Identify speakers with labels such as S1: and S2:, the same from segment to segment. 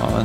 S1: Ja,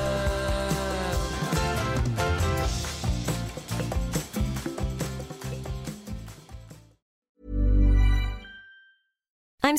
S2: I'm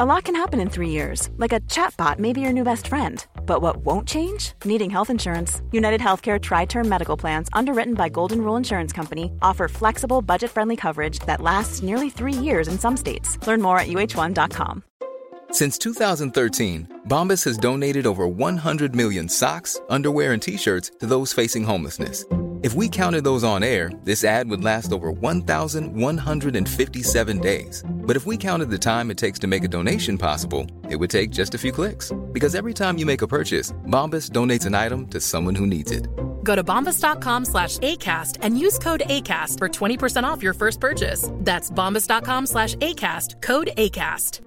S3: A lot can happen in three years, like a chatbot may be your new best friend. But what won't change? Needing health insurance. United Healthcare Tri Term Medical Plans, underwritten by Golden Rule Insurance Company, offer flexible, budget friendly coverage that lasts nearly three years in some states. Learn more at uh1.com.
S4: Since 2013, Bombas has donated over 100 million socks, underwear, and t shirts to those facing homelessness. If we counted those on air, this ad would last over 1,157 days. But if we counted the time it takes to make a donation possible, it would take just a few clicks. Because every time you make a purchase, Bombas donates an item to someone who needs it.
S5: Go to bombas.com slash ACAST and use code ACAST for 20% off your first purchase. That's bombas.com slash ACAST, code ACAST.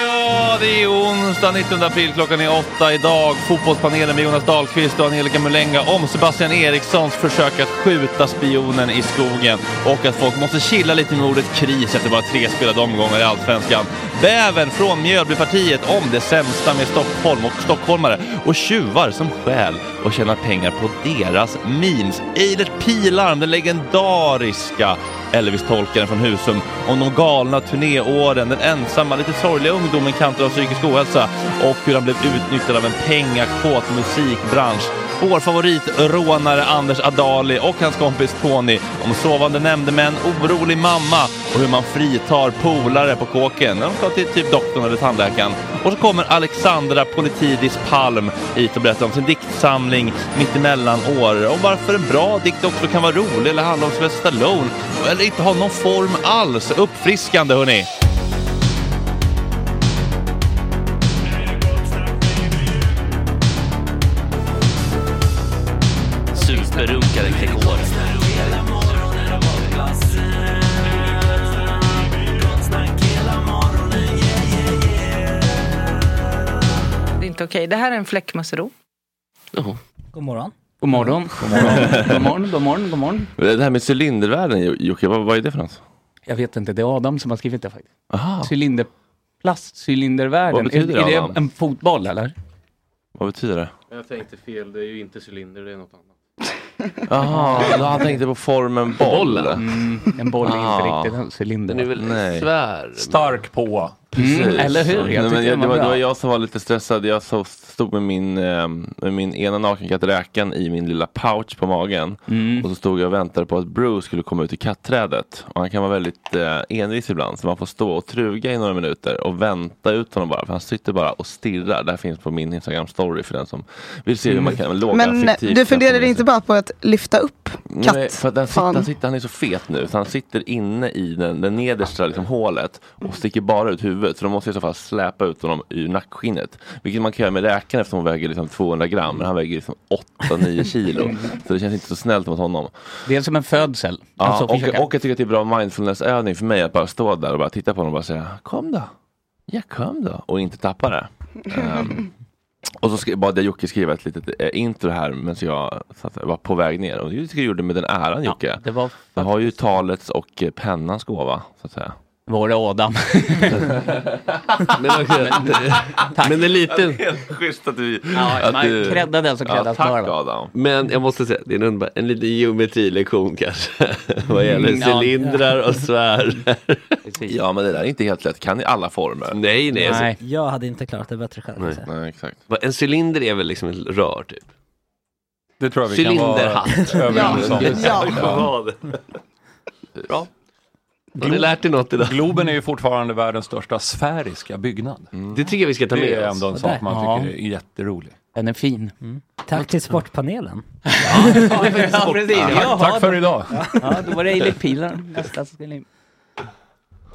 S1: Ja, det är onsdag 19 april, klockan är åtta idag. Fotbollspanelen med Jonas Dahlqvist och Angelica Mulenga om Sebastian Erikssons försök att skjuta spionen i skogen och att folk måste chilla lite med ordet kris efter bara tre spelade omgångar i Allsvenskan. Bäven från Mjölbypartiet om det sämsta med Stockholm och stockholmare och tjuvar som stjäl och tjänar pengar på deras memes. Eilert Pilarm, den legendariska Elvis-tolkaren från Husum om de galna turnéåren, den ensamma, lite sorgliga ungdomen kantad av psykisk ohälsa och hur han blev utnyttjad av en pengakåt musikbransch vår favoritrånare Anders Adali och hans kompis Tony om sovande nämndemän, orolig mamma och hur man fritar polare på kåken när de ska till typ doktorn eller tandläkaren. Och så kommer Alexandra Politidis Palm hit och berättar om sin diktsamling Mittemellan år och varför en bra dikt också kan vara rolig eller handla om Sylvester Stallone eller inte ha någon form alls. Uppfriskande hörni!
S6: Superrunkaren Gregor.
S7: Det är inte okej. Det här är en fläckmussero.
S6: Jaha.
S8: God morgon.
S6: God morgon. God morgon. Mm. god morgon, god morgon, god morgon.
S1: Det här med cylindervärden Jo- Jocke, vad, vad är det för något?
S6: Jag vet inte, det är Adam som har skrivit det faktiskt.
S1: Aha,
S6: Cylinderplast, cylindervärden.
S1: Vad betyder
S6: är,
S1: det,
S6: är
S1: Adam?
S6: det en fotboll eller?
S1: vad betyder det?
S9: Jag tänkte fel, det är ju inte cylinder, det är något annat.
S1: Jaha, han tänkte på formen boll.
S6: Mm, en boll är inte
S1: Ah.
S6: riktigt en cylinder.
S10: Den är väl
S1: Nej.
S10: svär.
S9: Stark på!
S1: Precis.
S6: Mm, eller hur? Jag
S1: Nej,
S6: tyckte den
S1: men jag,
S6: var
S1: det, var, det
S6: bra.
S1: var jag som var lite stressad. Jag så, stod med min, eh, med min ena nakenkatt Räkan i min lilla pouch på magen.
S6: Mm.
S1: Och så stod jag och väntade på att Bruce skulle komma ut i kattträdet. Och han kan vara väldigt eh, envis ibland. Så man får stå och truga i några minuter och vänta ut honom bara. För han sitter bara och stirrar. Det här finns på min Instagram story för den som vill se hur man
S6: Mm.
S1: kan låga
S11: Mm. Men eh,
S1: affektivt-
S11: du funderade inte bara på att lyfta upp katt?
S1: Nej, för att den sitter,
S11: Fan.
S1: han, sitter, han är så fet nu så han sitter inne i den, den nedersta liksom, hålet och sticker bara ut huvudet så de måste i så fall släpa ut honom ur nackskinnet. Vilket man kan göra med räkan eftersom hon väger liksom 200 gram men han väger liksom 8-9 kilo. Så det känns inte så snällt mot honom.
S6: Det är som en födsel.
S1: Ja,
S6: Alltså,
S1: och,
S6: försöka-
S1: och jag tycker att det är bra mindfulnessövning för mig att bara stå där och bara titta på honom och bara säga kom då, ja kom då och inte tappa det. Ehm, och så skri- bad jag Jocke skriva ett litet eh, intro här medan jag satt, var på väg ner och det tycker jag gjorde med den äran Jocke.
S6: ja, det var,
S1: Jag har ju talets och eh, pennans gåva, så att säga.
S6: var det Adam.
S10: Men, okej, men det är lite...
S1: Schysst att du...
S6: Ja, man creddar den som
S1: ja,
S6: creddas bör,
S1: Tack
S6: va?
S1: Adam.
S10: Men jag måste säga, det är en, underbar, en liten geometrilektion kanske. Vad gäller
S6: Mm, ja.
S10: cylindrar och svär.
S1: Ja, men det där är inte helt lätt. Kan i alla former.
S10: Nej, nej. Alltså,
S6: Nej.
S8: Jag hade inte klarat det bättre själv. kan jag säga.
S1: Nej, exakt.
S10: vad- en cylinder är väl liksom ett rör typ?
S9: Det tror jag vi kan vara
S10: Cylinderhatt.
S9: överens om.
S10: Vad? Bra. Har ni lärt er något idag?
S9: Globen är ju fortfarande världens största sfäriska byggnad.
S10: Mm. Det tycker jag vi ska ta
S9: Det är
S10: med oss.
S9: ändå en sak man
S6: Ja.
S9: tycker är jätterolig.
S6: Den är fin.
S8: Tack till Sportpanelen.
S6: Ja, precis. Jaha,
S9: Tack för idag!
S6: Ja, då var det Eilert Pilar. Nästa skulle in.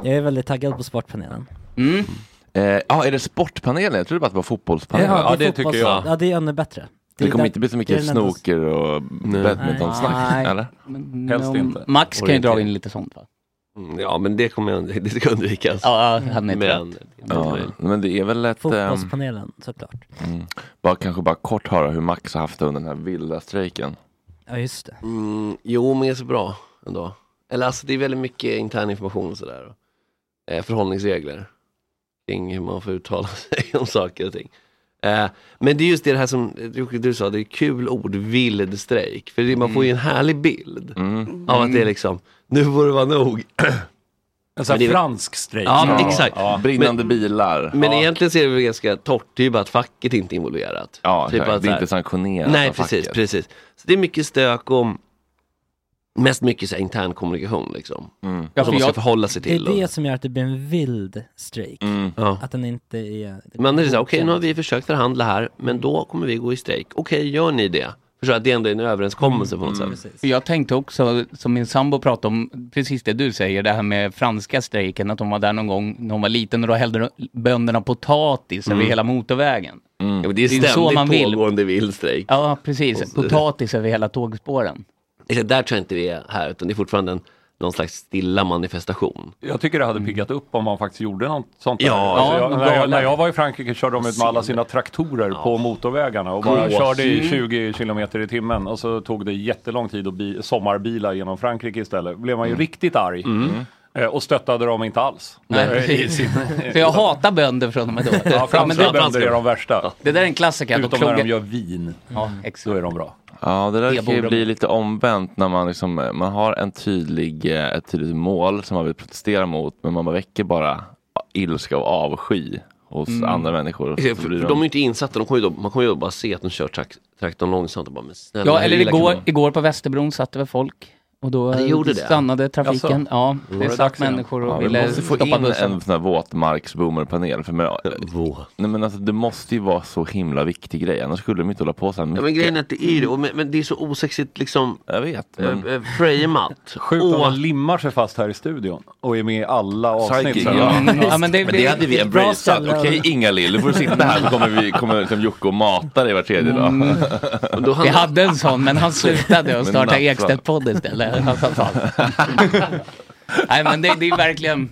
S8: Jag är väldigt taggad på Sportpanelen.
S6: Mm.
S1: Eh, ja, är det sportpanelen? Jag trodde bara att det var fotbollspanelen.
S9: Ja, det
S8: fotbolls-
S9: tycker jag.
S8: Ja, det är ännu bättre.
S1: det
S8: är
S1: kommer
S8: den-
S1: inte bli så
S8: det är
S1: mycket
S8: den enda-
S1: snooker och badmintonsnack,
S6: Nej.
S1: eller?
S6: Men,
S9: Helst
S6: om-
S9: inte.
S6: Max kan ju dra in lite sånt va?
S10: Mm, Ja, men det kommer jag det ska undvikas.
S6: Ja, han är trött.
S10: men,
S1: Ja, men det är väl ett... ehm,
S8: Fotbollspanelen såklart.
S1: bara, kanske bara kort höra hur Max har haft det under den här vilda strejken.
S8: Ja just det.
S10: mm, jo, men det är så bra ändå. Eller alltså, det är väldigt mycket intern information och sådär. och, Eh, förhållningsregler kring hur man får uttala sig om saker och ting. Eh, men det är just det här som eh, Jocke, du sa, det är kul ord, vild strejk. För det, man får ju en härlig bild
S1: Mm.
S10: av att det är liksom, nu får det vara nog.
S9: En
S1: Alltså,
S9: sån
S10: Men
S9: här
S10: det är-
S9: fransk strejk.
S10: Ja, men exakt.
S9: Ja.
S1: Brinnande bilar.
S10: Men egentligen ser det väl ganska torrt, det är ju bara att facket inte är involverat.
S1: Ja,
S10: Typ
S1: exakt.
S10: att
S1: det
S10: så
S1: är
S10: här-
S1: inte sanktionerat
S10: Nej,
S1: av
S10: precis,
S1: facket.
S10: precis. Så det är mycket stök och mest mycket så här, intern kommunikation liksom.
S1: Mm.
S6: Ja,
S10: som
S6: för
S10: man ska
S6: jag,
S10: förhålla sig
S8: Det
S10: till.
S8: är det
S10: Och,
S8: som gör att det blir en vild strejk.
S1: Mm.
S10: ja.
S8: Att den inte är...
S10: Men det är så här, okej nu har
S8: vi...
S10: vi försökt förhandla här, men då kommer vi gå i strejk. Okej, gör ni det? Förstår att det ändå är en överenskommelse på något
S1: Mm.
S10: sätt.
S6: för Mm, jag tänkte också, som min sambo pratade om, precis det du säger, det här med franska strejken, att de var där någon gång när de var liten och då hällde de- bönderna potatis över hela motorvägen.
S10: Ja, men det är
S6: Det är
S10: ständigt
S6: ju så man vill.
S10: pågående vild strejk.
S6: Ja, precis. Potatis över hela tågspåren.
S10: Exakt, Där tror jag inte vi är här, utan det är fortfarande en, någon slags stilla manifestation.
S9: Jag tycker det hade piggat upp om man faktiskt gjorde något sånt där.
S10: Ja,
S9: alltså
S6: ja,
S9: jag, när, jag,
S6: galen.
S9: när jag var i Frankrike körde de ut med alla sina traktorer på motorvägarna och bara
S10: Gås. Mm.
S9: körde i 20 kilometer i timmen och så tog det jättelång tid att bi- sommarbila genom Frankrike istället. blev
S10: Mm.
S9: man ju riktigt arg. Eh, Och stöttade dem inte alls.
S6: Nej,
S9: Eh, i
S6: precis.
S9: sin-
S6: För jag hatar bönder från och med då.
S9: Ja,
S6: men
S9: franska
S6: det,
S9: bönder är de värsta.
S6: det där är en klassiker. att de
S9: Utom när de
S6: klogar-
S9: gör vin, mm.
S6: Ja,
S9: då
S6: exakt.
S9: är de bra.
S1: Ja, det där
S6: Det
S1: kan ju
S6: borde-
S1: bli lite omvänt när man liksom, eh, man har en tydlig, eh, ett tydligt mål som man vill protestera mot, men man väcker bara ilska och avsky hos
S10: Mm.
S1: andra människor. och
S10: Ja,
S1: så
S10: för-
S1: blir
S10: för De är ju inte insatta, de kommer ju då, man kommer ju då bara se att de kör trak- traktorn långsamt och bara men snälla,
S6: Ja, eller
S10: lilla
S6: igår,
S10: killen.
S6: igår på Västerbron satt det väl folk. Och då
S10: Ja, det gjorde det.
S6: stannade trafiken. Ja, det satt människor och
S1: Ja, vi
S6: ville
S1: måste få
S6: stoppa
S1: in
S6: bussen.
S1: en sån här våtmarksboomerpanel. För med,
S10: nej,
S1: men alltså, det måste ju vara så himla viktig grej, annars skulle de inte hålla på så här
S10: Ja,
S1: mycket.
S10: men grejen är att det är ju det, och men, men det är så osexigt liksom
S1: Jag vet.
S9: men-
S10: Framat.
S9: Sjukt om man limmar sig fast här i studion och är med i alla avsnitt.
S1: Psychic,
S9: så
S1: ja.
S9: här.
S1: Ja, men, det, hade vi embraceat. Okej Inga-Lill, du får sitta här så kommer, vi, kommer liksom Jocke och mata dig var tredje dag.
S6: Mm. Vi hade en sån, men han slutade och
S1: Men
S6: startade
S1: nattvard.
S6: Ekstedt-podd istället. Han satt fast. Nej, men det, det är verkligen...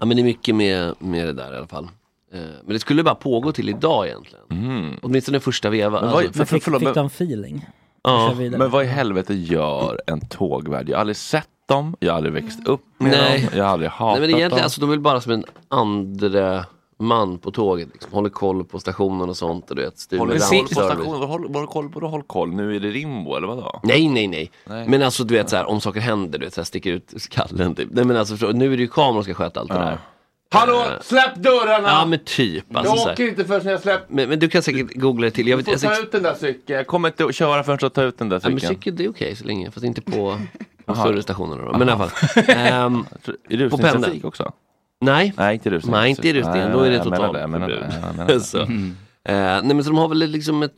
S10: Ja men det är mycket med, med det där i alla fall. Eh, Men det skulle bara pågå till idag egentligen. Mm. Åtminstone första vevan.
S1: Men vad-
S10: Alltså,
S8: fick, fick de feeling?
S1: Ja,
S8: Kör vidare.
S1: men vad i helvete gör en tågvärd? Jag har aldrig sett dem, jag har aldrig växt upp med
S10: Nej.
S1: dem, jag har aldrig hatat
S10: Nej men egentligen,
S1: dem.
S10: alltså de är väl bara som en andra man på tåget. Liksom. Håller koll på stationen och sånt. Och du vet, styr
S1: Håller
S10: med
S1: koll på
S10: service.
S1: stationen, håll, håll koll på, håll koll, nu är det Rimbo eller vadå?
S10: Nej, nej, nej,
S1: Nej.
S10: Men alltså du vet så här, om saker händer, du vet så här, sticker ut skallen typ. Nej men alltså förstå, nu är det ju kameran som ska sköta allt det där. Eh,
S1: Hallå,
S12: släpp dörrarna!
S10: Ja men typ. Alltså, så
S12: jag
S10: här.
S12: åker inte förrän jag släpper.
S10: Men, men du kan säkert googla det till. Jag
S12: Du
S10: vet,
S12: får
S10: jag,
S12: ta
S10: säkert,
S12: ut den där cykeln.
S1: Jag kommer inte att köra förrän jag tar ut den där
S10: ja, men
S1: cykeln.
S10: cykel det är okej så länge, fast inte på, på
S1: Aha.
S10: större stationer. Då. Men i alla fall. ehm,
S1: I rusningstrafik också?
S10: Nej.
S1: Nej, inte i rusningstrafik.
S10: Nej, inte i rusningen.
S1: Nej,
S10: Då är det
S1: jag menar
S10: totalt
S1: det, jag menar det, jag menar
S10: förbud.
S1: det.
S10: Så.
S1: Mm.
S10: Eh, Nej men så de har väl liksom ett,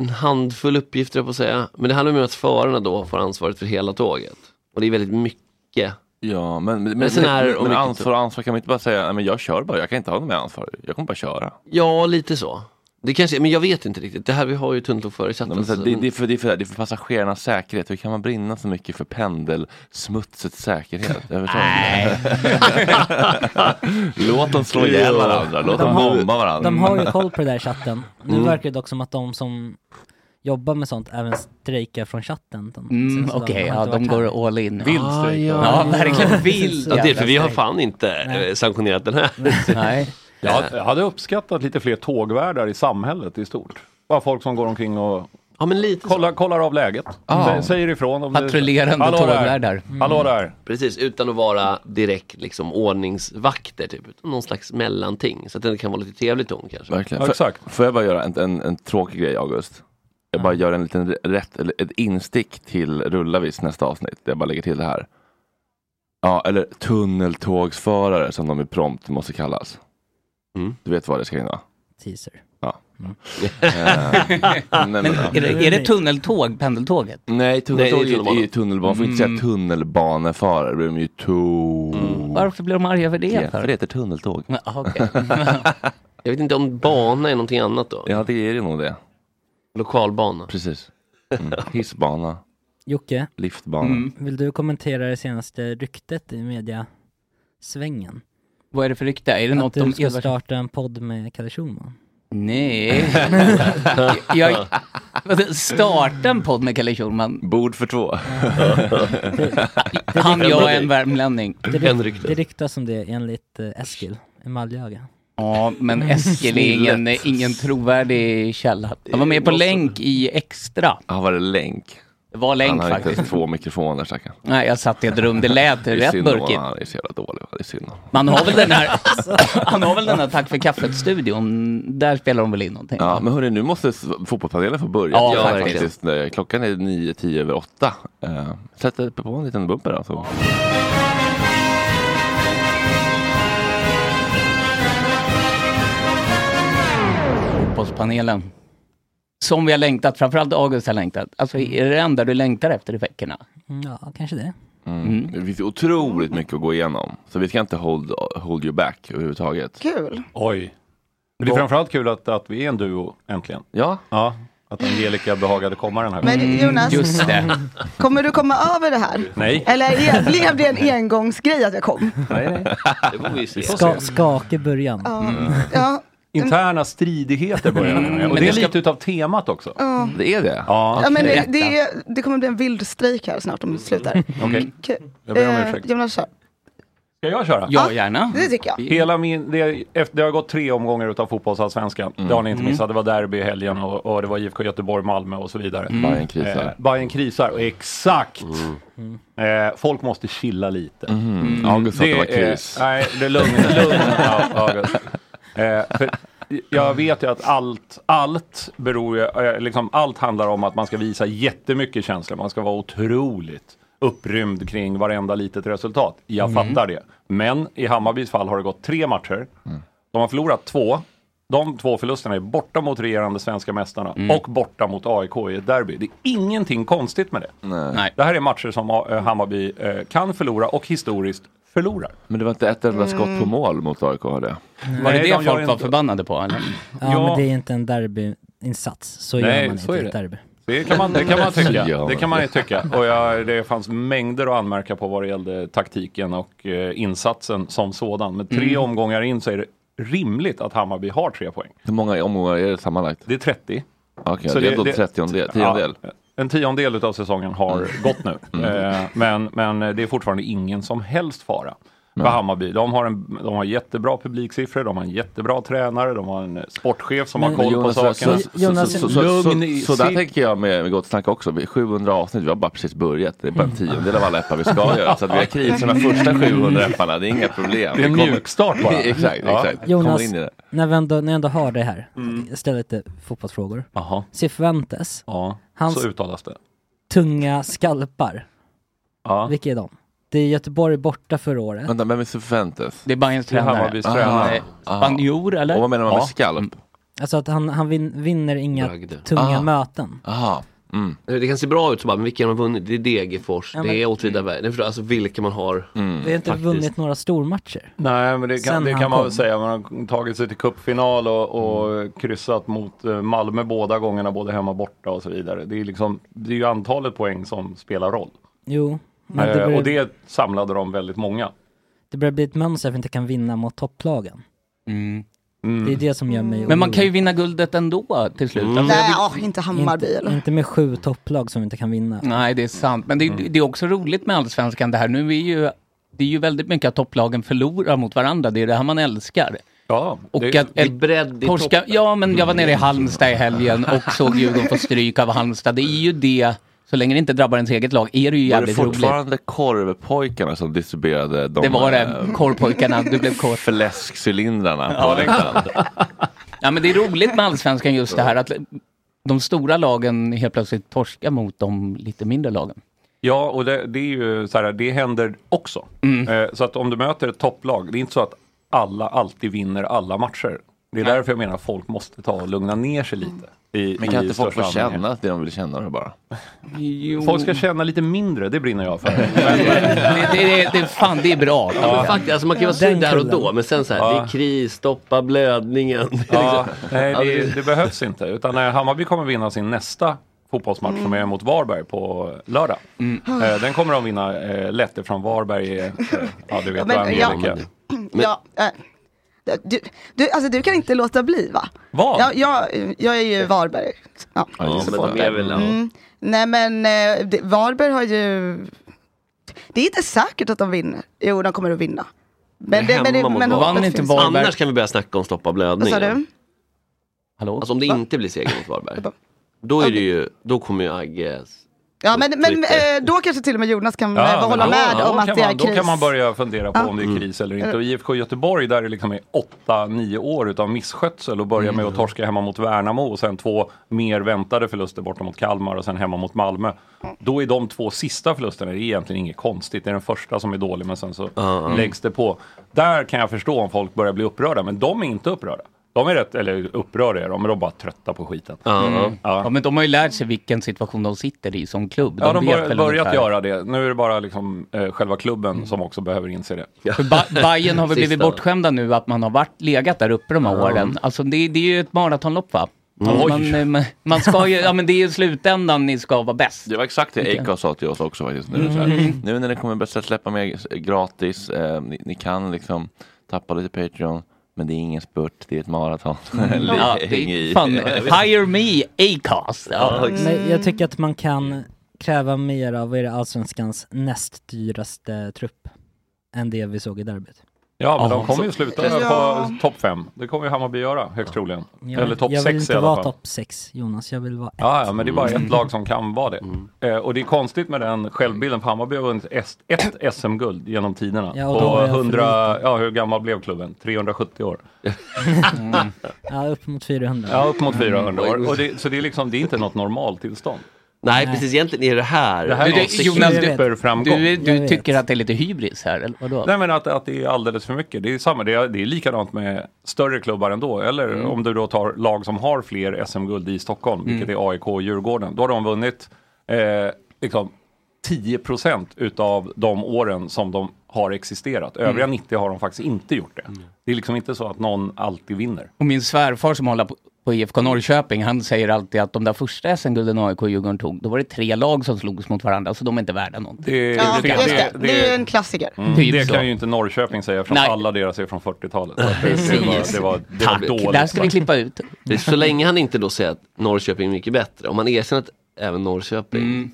S10: en handfull uppgifter jag på att säga. Men det handlar om att förarna då får ansvaret för hela tåget. Och det är väldigt mycket.
S1: Ja, men, men,
S10: Men
S1: men,
S10: sen är-
S1: men,
S10: om vilket-
S1: ansvar och ansvar kan man inte bara säga, nej, men jag kör bara, jag kan inte ha något med ansvar, jag kommer bara köra.
S10: Ja, lite så. Det kanske, men jag vet inte riktigt. Det här, vi har ju tunneltågförare i chatten.
S1: Men så,
S10: så-
S1: det, det, är för, det, är för, det är för passagerarnas säkerhet, hur kan man brinna så mycket för pendelsmutsets säkerhet? Jag förstår inte. Låt dem slå ihjäl varandra, låt dem bomba varandra.
S8: De har ju koll på det där i chatten. Nu
S1: Mm.
S8: verkar det dock som att de som jobbar med sånt även strejkar från chatten. De
S6: Mm,
S8: senaste
S6: Okej,
S8: dagarna. Har
S6: ja,
S8: inte
S6: de
S8: varit här.
S6: går all in.
S8: Vild
S10: Ah,
S8: strejk,
S6: ja,
S8: va?
S6: ja, verkligen vild.
S10: Ja, det är
S6: jävla
S10: för vi har
S6: strejk.
S10: fan inte eh, sanktionerat den här.
S6: Nej.
S9: Jag jag hade uppskattat lite fler tågvärdar i samhället i stort. Bara folk som går omkring och kollar, kollar av läget.
S6: Ah.
S10: Ja.
S9: Sä- Säger ifrån. Om det-
S10: Patrullerande
S9: Hallå där. Mm.
S10: tågvärdar.
S9: Hallå där.
S10: Precis, utan att vara direkt liksom ordningsvakter typ. Utan någon slags mellanting. Så att det kan vara lite trevlig ton kanske.
S1: Verkligen. Får- Får jag bara göra en, en, en tråkig grej August? Jag
S6: Mm.
S1: bara gör en liten r- rätt, eller ett instick till Rullavis nästa avsnitt. Jag bara lägger till det här. Ja, eller tunneltågsförare som de i prompt måste kallas.
S6: Mm.
S1: Du vet vad det ska in va?
S8: Teaser.
S1: Ja. Eh,
S6: Men är det, är det tunneltåg, pendeltåget?
S1: Nej, tunneltåg
S6: Nej, det är
S1: är ju- är ju tunnelbana. Får inte säga
S6: Mm.
S1: tunnelbaneförare, då blir de ju to...
S6: Varför blir de arga över Mm. det?
S1: Ja,
S6: för?
S1: för det heter tunneltåg.
S6: Ja, okej.
S10: Jag vet inte om bana är någonting annat då?
S1: Ja, det är det nog det.
S10: Lokalbana.
S1: Precis. Mm. Hissbana,
S8: Jocke,
S1: liftbana.
S9: Mm.
S10: Mm.
S8: vill du kommentera det senaste ryktet i mediasvängen?
S6: Vad är det för rykte? Är det
S8: att
S6: något
S8: du
S6: om
S8: ska
S6: Edvard-
S8: starta en podd med Kalle Schulman?
S6: Nej. jag, vadå, starta en podd med Kalle Schulman.
S1: Bord för två.
S6: Han, jag och en värmlänning.
S8: Det, ryk, det ryktas om det enligt eh, Eskil Emaljaga.
S6: Ja, men Eskil är ingen, ingen trovärdig källa. Han var med på länk i Extra.
S1: Ja, var det länk?
S6: Det var länk
S1: Han har inte
S6: faktiskt.
S1: ens två mikrofoner stackarn.
S6: Nej, jag satt i ett rum. Det lät
S1: är
S6: rätt
S1: synd om
S6: burkigt.
S1: honom, Han är så jävla dålig. va? Det är synd om honom.
S6: Man har väl den här, han har väl den här Tack för kaffet-studion. Där spelar de väl in någonting.
S1: Ja, men hörni, nu måste s- fotbollspanelen få börja.
S6: Ja,
S1: Ja,
S6: faktiskt.
S1: faktiskt. Eh, Klockan är nio, tio över åtta. Eh, Sätt eh, på en liten alltså. bumper då. Så.
S6: Fotbollspanelen. Som vi har längtat, framförallt August har längtat. Alltså, är det det enda du längtar efter i veckorna?
S8: Mm, Ja, kanske det.
S1: Mm. Det finns otroligt mycket att gå igenom. Så vi ska inte hold, hold you back överhuvudtaget.
S11: Kul.
S9: Oj. Men det är framförallt kul att, att vi är en duo äntligen.
S1: Ja.
S9: ja att Angelica behagade komma den här
S11: Men Jonas. Just det. Kommer du komma över det här?
S9: Nej.
S11: Eller är, blev det en engångsgrej att jag kom?
S9: Nej, nej. Det får vi
S8: Ska, skak i början.
S11: Ja.
S9: Mm. Interna stridigheter
S1: Mm.
S9: börjar vi med.
S11: men
S9: Och det är
S11: det ska-
S9: lite utav temat också.
S11: Ja.
S1: Det är det?
S9: Ja.
S11: Ja, men det, det, är- det kommer bli en vild strejk här snart om det slutar.
S9: Mm. Okej.
S11: Okej.
S9: Jag ber om
S11: Eh,
S9: ursäkt.
S11: Jonas, kör.
S9: Ska jag köra?
S6: Ja, gärna.
S11: det tycker jag.
S9: Hela min, det, efter, det har gått tre omgångar utav fotbollsallsvenskan. Det har ni inte
S6: Mm.
S9: missat. Det var derby i helgen och, och det var IFK Göteborg, Malmö och så vidare. Eh,
S1: Mm. Bayern krisar.
S9: Bayern krisar, och exakt. Eh, folk måste chilla lite.
S1: Mm. August sa att det var
S9: är-
S1: kris.
S9: Nej, det är lugnt. lugnt ja, August. Eh, för jag vet ju att allt, allt beror ju, eh, liksom allt handlar om att man ska visa jättemycket känslor. Man ska vara otroligt upprymd kring varenda litet resultat. Jag
S1: Mm.
S9: fattar det. Men i Hammarbys fall har det gått tre matcher. De har förlorat två. De två förlusterna är borta mot regerande svenska mästarna
S1: Mm.
S9: och borta mot AIK i ett derby. Det är ingenting konstigt med det.
S1: Nej.
S9: Det här är matcher som eh, Hammarby eh, kan förlora och historiskt förlorar.
S1: Men det var inte ett enda skott på
S9: Mm.
S1: mål mot AIK var det?
S9: Var det Nej, det de folk gör var inte-
S6: förbannade på? Eller?
S8: Ja, men det är inte en derbyinsats. Så gör
S9: Nej,
S8: man
S9: så
S8: inte i
S9: är
S8: ett
S9: det.
S8: derby.
S9: Det kan man, det kan man tycka.
S1: Ja.
S9: Det kan man ju tycka. Och jag, det fanns mängder att anmärka på vad det gällde taktiken och eh, insatsen som sådan. Men tre
S1: Mm.
S9: omgångar in så är det rimligt att Hammarby har tre poäng.
S1: Hur många omgångar är det sammanlagt?
S9: Det är 30.
S1: Okej,
S9: Så
S1: det är
S9: det-
S1: då
S9: det-
S1: 30 tiondel.
S9: Ja, en tiondel av säsongen har gått nu.
S1: Mm.
S9: Eh, men, men det är fortfarande ingen som helst fara för Hammarby. De har, en, de har jättebra publiksiffror, de har en jättebra tränare, de har en sportchef som har koll
S1: Jonas,
S9: på sakerna.
S1: Så, så, så, så, så,
S9: i-
S1: så, så där
S9: se-
S1: tänker jag med, med Gott Snack också. Vi- 700 avsnitt, vi har bara precis börjat. Det är bara en tiondel av alla appar vi ska göra. Så att vi har krigat de första 700 apparna, det är inga problem.
S9: Det är en
S1: kommer-
S9: mjukstart bara.
S1: exakt,
S9: Ja.
S1: exakt.
S8: Jonas,
S1: Kommer in i det.
S8: när vi ändå, när jag ändå har det här,
S9: Mm.
S8: ställ lite fotbollsfrågor.
S9: Aha.
S8: Cifuentes,
S9: Ja,
S8: hans
S9: så uttalas det.
S8: tunga skalpar,
S9: Ja.
S8: vilka är de? Det är Göteborg borta förra året.
S1: Vänta, vem är Cifuentes?
S6: Det är Bajens
S1: Det är
S6: tränare.
S1: Hammarbys tränare.
S6: Ah. Spanjor eller?
S1: Och vad menar man med
S6: Ja.
S1: skalp?
S8: Alltså att han, han vin, vinner inga
S10: Bragd.
S8: tunga
S10: Ah.
S8: möten.
S1: Aha.
S10: Det kan se bra ut så bara, men vilka har man vunnit? Det är Degerfors,
S8: Ja, men-
S10: det är Åtvidaberg, Det är för- alltså vilka man har.
S1: Mm,
S8: Vi har inte vunnit några stormatcher.
S9: Nej, men det
S8: Sen
S9: kan, det
S8: han
S9: kan man
S8: kom.
S9: väl säga. Man har tagit sig till cupfinal och, och kryssat mot eh, Malmö båda gångerna, både hemma och borta och så vidare. Det är, liksom, det är ju antalet poäng som spelar roll.
S8: Jo, men det
S9: Eh,
S8: börjar,
S9: Och det samlade de väldigt många.
S8: det börjar bli ett mönster att vi inte kan vinna mot topplagen.
S6: Mm.
S8: Det är det som gör mig
S6: Men man
S8: orolig.
S6: kan ju vinna guldet ändå till slut.
S10: Mm.
S6: Alltså, jag
S11: Nej,
S6: vill-
S11: ja, inte Hammarby
S8: inte, Mm.
S11: eller?
S8: inte med sju topplag som vi inte kan vinna.
S6: Nej, det är sant. Men det,
S10: Mm.
S6: det är också roligt med allsvenskan det här. Nu är ju, det är ju väldigt mycket att topplagen förlorar mot varandra. Det är det här man älskar.
S9: Ja,
S6: och
S10: det-
S6: att,
S10: det är bredd i
S6: torska, Ja, men jag var nere i Halmstad i helgen och såg Djurgården få stryk av Halmstad. Det är ju det, så länge det inte drabbar ens eget lag, är det ju
S1: Var det
S6: jävligt roligt.
S1: fortfarande korvpojkarna som distribuerade de eh,
S6: Det var det, korvpojkarna, du blev kort.
S1: fläskcylindrarna på
S6: Ja.
S1: läktaren?
S6: Ja, men det är roligt med allsvenskan just det här att de stora lagen helt plötsligt torskar mot de lite mindre lagen.
S9: Ja, och det, det är ju så här, det händer också.
S1: Mm.
S9: Eh, Så att om du möter ett topplag, det är inte så att alla alltid vinner alla matcher. Det är därför jag menar att folk måste ta och lugna ner sig lite. I,
S1: Men kan
S9: i
S1: inte folk få
S9: största allmänhet.
S1: känna det de vill känna det bara?
S9: Folk ska känna lite mindre, det brinner jag för.
S6: det, det, det, fan, det är bra.
S10: Ja, men faktiskt, alltså man kan vara sur där och då, men sen så här,
S9: Ja.
S10: det är kris, stoppa blödningen. liksom.
S9: Ja, nej,
S10: Alltså,
S9: det, det behövs inte. Utan eh, Hammarby kommer vinna sin nästa fotbollsmatch som är mot Varberg på lördag.
S6: Mm.
S9: Eh, Den kommer de vinna eh, lätt från Varberg. är, eh, Ja, du vet,
S11: Men,
S9: ja, Amerika.
S11: Ja, eh, du, du, alltså, du kan inte låta bli va?
S9: Vad?
S11: Ja, jag, jag är ju Varberg. Ja.
S1: Ja, just det.
S10: men de är väl, ja.
S11: Mm. Nej men eh, det, Varberg har ju... Det är inte säkert att de vinner. Jo, de kommer att vinna. Men, det, men, det, men hoppet finns.
S10: Annars kan vi börja snacka om stoppa
S11: Vad sa
S10: blödningen.
S11: du?
S10: Alltså om det inte blir seger mot Varberg. Då, är det ju, då kommer ju Agge...
S11: Ja, men, men
S10: Twitter.
S11: eh, då kanske till och med Jonas kan
S9: Ja,
S11: eh,
S9: men
S11: hålla
S9: då-
S11: med
S9: då
S11: om att
S9: kan
S11: det är
S9: man,
S11: kris.
S9: Då kan man börja fundera på
S11: Ja.
S9: om det är kris eller inte. Och IFK Göteborg där det liksom är 8-9 år utav misskötsel och börja med att torska hemma mot Värnamo och sen två mer väntade förluster borta mot Kalmar och sen hemma mot Malmö. Då är de två sista förlusterna det är egentligen inget konstigt. Det är den första som är dålig men sen så läggs det på. Där kan jag förstå om folk börjar bli upprörda men de är inte upprörda. De är rätt, eller upprörda är de, men de är bara trötta på skiten.
S6: Mm.
S9: Ja.
S6: Ja, men de har ju lärt sig vilken situation de sitter i som klubb.
S9: Ja, de
S6: vet
S9: har
S6: väl
S9: börjat
S6: ungefär.
S9: göra det. Nu är det bara liksom, eh, själva klubben
S8: Mm.
S9: som också behöver inse det.
S6: För ba Bayern har väl blivit
S9: Sista.
S6: bortskämda nu att man har varit, legat där uppe de här
S9: Ja.
S6: åren. Alltså det, det är ju ett maratonlopp va?
S1: Mm. Oj.
S6: Man, eh, man, man ska ju, ja men det är ju slutändan ni ska vara bäst.
S1: Det var exakt det Acast sa till oss också faktiskt. Nu, så här.
S6: Mm.
S1: nu när ni kommer börja släppa mer gratis, eh, ni, ni kan liksom tappa lite Patreon, men det är ingen spurt, det är ett maraton.
S6: Mm. Ja,
S1: Häng
S6: det
S1: i.
S6: är fan, hire me, Acast. Ja.
S8: Nej, jag tycker att man kan kräva mer av vad är det, allsvenskans näst dyraste trupp. än det vi såg i derbyt.
S9: Ja, men
S8: Ja,
S9: de kommer ju
S8: så-
S9: sluta
S8: Ja.
S9: på topp fem. Det kommer ju Hammarby göra, högst troligen.
S8: Jag,
S9: Eller topp
S8: jag vill
S9: sex i
S8: inte
S9: alla
S8: vara
S9: fall.
S8: topp Mm. 6 Jonas, jag vill vara ett.
S9: Ja, ja, men det är bara ett lag som kan vara det.
S8: Mm.
S9: Eh, och det är konstigt med den självbilden, för Hammarby har vunnit S- ett SM-guld genom tiderna.
S8: Ja, och
S9: och
S8: då var jag för
S9: 100, ja, hur gammal blev klubben? 370 år.
S8: Mm. Ja, upp mot 400.
S9: ja, upp mot
S8: Mm.
S9: 400 år. Och det, så det är liksom, det är inte något normaltillstånd.
S10: Nej, Nej. precis. Egentligen är det här...
S9: Det här
S6: Du- du-
S9: är
S6: Jonas, du-
S9: superframgång.
S6: du- du Jag vet. tycker
S9: att det är lite hybris här, eller vadå? Nej, men att, att det är alldeles för mycket. Det är, samma, det, är, det är likadant med större klubbar ändå. Eller
S6: Mm.
S9: om du då tar lag som har fler SM-guld i Stockholm, vilket
S6: Mm.
S9: är AIK och Djurgården. Då har de vunnit eh, liksom 10 utav de åren som de har existerat. Övriga
S6: Mm.
S9: 90 har de faktiskt inte gjort det. Det är liksom inte så att någon alltid vinner.
S6: Och min svärfar som håller på, på IFK Norrköping, han säger alltid att de där första SM-gulden AIK och Djurgården tog, då var det tre lag som slogs mot varandra, så de är inte värda någonting.
S9: Det,
S11: Ja,
S9: det-
S11: just
S9: det-
S11: det. Det är en klassiker.
S9: Mm,
S6: Typ
S9: det
S6: så.
S9: kan ju inte Norrköping säga från
S6: Nej.
S9: alla deras är från 40-talet. Så att det- Det, var,
S10: Precis.
S9: det, var, det var dåligt. sagt.
S6: ut.
S10: Så länge han inte då säger att Norrköping är mycket bättre, om han erkänner att även Norrköping
S9: Mm.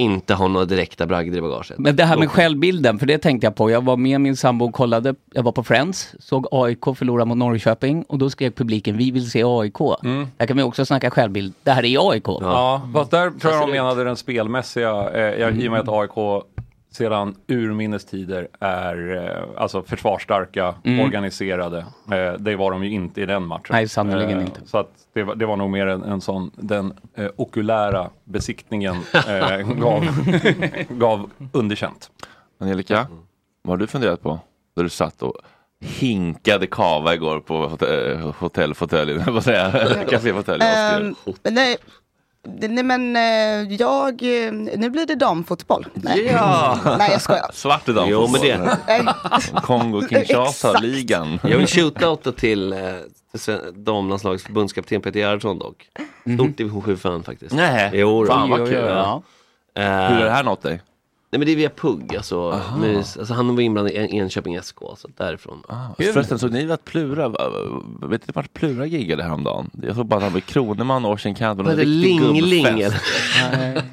S10: inte har några direkta bragder i bagaget.
S6: Men det här med självbilden, för det tänkte jag på. Jag var med min sambo och kollade, jag var på Friends, såg AIK förlora mot Norrköping och då skrek publiken vi vill se AIK. Där kan vi också snacka självbild, det här är AIK.
S9: Mm. Ja, fast där tror jag de menade den spelmässiga, eh, jag- i och med att AIK sedan urminnes tider är eh, alltså försvarsstarka,
S6: Mm.
S9: organiserade. Eh, det var de ju inte i den matchen. Eh,
S6: Nej, sannerligen inte.
S9: Så att det, var, det var nog mer en, en sån, den eh, okulära besiktningen eh, gav, gav underkänt.
S1: Angelica,
S10: Mm.
S1: vad har du funderat på? Där du satt och hinkade kava igår på hotell, hotellfåtöljen, höll på att säga. Caféfåtöljen. vad skrev du?
S11: Ehm, nej, det- nej, men eh, jag... eh, Nu blir det damfotboll. Nej, nej jag skojar. Eh,
S1: Svart idag.
S10: Jo, men det-
S1: Kongo-Kinshasa-ligan.
S10: Jag vill shootouta till eh, till Sven- damlandslagets förbundskapten Peter Gerhardsson dock. Stort division 7-fan faktiskt.
S1: Mhm. Nej,
S10: Jo, då. Eh,
S1: fan vad kul. Ja. Hur har det här nått dig?
S10: Nej men det är via PUG, alltså,
S1: Aha.
S10: mys, alltså han var inblandad i En- Enköping SK, så därifrån.
S1: Kul. Ah, Förresten, såg ni att Plura, vet ni vart Plura giggade häromdagen? Jag såg bara att han blev kroneman och Ocean Cant.
S10: Vad är det, Ling-Ling, eller?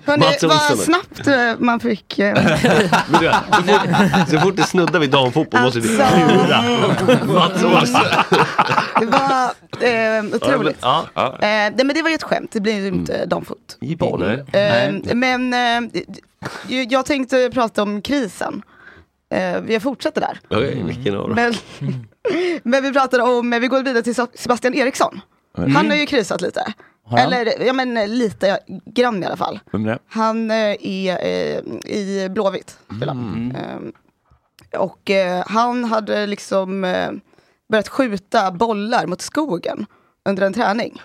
S11: Hörrni,
S10: Mats
S11: vad
S10: Olsson.
S11: snabbt eh, man fick... eh,
S10: Men du, så, fort, så fort det snuddar vid damfotboll måste vi
S11: Alltså.
S10: Plura. Mats Olsson.
S11: Det var eh, otroligt.
S10: Ja, men- ja. Mm.
S11: Eh, nej, men det var ju ett skämt, det blir ju inte damfot.
S10: Boll.
S11: Eh, men eh, ju- jag tänkte prata om krisen. Eh, jag fortsätter där.
S10: Okej, vilken av dem?
S11: Men, men vi pratar om, vi går vidare till Sebastian Eriksson.
S10: Mm.
S11: Han har ju krisat lite.
S10: Har han?
S11: Eller ja men eh, lite, ja, grann i alla fall.
S1: Vem är det?
S11: Han eh, är eh, i Blåvitt. spelar han. Eh, och eh, han hade liksom eh, börjat skjuta bollar mot skogen under en träning.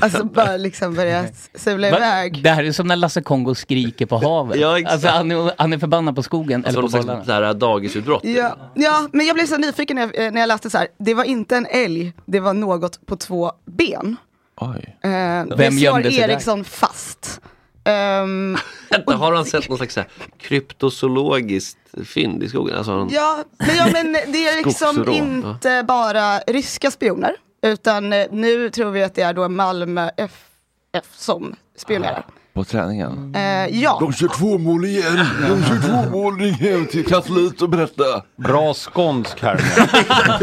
S11: Alltså bara liksom börjat sula
S6: Va?
S11: iväg.
S6: Det här är som när Lasse Kongo skriker på havet.
S10: Ja, exakt.
S6: alltså, han, är, han är förbannad på skogen
S10: Alltså
S6: eller på
S10: någon slags
S6: bollarna.
S10: så här dagisutbrott.
S11: Ja, ja, men jag blev så nyfiken när jag, eh, när jag läste så här. Det var inte en älg, det var något på två ben.
S1: Oj.
S11: Eh, det
S10: Vem
S11: slår
S10: gömde sig där?
S11: Eriksson fast. Ehm,
S10: Vänta, har han sett någon slags så här kryptozoologiskt fynd i skogen? Alltså, har han...
S11: ja, men, ja, men det är liksom
S10: Skogsrån,
S11: inte bara ryska spioner. Utan eh, nu tror vi att det är då Malmö FF som spionerar.
S1: På träningen?
S11: Eh, ja.
S1: De kör två mål igen! De kör två mål igen till kansliet och berätta!
S9: Bra skånsk här.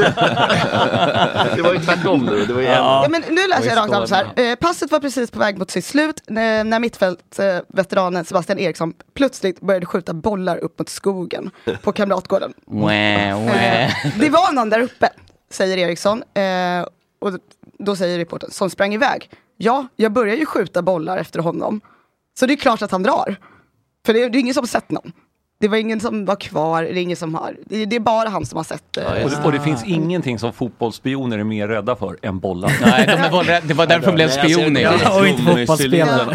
S10: det var ju tvärtom nu. Det var ju
S11: Ja, men nu läser jag rakt av så här. Eh, passet var precis på väg mot sitt slut när, när mittfältveteranen eh, veteranen Sebastian Eriksson plötsligt började skjuta bollar upp mot skogen på Kamratgården.
S6: Wä, wä.
S11: Eh, det var någon där uppe, säger Eriksson. Eh, och då säger reportern, som sprang iväg. Ja, jag börjar ju skjuta bollar efter honom. Så det är klart att han drar. För det är, det är ingen som har sett någon. Det var ingen som var kvar, det är ingen som har. Det är, det är bara han som har sett. eh,
S9: Och det, och det finns ingenting som fotbollsspioner är mer rädda för än bollar.
S6: Nej, de är bollrädda. Det var därför de
S1: alltså,
S6: blev spioner.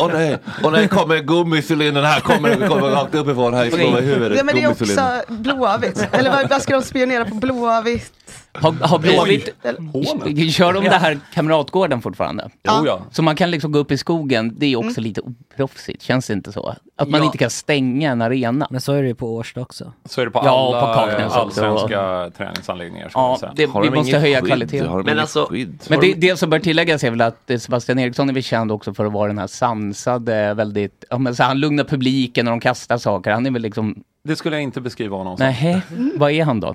S1: Åh nej, åh nej, kommer gummisylindern här, kommer, kommer rakt uppifrån här i skolan i huvudet.
S11: Ja, men det är
S1: Gummisylindern.
S11: också Blåvitt. Eller vad, vad ska de spionera på Blåvitt?
S6: Har, har blivit, kör de det här kamratgården fortfarande?
S11: Jo, ja.
S6: Så man kan liksom gå upp i skogen, det är också
S9: Mm.
S6: lite oproffsigt, känns det inte så? Att man
S8: Ja.
S6: inte kan stänga en arena.
S8: Men så är det ju på Årsta också.
S9: Så är det på
S6: Ja,
S9: alla
S6: och på Kaknäs
S9: eh,
S6: också.
S9: allsvenska träningsanläggningar. ska
S6: Ja,
S9: man säga.
S6: det, vi måste höja kvaliteten.
S1: alltså-
S6: men det, det som bör tilläggas är väl att eh, Sebastian Eriksson är väl känd också för att vara den här sansade, väldigt, ja, men så han lugnar publiken när de kastar saker. Han är väl liksom
S9: Det skulle jag inte beskriva honom som.
S6: Nej, vad är han då?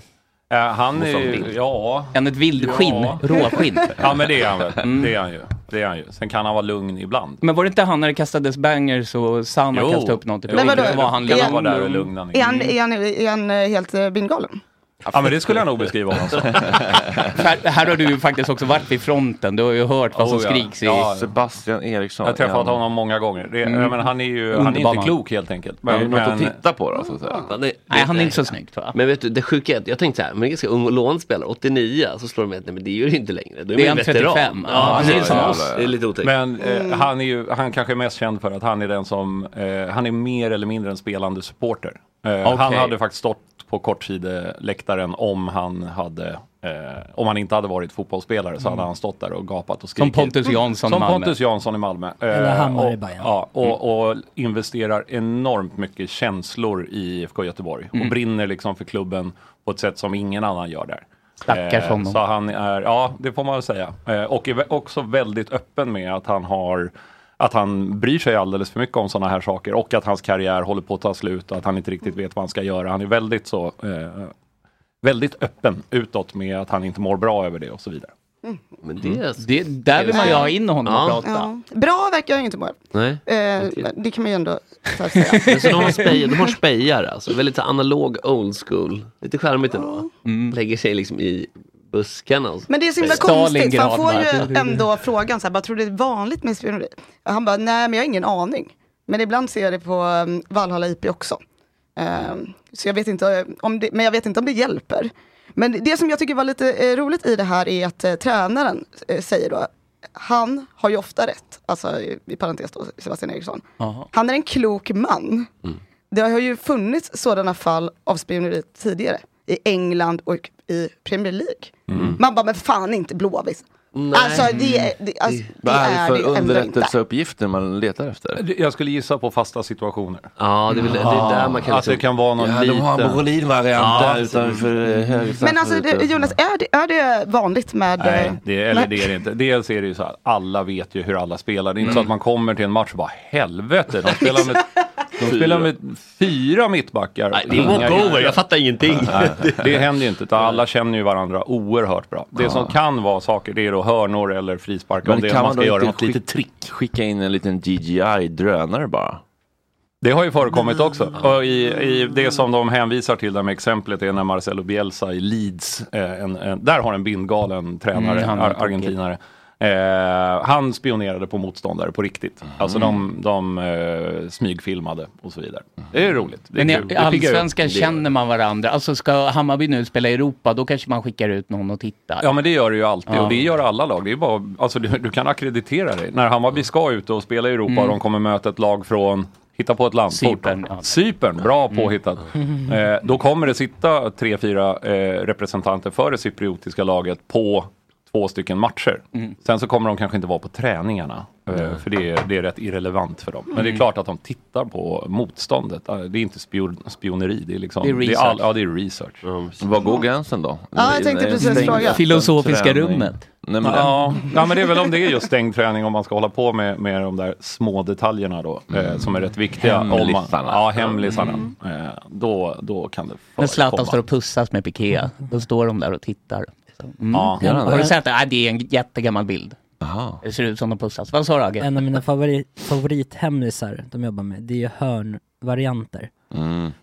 S9: Eh, han är ju,
S6: Mozambique.
S9: ja.
S6: En ett vildskinn, råskinn. Mm.
S9: Ja men det är han väl. Det är han ju. Det är han ju. Sen kan han vara lugn ibland.
S6: Men var det inte han när det kastades bangers och Sanna
S9: Jo.
S6: kastade upp någonting?
S9: Jo, Men vadå?
S6: Då var han
S9: Kan han vara där och lugna
S11: Är han, är han, är han eh, helt eh, bindgalen?
S9: Ja men det skulle jag nog beskriva honom som.
S6: här, här har du ju faktiskt också varit vid fronten, du har ju hört vad som
S9: Oh, ja.
S6: skriks i...
S9: Ja.
S1: Sebastian Eriksson.
S9: Jag har träffat
S1: Ja.
S9: honom många gånger. Det,
S1: Mm.
S9: ja, men han är ju han är
S1: Underbar
S9: inte
S1: man.
S9: klok helt enkelt.
S1: Men,
S9: Men,
S1: något
S9: men,
S1: att titta på då, så att säga.
S10: Nej,
S6: han är inte så snygg tror jag.
S10: Men vet du, det sjuka är att jag tänkte så här, men ganska ung och lånspelare, 89, så slår de mig att nej men det är ju inte längre. Då är,
S9: Det är
S10: man ju
S9: han
S10: veteran.
S9: 35.
S10: Ja,
S9: Ja,
S10: han är
S9: precis.
S10: som
S9: Ja,
S10: oss.
S9: ja, ja.
S10: Det är lite otäckt.
S9: men eh,
S10: Mm.
S9: han, är ju, han kanske är mest känd för att han är den som, eh, han är mer eller mindre en spelande supporter. Eh,
S1: Okej.
S9: Han hade faktiskt stått på kortsideläktaren om han hade eh, om han inte hade varit fotbollsspelare så hade
S1: Mm.
S9: han stått där och gapat
S6: Som
S9: och skrikit. Mm.
S6: Pontus Jansson i
S9: Som
S6: Malmö.
S9: Pontus Jansson i Malmö. Eh,
S6: Eller Hammar i
S9: och-
S6: Bayern.
S9: Ja, och, och investerar enormt mycket känslor i IFK Göteborg. Och
S6: Mm.
S9: brinner liksom för klubben på ett sätt som ingen annan gör där.
S6: Stackars honom.
S9: Så han är, ja det får man väl säga. Eh, och är vä- också väldigt öppen med att han har att han bryr sig alldeles för mycket om sådana här saker och att hans karriär håller på att ta slut och att han inte riktigt vet vad han ska göra. Han är väldigt så eh, väldigt öppen utåt med att han inte mår bra över det och så vidare.
S1: Mm.
S10: Men
S11: det-
S6: Mm. det, där vill man ju ha in honom och prata.
S11: Ja. Bra verkar han ju inte må.
S10: Nej.
S11: Eh, det kan man ju ändå så här säga.
S10: Men så de har spejar, de har spejar alltså. Väldigt så analog old school. Lite charmigt ändå.
S6: Mm.
S10: Lägger sig liksom i alltså. buskarna. Och
S11: Men det är så himla konstigt, för han får ju ändå frågan så här, bara, tror du det är vanligt med spioneri? Och han bara, nej men jag har ingen aning. Men ibland ser jag det på um, Valhalla IP också. Ehm, så jag vet inte om det, men jag vet inte om det hjälper. Men det som jag tycker var lite eh, roligt i det här är att eh, tränaren eh, säger då, han har ju ofta rätt, alltså i, i parentes då Sebastian Eriksson. Han är en klok man.
S10: Mm.
S11: Det har ju funnits sådana fall av spioneri tidigare. I England och i Premier League.
S1: Mm.
S11: Man bara, men fan inte Blåvitt. Alltså det, är- det, alltså, det
S1: Vad är
S11: är
S1: det
S11: det ju
S1: för
S11: ändå inte.
S1: underrättelseuppgifter man letar efter?
S9: Jag skulle gissa på fasta situationer.
S10: Ja,
S1: det är väl- det är där man kan
S9: Att det
S1: liksom-
S9: kan vara någon
S1: Ja, de har en Brolin-variant där utanför, eh, höger
S11: Men alltså det, Jonas, är det, är det vanligt med... eh,
S9: Nej, det, eller
S11: nej.
S9: det är det inte. Dels är det ju så här, alla vet ju hur alla spelar. Det är inte så
S1: Mm.
S9: att man kommer till en match och bara helvete, de spelar med, de spelar med fyra mittbackar. Nej,
S10: det är walkover, jag fattar ingenting.
S9: Nej, det händer ju inte, utan alla känner ju varandra oerhört bra. Det
S1: Ja.
S9: som kan vara saker, det är då hörnor eller frisparkar. Om
S1: Men
S9: det
S1: kan
S9: är man
S1: man
S9: ska
S1: då
S9: göra
S1: inte
S9: något
S1: skick-
S9: litet trick.
S1: Skicka in en liten DJI-drönare bara.
S9: Det har ju förekommit
S1: Mm.
S9: också. Och i, i det som de hänvisar till där med exemplet är när Marcelo Bielsa i Leeds, eh, en, en, där har en bindgalen tränare,
S1: Mm, han är
S9: ar,
S1: tokig.
S9: argentinare. Eh, han spionerade på motståndare på riktigt.
S1: Mm.
S9: Alltså de, de eh, smygfilmade och så vidare.
S1: Mm.
S9: Det är roligt. Det är
S6: Men
S9: kul.
S6: i
S9: Det piggar upp.
S6: allsvenskan känner man varandra. Alltså ska Hammarby nu spela i Europa, då kanske man skickar ut någon och tittar.
S9: Ja men det gör det ju alltid
S6: Ja.
S9: och det gör alla lag. Det är bara, alltså, du, du kan akkreditera dig. När Hammarby ska ut och spela i Europa
S6: Mm.
S9: och de kommer möta ett lag från Hitta på ett land.
S6: Cypern,
S9: Fort. Cypern, bra
S1: Mm.
S9: påhittat. Eh, då kommer det sitta tre, fyra eh, representanter för det cypriotiska laget på två stycken matcher.
S1: Mm.
S9: Sen så kommer de kanske inte vara på träningarna, eh,
S1: Mm.
S9: för det är, det är rätt irrelevant för dem. Men det är
S1: Mm.
S9: klart att de tittar på motståndet. Eh, Det är inte spion, spioneri, det är liksom...
S1: Det är
S9: all-
S1: research.
S9: ja, det är research.
S1: Var går gränsen då?
S11: Ja, jag tänkte precis fråga.
S6: Filosofiska rummet.
S1: Nej, men
S9: ja. ja, men det är väl om det är just stängd träning om man ska hålla på med, med de där små detaljerna då, eh, som är rätt viktiga. Om man-
S6: Hemlisarna.
S9: Ja, hemlisarna. Eh, då, då kan det
S6: När Zlatan
S9: förekomma.
S6: står och pussas med Piqué, då står de där och tittar. Så, Mm.
S9: Ja.
S6: Ja,
S9: Gör han
S6: Har du
S9: det?
S6: sett det? Ah, det är en jättegammal bild. Det ser ut som de pussas. Vad sa du Agge?
S8: En av mina favori- favorithemlisar de jobbar med, det är ju hörnvarianter.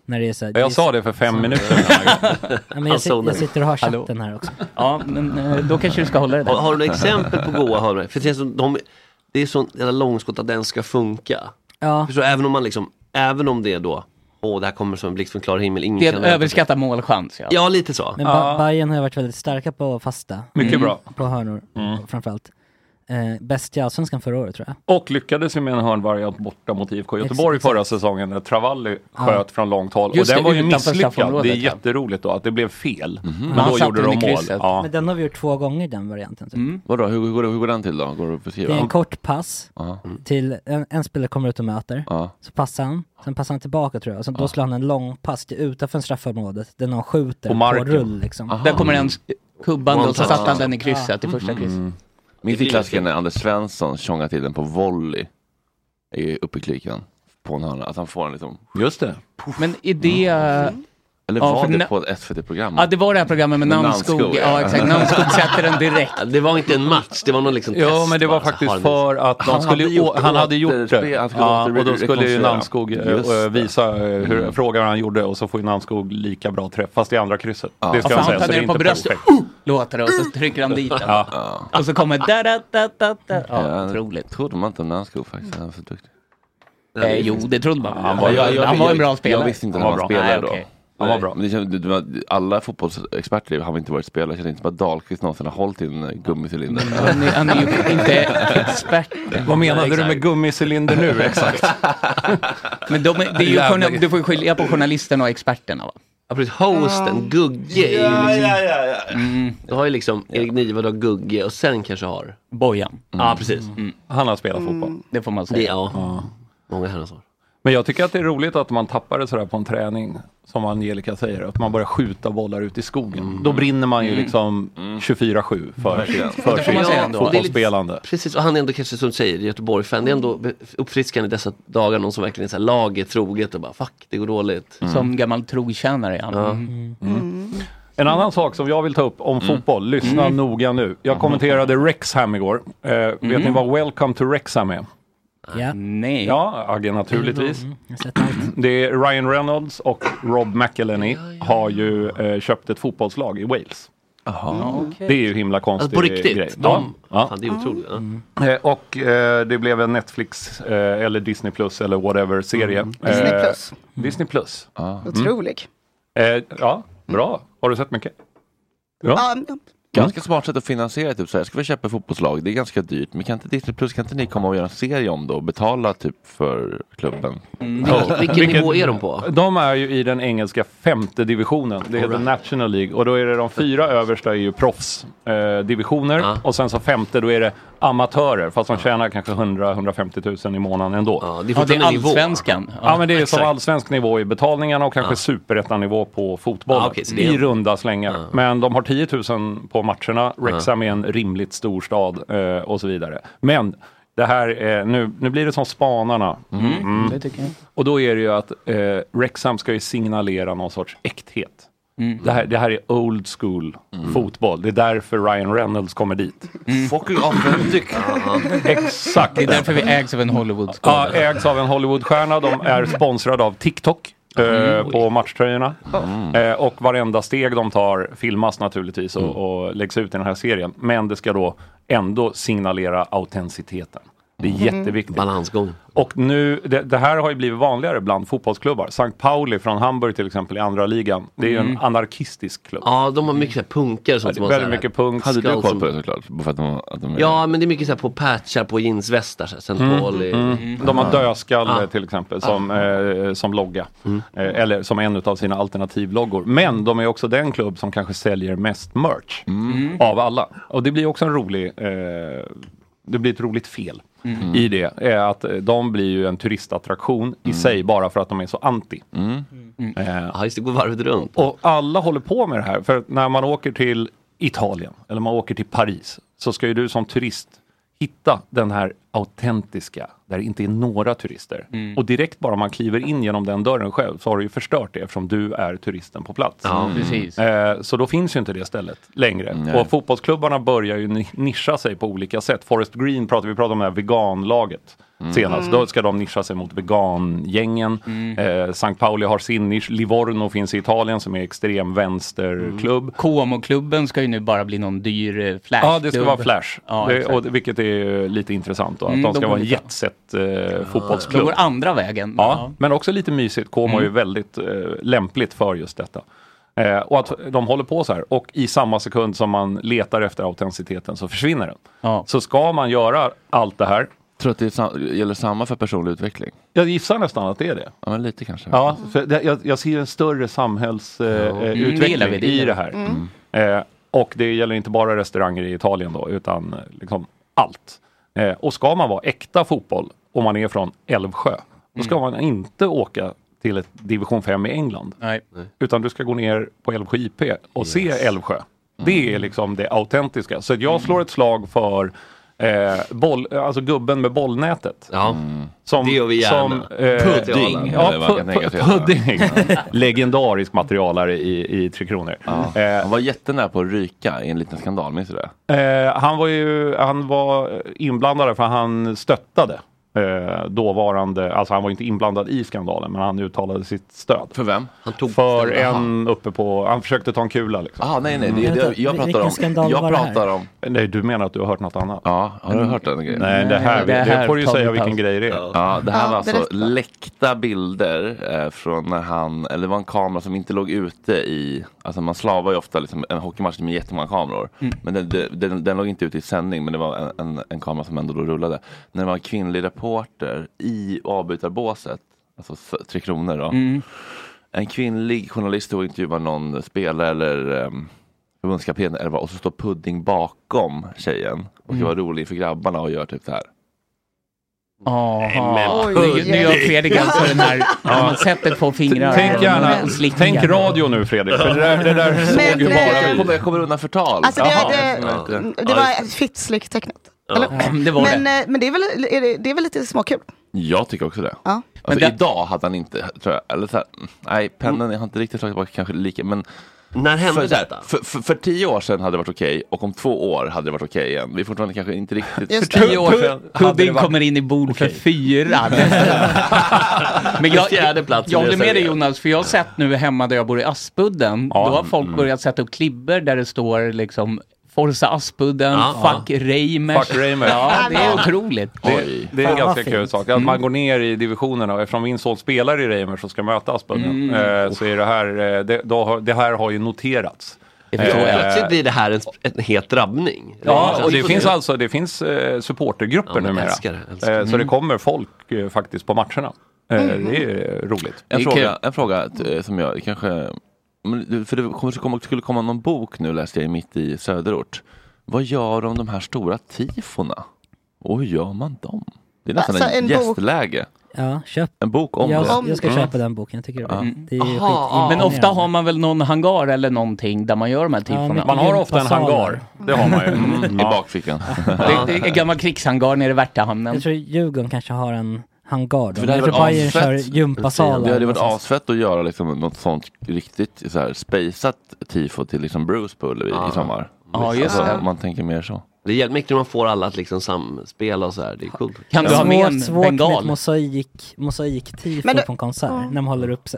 S8: När det är så här,
S9: Mm.
S8: är
S9: Jag sa
S8: så-
S9: det för fem
S8: så-
S9: minuter
S8: ja, men jag, sit, jag sitter och har chatten här också.
S6: Ja, men eh, då kanske du ska hålla det där.
S10: Har, har du några exempel på goa hörnor? För det är, så, de, det är sån jävla långskott att den ska funka.
S8: Ja.
S10: Så även om man liksom, även om det är då, åh det här kommer som en blixt från klar himmel. Ingen
S6: Det är en
S10: kan vänta.
S6: överskattad målchans. Ja,
S10: Ja, lite så.
S8: Men ba- Bayern har ju varit väldigt starka på fasta.
S9: Mycket
S8: Mm.
S9: bra. Mm.
S8: På hörnor, framförallt. Eh, bäst i Allsvenskan förra året tror jag.
S9: Och lyckades ju med en hörnvariant borta mot IFK Göteborg
S8: Exakt.
S9: förra säsongen när Travalli
S8: Ja.
S9: sköt från långt håll.
S8: Just
S9: och den
S8: det,
S9: var ju
S8: utanför
S9: misslyckad.
S8: straffområdet,
S9: Det är
S8: ja. Mhm.
S9: jätteroligt då att det blev fel. Men
S8: han
S9: då
S8: satt
S9: gjorde de
S8: under
S9: mål.
S8: krysset.
S9: Ja.
S8: Men den har vi gjort två gånger den varianten. Typ.
S1: Vadå, hur, hur, går det- hur går den till då? Går det att beskriva?
S8: Det är en kort pass
S1: Ja.
S8: till, en, en spelare kommer ut och möter,
S1: Ja.
S8: så passar han, sen passar han tillbaka tror jag, och sen då slår han en lång pass till utanför straffområdet, där någon skjuter på,
S6: På marken.
S8: rull liksom.
S6: Där kommer den
S1: Mm.
S6: kubban då, så satte han den i krysset, i
S8: Ja.
S6: första krysset.
S1: Min klassiker när Anders Svensson tjongar till den på volley i- uppe i klykan på en hörna. Att han får den liksom
S9: Just det.
S6: Men i det...
S1: Eller
S6: Ja,
S1: var
S6: för
S1: det
S6: na-
S1: på ett SVT-program?
S6: Ja, det var det här programmet med Namnskog. Ja, exakt. Namnskog sätter den direkt.
S10: Det var inte en match, det var någon liksom
S9: Ja,
S10: test
S9: men det var
S10: bara, så
S9: faktiskt
S10: här,
S9: för att de
S10: Han
S9: skulle,
S10: hade gjort
S9: han hade gjort
S10: återspel,
S9: det.
S10: han skulle
S9: Ja,
S10: åter-
S9: och då skulle ju
S10: rekonstruera.
S9: Namnskog eh,
S10: Just
S9: eh,
S10: det.
S9: visa eh, hur,
S10: Mm.
S9: fråga vad han gjorde och så får ju Namnskog lika bra träff, fast i andra krysset. Det ska
S6: Ja,
S9: jag
S6: för han
S9: säga,
S6: tar
S9: så det
S6: ner den
S9: är
S6: på
S9: inte
S6: bröstet.
S9: perfekt.
S6: Uh! Låter det och så trycker han dit den.
S9: Ja.
S6: Och så kommer da da da da da. Ja.
S1: Ja, otroligt. trodde man inte om Namnskog faktiskt. Han var så duktig.
S6: Eh, jo, det trodde man. Han var, han var en bra spelare.
S1: Jag visste inte att han var
S6: Nej,
S1: spelare då.
S6: okej. Han var bra.
S1: Men det känns- det var- alla fotbollsexperter har inte varit spelare. Jag känner inte bara att Dahlqvist någonsin har hållit i en eh, gummicylinder.
S6: Mm, Han är- han är ju inte expert.
S9: Vad menade du med gummicylinder nu exakt?
S6: Men de, är- det är ju,
S9: Jävla-
S6: journal- du får ju skilja på journalisterna och experterna va? Ah.
S10: Ja, precis. Hosten, Gugge. är ju liksom-
S1: ja, ja.
S9: Mm.
S10: Du har ju liksom Erik Niva, du har Gugge och sen kanske har...
S6: Bojan.
S10: Ja, precis.
S9: Mm.
S10: Mm.
S9: Han har spelat fotboll.
S6: Det får man
S10: Det, ja. Många alltså. herrans år.
S9: Men jag tycker att det är roligt att man tappar det sådär på en träning, som Angelica säger, att man börjar skjuta bollar ut i skogen. Då brinner man ju
S10: Mm.
S9: liksom 24-7 för,
S10: Verkligen.
S9: för sitt
S10: Och det är lite-
S9: fotbollsspelande.
S10: Precis, och han är ändå kanske som du säger, Göteborg-fan. Det är ändå be- uppfriskande i dessa dagar, någon som verkligen är så här laget troget och bara fuck, det går dåligt.
S9: Mm. Som
S6: gammal Mm. trotjänare är han.
S10: Ja.
S9: En annan sak som jag vill ta upp om
S10: Mm.
S9: fotboll, lyssna
S10: Mm. Mm.
S9: noga nu. Jag kommenterade Rexham igår. Eh, Vet ni vad Welcome to Rexham är?
S6: Ja. Nej.
S9: Ja, Agge naturligtvis.
S10: Mm.
S8: Mm,
S9: Det är Ryan Reynolds och Rob McElhenney har ju eh, köpt ett fotbollslag i Wales. Mm.
S10: okej.
S9: Det är ju himla konstig
S10: Alltså, på riktigt?
S9: grej.
S10: De-
S9: ja.
S10: Fan, det är otroligt. Ja.
S6: Mm.
S9: Eh, Och eh, det blev en Netflix eh, eller Disney plus eller whatever serie.
S10: Mm.
S11: Disney
S9: Eh,
S11: plus.
S9: Disney plus.
S11: Otrolig.
S9: Mm. Eh, ja, bra. Har du sett mycket?
S11: Ja.
S1: Ganska smart sätt att finansiera typ så här, ska vi köpa ett fotbollslag, det är ganska dyrt, men kan inte Disney Plus, kan inte ni komma och göra en serie om det och betala typ för klubben?
S9: Mm. Ja. De är ju i den engelska femte divisionen. Det heter
S1: Alright.
S9: National League. Och då är det de fyra översta är ju proffsdivisioner. Eh, divisioner. Och sen så femte då är det amatörer. Fast de tjänar kanske 100-150 000 i månaden ändå.
S6: det
S9: Ja,
S6: är Ja, det är fortfarande nivå. allsvenskan.
S9: Ja,
S6: Ja,
S9: men det är som
S6: exakt.
S9: allsvensk nivå i betalningarna och kanske
S6: Ja.
S9: superettanivå på fotbollen.
S10: Ja, okej, så det är-
S9: I runda slängar. Men de har 10 000 på matcherna. Wrexham är en rimligt stor stad eh, och så vidare. Men det här, eh, nu, nu blir det som Spanarna. Mm.
S6: Det tycker jag.
S9: Och då är det ju att eh, Wrexham ska ju signalera någon sorts äkthet.
S6: Mm.
S9: Det, här, det här är old school
S1: Mm.
S9: fotboll. Det är därför Ryan Reynolds kommer dit.
S1: Fucking authentic!
S9: Exakt.
S6: Det är därför vi ägs av en hollywood
S9: Ja, ägs av en Hollywoodstjärna. De är sponsrade av TikTok. eh, på matchtröjorna.
S10: Mm.
S9: Eh, och varenda steg de tar filmas naturligtvis och, och läggs ut i den här serien. Men det ska då ändå signalera autenticiteten. Det är
S10: Mm.
S9: jätteviktigt.
S10: Balansgång.
S9: Och nu, det, det här har ju blivit vanligare bland fotbollsklubbar. St. Pauli från Hamburg till exempel i andra ligan. Det är ju en
S10: Mm.
S9: anarkistisk klubb.
S10: Ja, de har mycket så här punkare och sånt.
S9: Ja,
S10: som
S9: det är
S10: har
S9: väldigt
S10: så här-
S9: mycket punk. Hade du
S10: skalls
S9: koll
S10: som-
S9: på det?
S1: Såklart, bara för att de, att de
S10: Ja, men det är mycket så här på patchar på jeansvästar. så här, St.
S9: Mm,
S10: Paul i-
S9: mm. De har dödskalle
S10: Ah.
S9: till exempel
S10: Ah.
S9: som, eh, som logga. Eh, eller som en av sina alternativloggor. Men de är också den klubb som kanske säljer mest merch av alla. Och det blir också en rolig, eh, det blir ett roligt fel
S1: Mm.
S9: i det. Är att eh, de blir ju en turistattraktion i sig bara för att de är så anti.
S10: Mm.
S9: Eh,
S10: Ja, just det, går varvet runt.
S9: Och alla håller på med det här. För att när man åker till Italien eller man åker till Paris så ska ju du som turist hitta den här autentiska, där det inte är några turister.
S1: Mm.
S9: Och direkt bara man kliver in genom den dörren själv så har du ju förstört det eftersom du är turisten på plats.
S10: Ja, Mm. precis.
S9: Eh, så då finns ju inte det stället längre.
S1: Nej.
S9: Och fotbollsklubbarna börjar ju ni- nischa sig på olika sätt. Forest Green pratar vi pratade om det här veganlaget
S1: Mm.
S9: senast.
S1: Mm.
S9: Då ska de nischa sig mot vegangängen.
S6: Mm.
S9: Eh, St. Pauli har sin nisch. Livorno finns i Italien som är extrem vänsterklubb.
S6: KMO-klubben Mm. ska ju nu bara bli någon dyr eh, flashklubb.
S9: Ja, det ska vara Flash.
S6: Ja,
S9: det,
S6: exakt.
S9: och, det- vilket är ju lite intressant då, att
S6: Mm,
S9: de ska
S6: de går
S9: vara en
S6: lite-
S9: jetset eh,
S6: De
S9: fotbollsklubb.
S6: går andra vägen.
S9: Ja, men också lite mysigt. KMO är ju
S6: Mm.
S9: väldigt eh, lämpligt för just detta. Eh, och att de håller på så här. Och i samma sekund som man letar efter autenticiteten så försvinner den. Så ska man göra allt det här.
S1: Tror du att det är sam- gäller samma för personlig utveckling?
S9: Jag gissar nästan att det är det.
S1: Ja, men lite kanske.
S9: Ja, för det, jag, jag ser en större eh,
S1: Mm, det
S9: samhällsutveckling
S1: gillar vi, det
S9: eh, utveckling i
S1: gillar
S9: det
S1: vi.
S9: här.
S1: Mm.
S9: Eh, och det gäller inte bara restauranger i Italien då, utan eh, liksom allt. Eh, och ska man vara äkta fotboll, om man är från Älvsjö, då ska
S1: Mm.
S9: man inte åka till ett division 5 i England. Utan du ska gå ner på Älvsjö IP
S1: Mm.
S9: och se Älvsjö. Det är liksom det autentiska. Så jag slår ett slag för Eh, boll, alltså gubben med bollnätet. Som, eh,
S10: Det gör vi gärna. Pudding,
S9: Ja,
S10: eller vad
S9: pu-
S10: jag kan tänka
S9: pu-
S10: sig göra.
S9: pudding. Legendarisk materialare i, i Tre Kronor.
S1: han var jättenära på att ryka i en liten skandal, minns du det?
S9: Eh, han var ju han var inblandad för han stöttade eh, dåvarande, alltså han var inte inblandad i skandalen men han uttalade sitt stöd.
S1: För vem?
S10: Han tog
S9: för
S1: ställde-
S9: en uppe på, han försökte ta en kula liksom.
S1: Ah, nej, nej, det- Mm. det- jag pratar Vilken om- skandal jag var det här? pratar om-
S9: Nej, du menar att du har hört något annat?
S1: Ja, har du hört den grejen?
S9: Nej, det här, det får du ju säga vilken grej det är.
S1: Ja, det här
S9: Ja,
S1: var alltså
S9: berätta.
S1: läckta bilder eh, från när han, eller det var en kamera som inte låg ute i, alltså man slavar ju ofta liksom en hockeymatch med jättemånga kameror.
S9: Mm.
S1: Men den, den, den, den låg inte ute i sändning, men det var en, en, en kamera som ändå då rullade. När det var en kvinnlig reporter i avbytarbåset, alltså s- Tre Kronor då.
S6: Mm.
S1: En kvinnlig journalist stod och intervjuade någon spelare eller um, förbundskapten eller vad, och så står Pudding bakom tjejen och
S6: Mm.
S1: var rolig för grabbarna och gör typ så här.
S6: Jaha,
S1: men-
S6: nu nu gör Fredrik alltså den här, när man sätter två fingrar
S9: Tänk gärna,
S6: och slickar. eh,
S9: tänk radio nu Fredrik, för det där, det där såg ju bara
S1: jag,
S9: vi.
S1: kommer, jag kommer undan förtal.
S11: Alltså det,
S1: Jaha.
S11: det, det, var fittslick-tecknet.
S1: Eller? Mm, Det var
S11: men,
S1: det.
S11: eh, men det är väl, är det, det är väl lite småkul?
S1: Jag tycker också det.
S11: Ja.
S1: Alltså, Idag hade han inte, tror jag, eller så här, mm, nej pennan har inte riktigt slagit tillbaka kanske lika, men
S10: När hände
S1: för, så här,
S10: detta?
S1: För, för, för tio år sedan hade det varit okej och om två år hade det varit okej igen. Vi är fortfarande kanske inte riktigt...
S6: För tio år sedan Pudding kommer in i bord för fyra. Men jag,
S1: Fjärde plats i
S6: jag håller med dig
S1: reserveringen.
S6: Jonas, för jag har sett nu hemma där jag bor i Aspudden, då har folk börjat sätta upp klibbor där det står liksom Forza Aspudden,
S9: Ja.
S6: fuck Reimers.
S9: Fuck Reimers.
S6: Ja, det är otroligt.
S9: Det, det är en ganska kul sak. Att
S1: Mm.
S9: man går ner i divisionerna och eftersom min son spelar i Reimers och ska möta Aspudden
S10: Mm.
S9: eh, så är det här, eh, det, då har, det här har ju noterats. Eh,
S10: Plötsligt blir det här en, sp- en het drabbning.
S9: Ja, och det finns alltså det finns, eh, supportergrupper
S10: Ja, men
S9: numera.
S10: älskar det, älskar det.
S9: Eh, så det
S10: Mm.
S9: kommer folk eh, faktiskt på matcherna. Eh,
S1: Mm.
S9: Det är eh, roligt.
S1: En fråga, en fråga eh, som jag kanske... men du- För det kommer, kommer- skulle komma någon bok nu läste jag mitt i Söderort. Vad gör de de här stora tifona? Och hur gör man dem? Det är nästan
S8: Alltså,
S1: en,
S8: en bok-
S1: gästläge.
S8: Ja, köp.
S1: En bok om
S8: jag,
S1: det.
S8: jag ska
S1: Mm.
S8: köpa den boken, jag tycker det är bra. Mm.
S6: Mm.
S8: Det är
S6: Aha,
S8: skitimponerande.
S6: men ofta har man väl någon hangar eller någonting där man gör de här tifona? Mm.
S8: mycket Man har ofta en gympasalar. hangar.
S9: Det har man ju.
S1: Mm. I bakfickan.
S6: Det, det är en gammal krigshangar nere i Värtahamnen.
S8: Jag tror Djurgården kanske har en hangar då.
S1: För det hade
S8: Jag tror Bayern
S1: varit
S8: kör
S1: asfett.
S8: gympasalar.
S1: Det hade varit asfett att göra liksom något sånt riktigt så här, spejsat tifo till liksom Bruce på Ullevi i sommar.
S10: Ja, just
S1: Alltså,
S10: det.
S1: om Man tänker mer så.
S10: Det är jävligt mäktigt när man får alla att liksom samspela och så här. Det är coolt.
S6: Kan du ha med en
S8: svårt med ett
S6: bengal?
S8: mosaik, mosaiktifo
S10: Men det-
S8: på en konsert.
S10: Ja.
S8: När de håller upp så-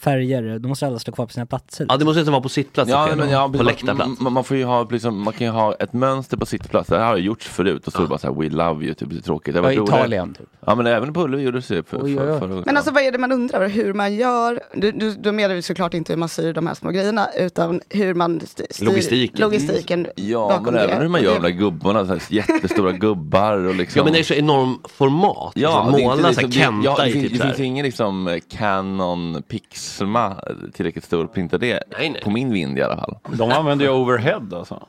S8: färger, då måste alla stå kvar på sina platser. liksom.
S10: Ja, det måste inte vara på sittplats.
S1: Ja,
S10: okej,
S1: men
S10: då.
S1: ja,
S10: på
S1: precis.
S10: läktarplats.
S1: man, man, man, får ju ha, liksom, man kan ju ha ett mönster på sittplats. Det här har ju gjorts förut och så är det bara så här we love you, typ, det är tråkigt. Det
S6: Ja,
S1: varit roligare.
S6: Italien, typ.
S1: Ja men även på Ullevi gjordes det för,
S6: Oj, oj,
S1: för,
S6: oj.
S1: förra året.
S11: Men alltså vad är det man undrar? Hur man gör? Du, du, då menar vi såklart inte hur man syr de här små grejerna, utan hur man st- styr
S1: Logistiken.
S11: logistiken
S1: Ja
S11: bakom
S1: men
S11: det.
S1: även hur man
S11: Och
S1: gör
S11: det-
S1: de där gubbarna, så här, jättestora gubbar och liksom
S10: Ja, men det är så enorm format.
S1: Ja,
S10: Alltså,
S1: det är inte
S10: måla så här
S1: liksom- det- ja,
S10: Kenta
S1: det
S10: i
S1: finns-
S10: typ
S1: Det
S10: så
S1: finns ju
S10: här.
S1: ingen liksom eh, Canon Pixma tillräckligt stor printa det på min vind i alla fall.
S9: De använder ju overhead alltså.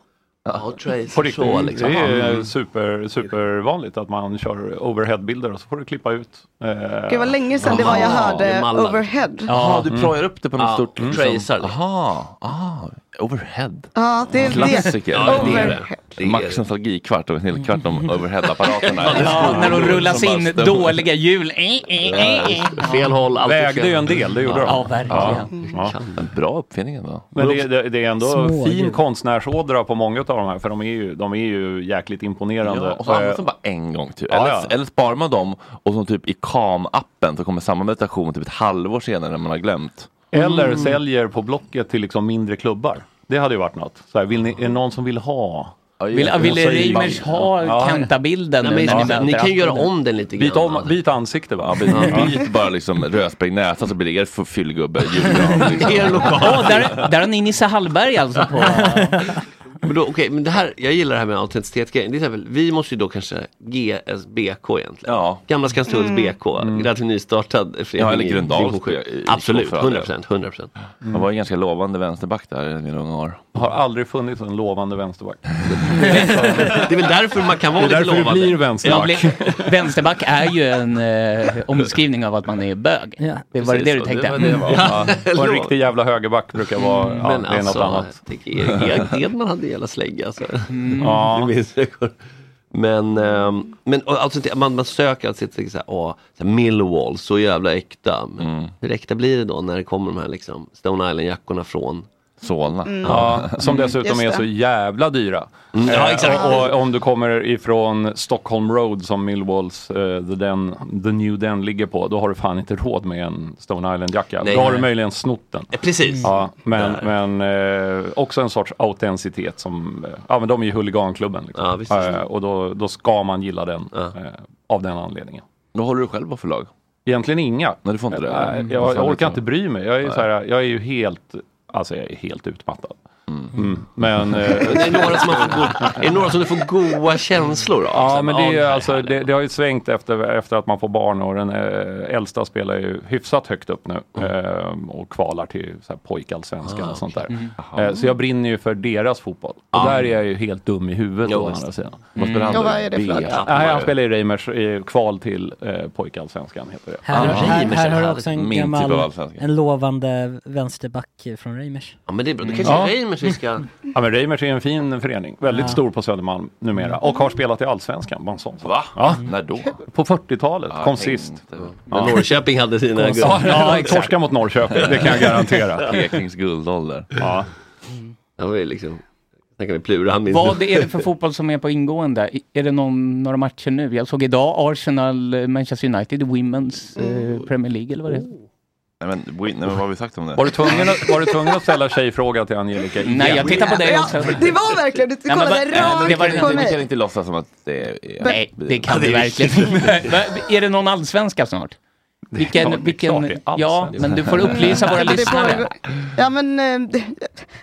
S10: Ja, trace
S9: På riktigt.
S10: så, liksom.
S9: Det är
S10: Mm.
S9: ju super, supervanligt att man kör overheadbilder och så får du klippa ut. Eh,
S11: Gud vad länge sedan det var jag hörde overhead.
S1: Jaha, du plojar upp det på något
S9: Ja,
S1: stort...
S9: mm.
S1: Tracer. Mm. Aha, ah, overhead.
S11: Ja, det är
S1: Klassiker.
S11: det. Overhead. Mm.
S1: Max nostalgikvart och en hel kvart om overhead-apparaterna.
S6: Ja, när de rullas
S1: Som bara
S6: in,
S1: stämmer.
S6: dåliga hjul. Eh, eh, eh, eh.
S10: Fel håll, alltid
S9: Vägde
S10: fel.
S9: ju en del, det gjorde de.
S6: Ja, verkligen.
S9: Ja.
S1: En bra uppfinning ändå.
S9: Men det, det, det är ändå
S1: Små
S9: fin
S1: djur.
S9: konstnärsådra på många av de här för de är ju, de är ju jäkligt imponerande. Eh,
S1: Ja, och så används de bara en gång typ. Eller, eller sparar man dem och som typ i KAM-appen så kommer samma meditation typ ett halvår senare när man har glömt.
S9: Eller säljer på Blocket till liksom mindre klubbar. Det hade ju varit något. Så här, vill ni, är det någon som vill ha?
S6: Vill,
S9: Och
S6: vill
S9: så är det
S6: Reimers
S9: bara-
S6: ha
S9: Ja.
S6: Kenta-bilden nu? när möter Asplund?
S9: Byt, om, byt ansikte va?
S1: Ja, byt, byt bara liksom rödsprängd näsa så blir det er fyllgubbe. liksom.
S10: Er lokal.
S6: Åh, där, där har ni Nisse Hallberg alltså på.
S10: Men då, okej, men det här, jag gillar det här med autenticitetsgrejen. Det är så här väl, vi måste ju då kanske GSBK egentligen. Gamla Skanstulls
S1: Mm.
S10: BK, relativt nystartad förening.
S1: Ja, eller
S10: i
S1: Gröndals.
S10: division sju. Absolut, 100 procent. 100 procent.
S1: Mm. Han var en ganska lovande vänsterback där i mina unga år.
S9: Har aldrig funnits en lovande vänsterback.
S10: Det är väl därför man kan vara
S9: Det är därför
S10: lite
S9: du
S10: lovande.
S9: blir vänsterback.
S6: Jag blev- vänsterback är ju en eh, omskrivning av att man är bög. det var det du tänkte.
S9: var det jag var. Ja. Och en
S10: Lov.
S9: riktig jävla högerback brukar vara, ja,
S10: Men
S9: det är
S10: alltså,
S9: något annat.
S6: Mm.
S10: jag tycker Erik Edman hade en jävla slägga alltså.
S9: Ja.
S10: Du minns, jag går- Men, ehm, men och alltså, det- man, man söker alltid till så här, åh, så här Millwall, så jävla äkta. Men
S9: Mm.
S10: hur äkta blir det då när det kommer de här liksom, Stone Island-jackorna från
S1: Solna?
S9: Mm. Ja, som dessutom är så jävla dyra.
S10: Mm, ja,
S9: Eh,
S10: exakt.
S9: Och, och om du kommer ifrån Stockholm Road som Millwalls, eh, the, den, the New Den ligger på, då har du fan inte råd med en Stone Island-jacka.
S10: Nej. Eh,
S9: Då har du möjligen snott den.
S10: precis.
S9: Ja, men men eh, också en sorts autenticitet som, eh, ja men de är ju huliganklubben. Liksom. Eh, och då, då ska man gilla den eh, av den anledningen.
S1: Vad håller du själv på för lag?
S9: Egentligen inga.
S1: Nej, du får inte det.
S9: Nej,
S1: Mm.
S9: jag, jag
S1: Fan,
S9: orkar
S1: liksom.
S9: inte bry mig. Jag är, ju
S1: Nej.
S9: så här, jag är ju helt, alltså jag är helt utmattad. Mm. Men... eh,
S10: Det är några som har fått go- är det några som du får goa känslor av. Så
S9: Ja,
S10: här,
S9: men det, är, ju,
S10: "Ja,
S9: alltså, det, det har ju svängt efter, efter att man får barn och den eh, äldsta spelar ju hyfsat högt upp nu eh, och kvalar till så här, pojkallsvenskan
S10: Mm. Ah,
S9: och sånt
S10: okej.
S9: där.
S10: Mm.
S9: Eh, så jag brinner ju för deras fotboll.
S10: Ah.
S9: Och där är jag ju helt dum i huvudet
S10: Jo,
S9: å
S10: visst. Mm.
S9: andra sidan.
S10: Vad spelar han
S11: Ja, då? vad är det för
S9: B.
S11: lag?
S9: Ja, Han spelar i Reimers i kval till eh, pojkallsvenskan heter det.
S8: Här, här, Ah. här har du också en
S10: typ
S8: gammal, en lovande vänsterback från Reimers.
S10: Ja men det är bra,
S9: Mm.
S10: då kanske Reimers vi ska...
S9: Ja men Reimers är en fin förening, väldigt
S8: Ja.
S9: stor på Södermalm numera och har spelat i Allsvenskan. Bara en sån. sak.
S1: Va?
S9: Ja.
S1: När då?
S9: På 40-talet,
S1: Ja,
S9: kom
S1: tänkte.
S9: sist.
S10: Men Norrköping hade sina
S9: Ja,
S10: guld.
S9: ja, ja, torska mot Norrköping, det kan jag garantera.
S1: Pekings guldålder.
S9: Ja.
S10: Det var ju liksom, sen kan vi plura han minns-
S6: Vad är det för fotboll som är på ingående? I- Är det någon, några matcher nu? Jag såg idag Arsenal, eh, Manchester United, Women's eh,
S1: Mm.
S6: Premier League eller vad det heter.
S1: Nej men, Win- nej, men vad har vi sagt om det?
S9: Var du tvungen att, var du tvungen att ställa tjejfråga till Angelica igen?
S6: Nej, jag tittar på dig
S11: Ja, det var verkligen, du kollade rakt på
S1: Vi kan
S11: mig.
S1: inte låtsas som att det är...
S6: Nej, det kan du verkligen inte. Va- Är det någon allsvenska snart? Vilken,
S1: klart- det är klart det är
S6: vilken, ja,
S1: allsvenska.
S6: men du får upplysa våra
S11: Ja, men Alltså, det är bara-
S6: lyssnare.
S11: Ja men, eh, det-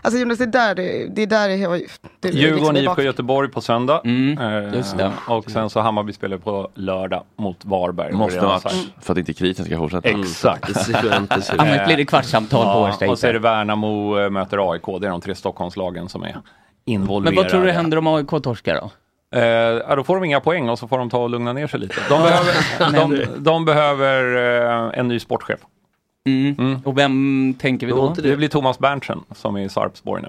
S11: alltså Jonas, det är där det, det är där jag har... det är
S9: Djurgården,
S11: liksom i
S9: IFK
S11: bak-
S9: Göteborg på söndag. Eh,
S1: just det.
S9: Och sen så Hammarby spelar på lördag mot Varberg.
S1: Måste
S9: Redan
S1: match
S9: sagt.
S1: för att inte krisen ska fortsätta.
S9: Exakt.
S6: Annars blir det kvartssamtal på
S9: Ja,
S6: Årsta
S9: Och så är det Värnamo eh, möter AIK. Det är de tre Stockholmslagen som är involverade.
S6: Men vad tror du händer om AIK torskar då?
S9: Eh, ja, då får de inga poäng och så får de ta och lugna ner sig lite. De behöver, de, de behöver eh, en ny sportchef.
S6: Mm.
S9: Mm.
S6: Och vem tänker vi då?
S9: Det. blir Thomas Berntsen som är i Sarpsborg nu.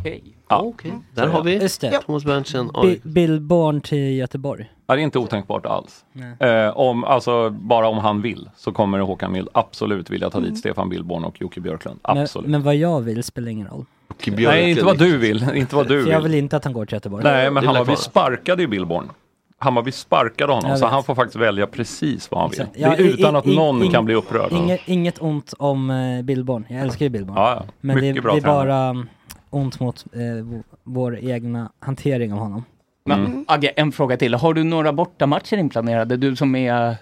S6: Okej.
S9: Ja.
S10: Där har vi
S8: Just det.
S10: Thomas Berntsen.
S8: Bi-
S10: Oj.
S8: Billborn till Göteborg.
S9: Ja, det är inte otänkbart alls. Eh, om, alltså, bara om han vill så kommer Håkan Mild absolut vilja
S8: Mm.
S9: ta dit Stefan Billborn och Jocke Björklund.
S8: Men,
S9: Absolut.
S8: men vad jag vill spelar ingen roll.
S9: Nej, inte vad du vill. Inte vad du
S8: För jag
S9: vill.
S8: vill inte att han går till Göteborg.
S9: Nej, men
S8: Det är
S9: Hammarby
S8: kvar.
S9: sparkade ju Billborn. Hammarby sparkade honom,
S8: Jag
S9: så
S8: vet.
S9: han får faktiskt välja precis vad han vill.
S8: Exakt. Ja,
S9: det är
S8: i-
S9: utan att
S8: i- i-
S9: någon
S8: ing-
S9: kan bli upprörd.
S8: Inget, inget ont om eh, Billborn. Jag älskar ju Billborn.
S9: Ja, ja.
S8: Men det,
S9: Mycket bra
S8: det är
S9: tränare.
S8: bara um, ont mot eh, vår- vår egna hantering av honom.
S1: Mm.
S6: Men, Agge, en fråga till. Har du några bortamatcher inplanerade? Du som är...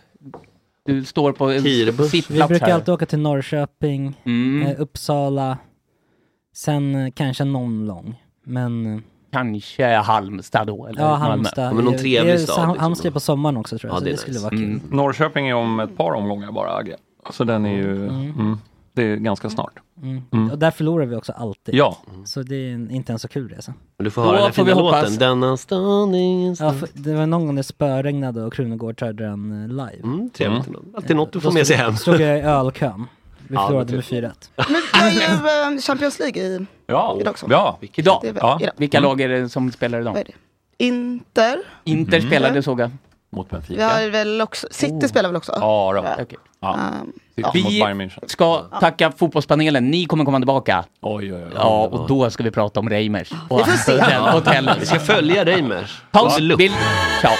S6: Du står på en
S10: Kirebuss.
S8: Vi
S6: sittplats
S8: brukar
S6: här.
S8: alltid åka till Norrköping,
S6: Mm.
S8: eh, Uppsala, sen eh, kanske någon lång. Men eh,
S6: Kanske Halmstad då? Eller
S8: ja,
S6: Malmö.
S8: Halmstad. det är- det är, så-
S10: liksom.
S8: Halmstad är Mm. på sommaren också tror jag, så liksom. det, skulle vara kul.
S10: Mm.
S9: Norrköping är om ett par omgångar bara, Agge. Så den är ju... Mm. det är ganska snart.
S8: Mm.
S9: Mm.
S8: Och där förlorar vi också alltid.
S9: Ja.
S8: Så det är en, inte en så kul resa.
S10: Du får höra den fina låten. Denna stund
S8: Ja,
S10: ingenstans.
S8: för det var någon gång det spöregnade och Krunegård körde den eh, live. Eh,
S10: Mm, trevligt ändå. Alltid något du
S8: Då
S10: får med sig
S8: stod-
S10: hem.
S8: Stod jag i ölkön. Vi
S10: Ja,
S8: förlorade med
S10: naturligt.
S1: typ.
S8: 4-1.
S11: Men det är ju eh, Champions League i
S9: Ja,
S11: Idag också.
S9: ja. Mm.
S6: Idag?
S11: Det är väl-
S6: Ja.
S11: idag.
S6: Vilka lag är det som spelar idag?
S11: Vad är det? Inter.
S6: Inter
S9: Mhm.
S6: spelade såg jag.
S9: mot
S11: Vi
S9: Benfica.
S11: har väl också, City spelar väl också?
S9: Ja, då.
S11: Ja.
S6: Okej.
S9: Ja.
S11: Ehm,
S9: Sitter
S6: Vi-
S9: mot Bayern München.
S6: Ska tacka fotbollspanelen. Ni kommer komma tillbaka.
S9: Oj, oj, oj.
S6: Ja, och då ska vi prata om Reimers. Och
S11: får se.
S6: den hotellen.
S10: Vi ska följa Reimers.
S6: Paus,
S10: Under lupp.
S6: bild, ciao.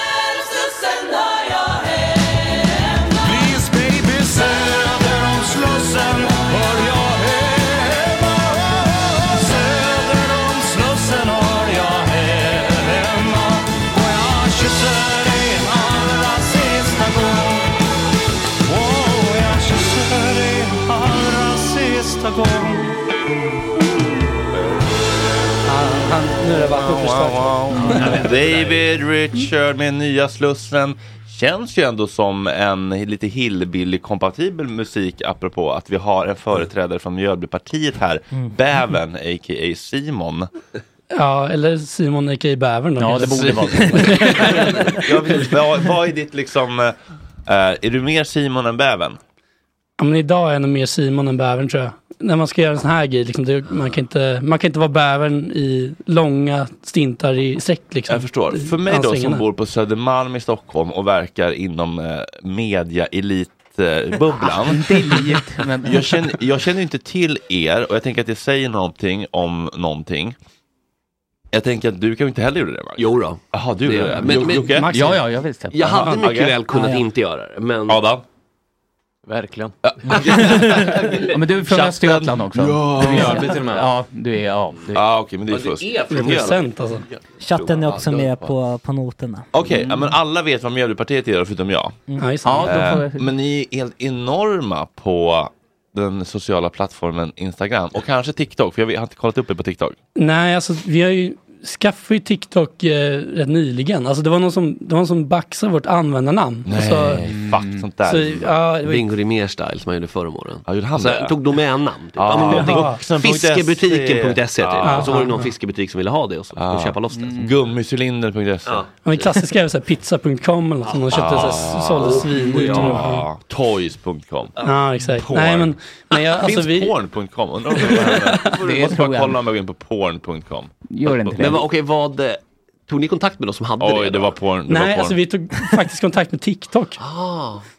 S8: Nu är det bara uppförsbacke.
S1: David Richard med nya Slussen känns ju ändå som en lite hillbilly-kompatibel musik apropå att vi har en företrädare från Mjölbypartiet här,
S6: Mm.
S1: Bäven, a.k.a. Simon.
S7: Ja, eller Simon a.k.a. Bävern då.
S6: Ja, det
S7: kanske.
S6: borde vara
S1: Jag vet, inte, vad, vad är ditt liksom, eh, är du mer Simon än Bäven?
S7: Ja, men idag är jag nog mer Simon än bävern tror jag. När man ska göra en sån här grej, liksom, det, man, kan inte, man kan inte vara bävern i långa stintar i sträck. Liksom,
S1: Jag förstår.
S7: I
S1: För mig då som
S7: ansträngande.
S1: bor på Södermalm i Stockholm och verkar inom eh, media-elitbubblan.
S6: men-
S1: jag, känner, jag känner ju inte till er och jag tänker att det säger någonting om någonting. Jag tänker att du kan ju inte heller göra det Max?
S10: Jo då.
S1: Jaha, du
S10: Det
S1: gjorde
S10: gör
S1: det?
S10: jag. Men-
S1: Jo-
S10: men-
S1: Jocke?
S10: Max- Ja, ja, jag visste. Jag hade mycket
S1: Okej.
S10: väl kunnat Ja, ja. inte göra det, men...
S1: Adam?
S13: Verkligen.
S6: ja, men du är från
S1: Chatten.
S6: Östergötland också.
S1: Ja.
S6: Du är-
S1: Mjölby till och med.
S6: Ja, du är... Ja, du är.
S1: Ah, okej, men det är fusk.
S10: alltså.
S8: alltså. Chatten är också med på, på noterna.
S1: Okej, ja, men alla vet vad Mjölbypartiet är förutom jag.
S8: Mm. Ja, just det. Ja, då får
S1: Eh,
S8: jag-
S1: Men ni är helt enorma på den sociala plattformen Instagram och kanske TikTok, för jag vet- har inte kollat upp er på TikTok.
S7: Nej, alltså vi har ju skaffat ju TikTok eh, rätt nyligen. Alltså det var någon som, det var någon som baxade vårt användarnamn. Alltså,
S1: fuck sånt
S7: där. Så, ja, det var-
S10: Bingo Rimér-style som han gjorde förr om åren.
S1: Ja, gjorde han
S10: så
S1: det?
S10: här, tog domännamn. Typ.
S1: Ja,
S10: Ja, men
S1: jaha.
S10: någonting. Fiskebutiken.se typ.
S1: Ja. Mm.
S10: Och Så var det någon fiskebutik som ville ha det och så fick de köpa loss det.
S1: Gummicylinder.se.
S7: ja, men klassiska är väl så här pizza.com eller något som de köpte så här, sålde svindyrt.
S1: Ah. Ja, toys.com.
S7: Ja, exakt. Nej, men- men jag- alltså,
S1: Finns
S7: vi-
S1: porn.com? Undrar om det är-
S10: Det
S1: Jag måste
S10: tror
S1: bara
S10: jag.
S1: kolla om jag går in på porn.com.
S10: Gör
S1: inte det.
S10: Men vad- okej, vad... eh, Tog ni kontakt med de som hade
S1: Oj,
S10: det?
S1: det var Ah, porn.
S7: Nej, alltså vi tog faktiskt kontakt med TikTok.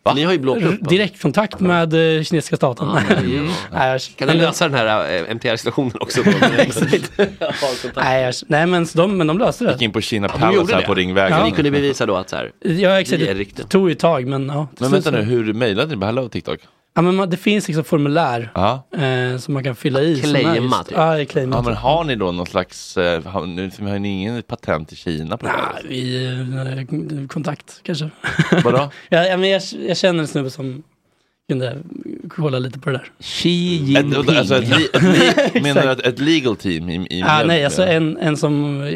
S10: Va? Ni har ju blåst
S7: R-
S10: upp.
S7: direktkontakt med eh, kinesiska staten.
S1: Ah,
S7: Nej, jag-
S10: Kan ni lösa den här eh, MTR-situationen också? då?
S7: Nej, jag- nej men, så de, men de löste det.
S1: Gick in på Kina
S10: Ja, de gjorde
S1: Palace här
S10: det.
S1: på Ringvägen.
S7: Ja. Ni kunde
S10: bevisa då att så här.
S7: Ja, exakt.
S1: Vi är
S7: Det tog ju ett tag, men ja. till
S1: Men
S7: slut
S1: vänta nu,
S7: så-
S1: hur mejlade ni på Hello TikTok?
S7: Ja, men man, det finns liksom formulär
S1: Ja.
S7: eh, som man kan fylla i. som är
S1: Claima typ.
S7: just- Ja, claima. typ.
S1: Ja, men har ni då någon slags, eh, har, nu har ni ingen patent i Kina på det här?
S7: I eh, kontakt kanske.
S1: Vadå?
S7: ja, ja, men jag, jag känner en snubbe som kunde kolla lite på det där.
S6: Xi
S1: Ett, alltså ett, li, ett li, menar du ett, ett legal team? I, i
S7: Ah, nej, alltså
S1: en...
S7: en, en som eh,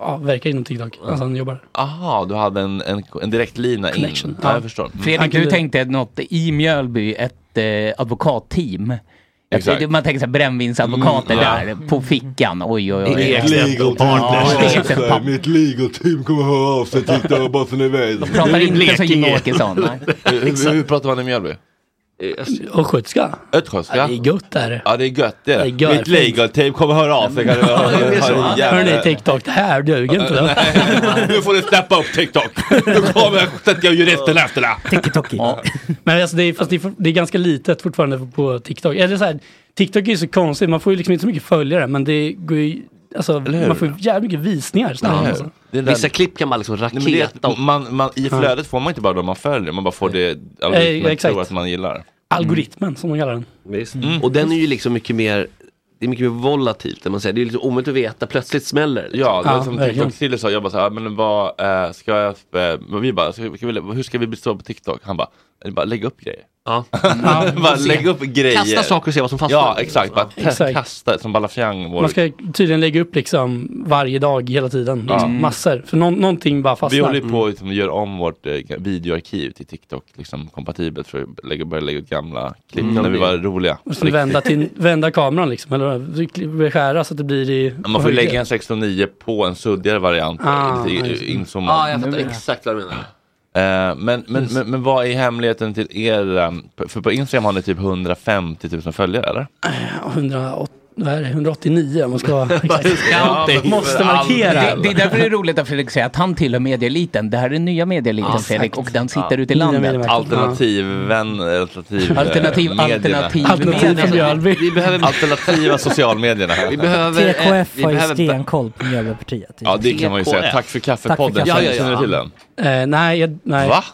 S7: ja, verkar inom TikTok. Alltså han jobbar.
S1: Aha, du hade en, en, en direktlina in. Ja, jag förstår. Mm.
S6: Fredrik, du tänkte något i Mjölby, ett eh, advokatteam. Jag
S1: Exakt.
S6: tror- Man tänker så här brännvinsadvokater
S1: Mm, ja.
S6: där på fickan. Oj, oj, oj.
S14: Legal
S6: Ja,
S14: partners.
S6: Ekstedt
S14: Ja, mitt legal team kommer höra av sig till dig bara så ni vet. De
S6: pratar inte som Jimmie Åkesson, Liksom. nej.
S1: Hur, hur, hur pratar man i Mjölby?
S7: Östgötska.
S1: Östgötska?
S7: Ja, det är gött där.
S1: Ja, det är gött det.
S7: Det är gött.
S1: Mitt legal team kommer höra av sig. Kan du-
S7: Ja, det är
S1: har
S7: så.
S1: en jävla-
S7: Hörni TikTok, det här duger inte. va?
S1: Nu får du steppa upp TikTok. Nu kommer sätta juristen efter dig.
S8: TikTok.
S7: Men alltså det, är, fast det, är, for- det är ganska litet fortfarande på TikTok. Eller så här, TikTok är ju så konstigt, man får ju liksom inte så mycket följare men det går ju, alltså
S1: hur?
S7: man får ju jävligt mycket visningar. snabbt, alltså.
S10: Vissa klipp kan man liksom
S1: Nej, men det är
S10: raketa.
S1: att man, man, I
S7: Ja.
S1: flödet får man inte bara de man följer, man bara får det
S7: Eh,
S1: algoritmen
S7: exakt.
S1: tror att man gillar.
S7: Algoritmen som de kallar den.
S10: Mm. Och den är ju liksom mycket mer, det är mycket mer volatilt. där Man säger. Det är liksom omöjligt att veta, plötsligt smäller det. liksom.
S1: Ja, det var
S10: Ja,
S1: Alltså, som
S10: verkligen.
S1: TikTok-Sille sa, jag bara så här, "Ah, men vad eh, ska jag, eh, men vi bara, ska, ska vi, hur ska vi bli så på TikTok? Han bara, eh, bara lägg upp grejer.
S10: Ja.
S7: Mm.
S1: bara lägg upp grejer.
S10: Kasta saker och se vad som fastnar.
S1: Ja, exakt. Bara
S7: Ja. Exakt.
S1: kasta, som Balafiang. vår-
S7: Man ska tydligen lägga upp liksom varje dag hela tiden,
S1: Ja.
S7: liksom, massor. För nå- någonting bara fastnar.
S1: Vi håller ju på att liksom, göra om vårt eh, videoarkiv till TikTok, liksom kompatibelt för att lägga, börja lägga ut gamla klipp
S7: Mm.
S1: när vi var roliga.
S7: Och sen vända, till, vända kameran liksom, eller beskära så att det blir i...
S1: Ja, Man får ju lägga en 16.9 på en suddigare variant,
S7: Ah,
S1: lite
S7: just
S1: i-
S7: det.
S1: inzoomad.
S10: Ja, jag fattar
S7: Mm.
S10: exakt vad du menar.
S1: Eh, men, men,
S10: Just.
S1: men, men vad är hemligheten till er? ehm, p- För på Instagram har ni typ 150 000 följare eller?
S7: 108, vad är det, 189 om man ska vara exakt.
S1: Ja, men-
S7: Måste markera.
S6: Det, det är därför det är roligt att Fredrik säger att han tillhör medieeliten. Det här är nya medieeliten
S1: Ja,
S6: Fredrik och
S1: exakt.
S6: den sitter
S1: Ja.
S6: ute i landet.
S1: Alternativvän, alternativ,
S6: Alternativ-
S1: eh, medierna.
S6: alternativ Alternativ medierna. för Mjölby.
S10: Vi behöver-
S1: Alternativa socialmedierna.
S10: Vi behöver-
S8: TKF
S10: vi
S8: har ju
S10: behöver-
S8: stenkoll på Mjölbypartiet.
S1: Ja, det kan man ju säga. Tack för kaffepodden.
S10: Ja, ja, ja.
S1: Känner du till den?
S7: Eh, nej, jag, nej.
S1: Va?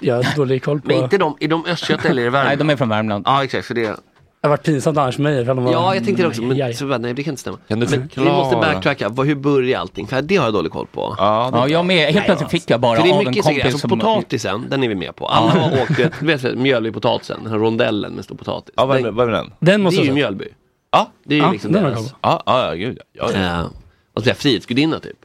S7: Jag har dålig koll på...
S10: Men inte de, är de östgöta eller är det Värmland?
S7: Nej,
S6: de är från Värmland.
S10: Ja, exakt. Så det...
S7: Det har varit pinsamt annars för mig. ifall de var-
S10: Ja, jag tänkte det också,
S7: Aj,
S10: men
S7: aj.
S10: så, bara, nej det kan inte stämma.
S1: Kan du
S10: men vi
S1: förklara?
S10: måste backtracka, vad, hur börjar allting? För det har jag dålig koll på.
S1: Ja,
S6: det- Ja, jag med. Helt plötsligt fick jag bara
S10: För det är
S6: av en
S10: mycket så-
S6: kompis
S10: alltså,
S6: som-
S10: Potatisen, den är vi med på. Alla har åkt, du vet Mjölbypotatisen, den här rondellen med stor potatis.
S1: Ja, vad, vad är den?
S7: Den
S10: det är ju
S1: jag-
S10: Mjölby.
S1: Ja,
S10: det är ju liksom
S1: den
S10: deras.
S1: Ja, ja, ja, gud. ja. Ja,
S10: ja. Och så där frihetsgudinna typ.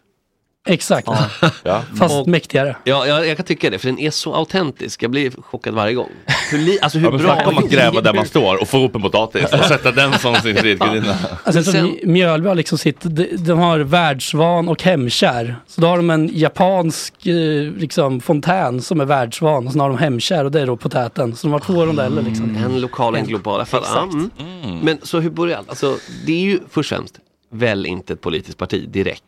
S7: Exakt. Fast
S10: Och-
S7: mäktigare.
S10: Ja, jag, jag kan tycka det, för den är så autentisk. Jag blir chockad varje gång. Hur li, alltså hur
S5: Ja, men
S10: bra...
S5: snacka om att gräva där man står och få upp en potatis och sätta den som sin slidgardina.
S7: Alltså, jag tror att Mjölby har liksom sitt, de, de har världsvan och hemkär. Så då har de en japansk eh, liksom, fontän som är världsvan och sen har de hemkär och det är då potäten. Så de har två rondeller liksom.
S10: Mm.
S5: Mm.
S10: En lokal och en global. i alla fall. Ja, Mm. Men så hur börjar allt? Alltså, det är ju först och främst, väl inte ett politiskt parti direkt.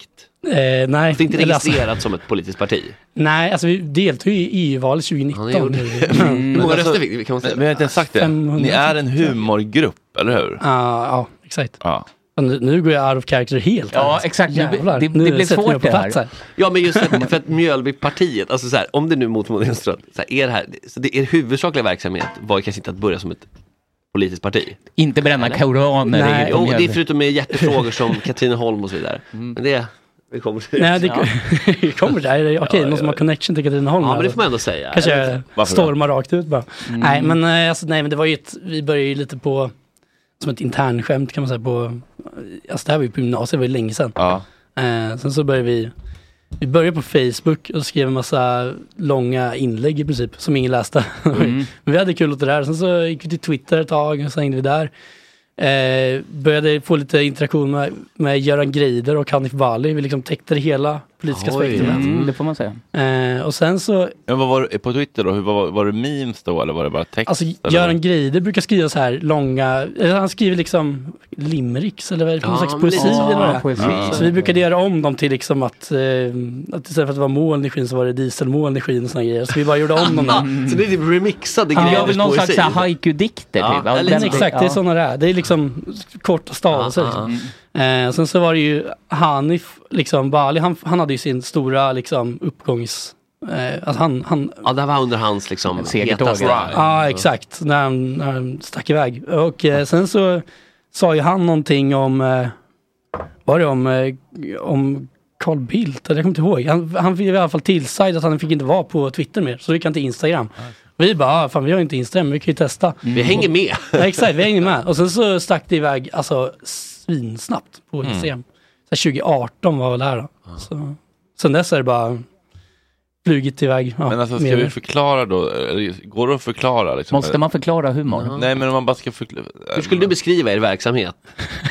S7: Eh, nej,
S10: Det är inte
S7: eller alltså-
S10: registrerat som ett politiskt parti.
S7: Nej, alltså vi deltog ju i Mm. EU-valet 2019.
S10: Ja, det gjorde-
S7: Ja.
S10: Hur många röster fick ni? Kan man säga?
S1: Vi alltså, har inte ens sagt det.
S7: 500.
S1: Ni är en humorgrupp, eller hur?
S7: Ja, ja, exakt.
S1: Ja.
S7: Men Nu, nu går jag out of character helt.
S10: Ja, exakt. Nu-
S7: Jävlar.
S10: det-
S7: Nu,
S10: det blir
S7: sätter
S10: svårt
S7: jag på
S10: det här.
S7: plats här.
S10: Ja men just det, för att Mjölbypartiet, alltså så här, om det nu mot modern ström, så här, är det här, så det, er huvudsakliga verksamhet var ju kanske inte att börja som ett politiskt parti?
S6: Inte bränna
S10: Eller?
S6: koraner i- på
S10: Nej, jo, det är
S6: Mjölby. Mm.
S10: förutom med hjärtefrågor som Katrineholm och så vidare. Men det, vi kommer till
S7: Nej, det vi kommer där. Okej, någon som har connection till Katrineholm.
S10: Ja,
S7: här
S10: men det
S7: då.
S10: får man ändå säga.
S7: Kanske
S10: Eller-
S7: jag stormar rakt ut bara.
S10: Mm.
S7: Nej, men, eh, alltså, nej, men det var ju ett, vi började ju lite på, som ett internskämt kan man säga på, alltså det här var ju på gymnasiet, det var ju länge sedan. Eh, sen så började vi, vi började på Facebook och skrev en massa långa inlägg i princip, som ingen läste. men vi hade kul åt det där. Sen så gick vi till Twitter ett tag och sen hängde vi där. Eh, började få lite interaktion med, med Göran Greider och Hanif Bali. Vi liksom täckte det hela politiska
S1: Oj.
S7: spektrumet.
S1: Mm,
S6: det får man säga.
S7: Eh, och sen så
S1: Men vad var det på Twitter då? Hur, var, var det memes då eller var det bara text?
S7: Alltså
S1: eller?
S7: Göran Greider brukar skriva så här långa, eller han skriver liksom limericks eller vad är det, någon
S10: Ja,
S7: slags
S10: men
S7: poesi
S10: lite så.
S7: eller vad det är.
S10: Ja, poesi. Ja.
S7: Så vi brukade göra om dem till liksom att, eh, att istället för att det var moln i skyn så var det dieselmoln i skyn och såna grejer. Så vi bara gjorde om dem.
S10: Så det är typ remixade
S7: Ja.
S10: grejer.
S7: Jag vill någon slags så här
S6: haiku-dikter typ.
S7: Ja, men exakt, det är sådana det är. Det är liksom korta stavelser. Liksom.
S10: Mm.
S7: Eh, sen så var det ju Hanif, liksom Bali, han, han hade ju sin stora liksom uppgångs... Eh, alltså han, han
S10: Ja, det här var under hans liksom hetaste...
S7: Ja,
S10: Mm.
S7: ah, exakt. När han, när han stack iväg. Och eh, sen så sa ju han någonting om, eh, var det om, eh, om Carl Bildt? Eller Jag kommer inte ihåg. Han, han fick i alla fall tillsagd att han fick inte vara på Twitter mer, så då gick han till Instagram. Vi bara, ah, fan vi har ju inte Instagram, vi kan ju testa.
S10: Vi hänger med.
S7: Ja, exakt, vi hänger med. Och sen så stack det iväg, alltså svinsnabbt på
S10: Mm.
S7: Instagram. Så här 2018 var väl det här då. Så, sen dess är det bara flugit iväg. Ja,
S1: Men alltså
S7: mer
S1: ska
S7: och
S1: vi
S7: mer.
S1: förklara då? Eller Går det att förklara? Liksom?
S6: Måste man förklara humor?
S1: Nej men om man bara ska förklara.
S10: Hur skulle du beskriva er verksamhet?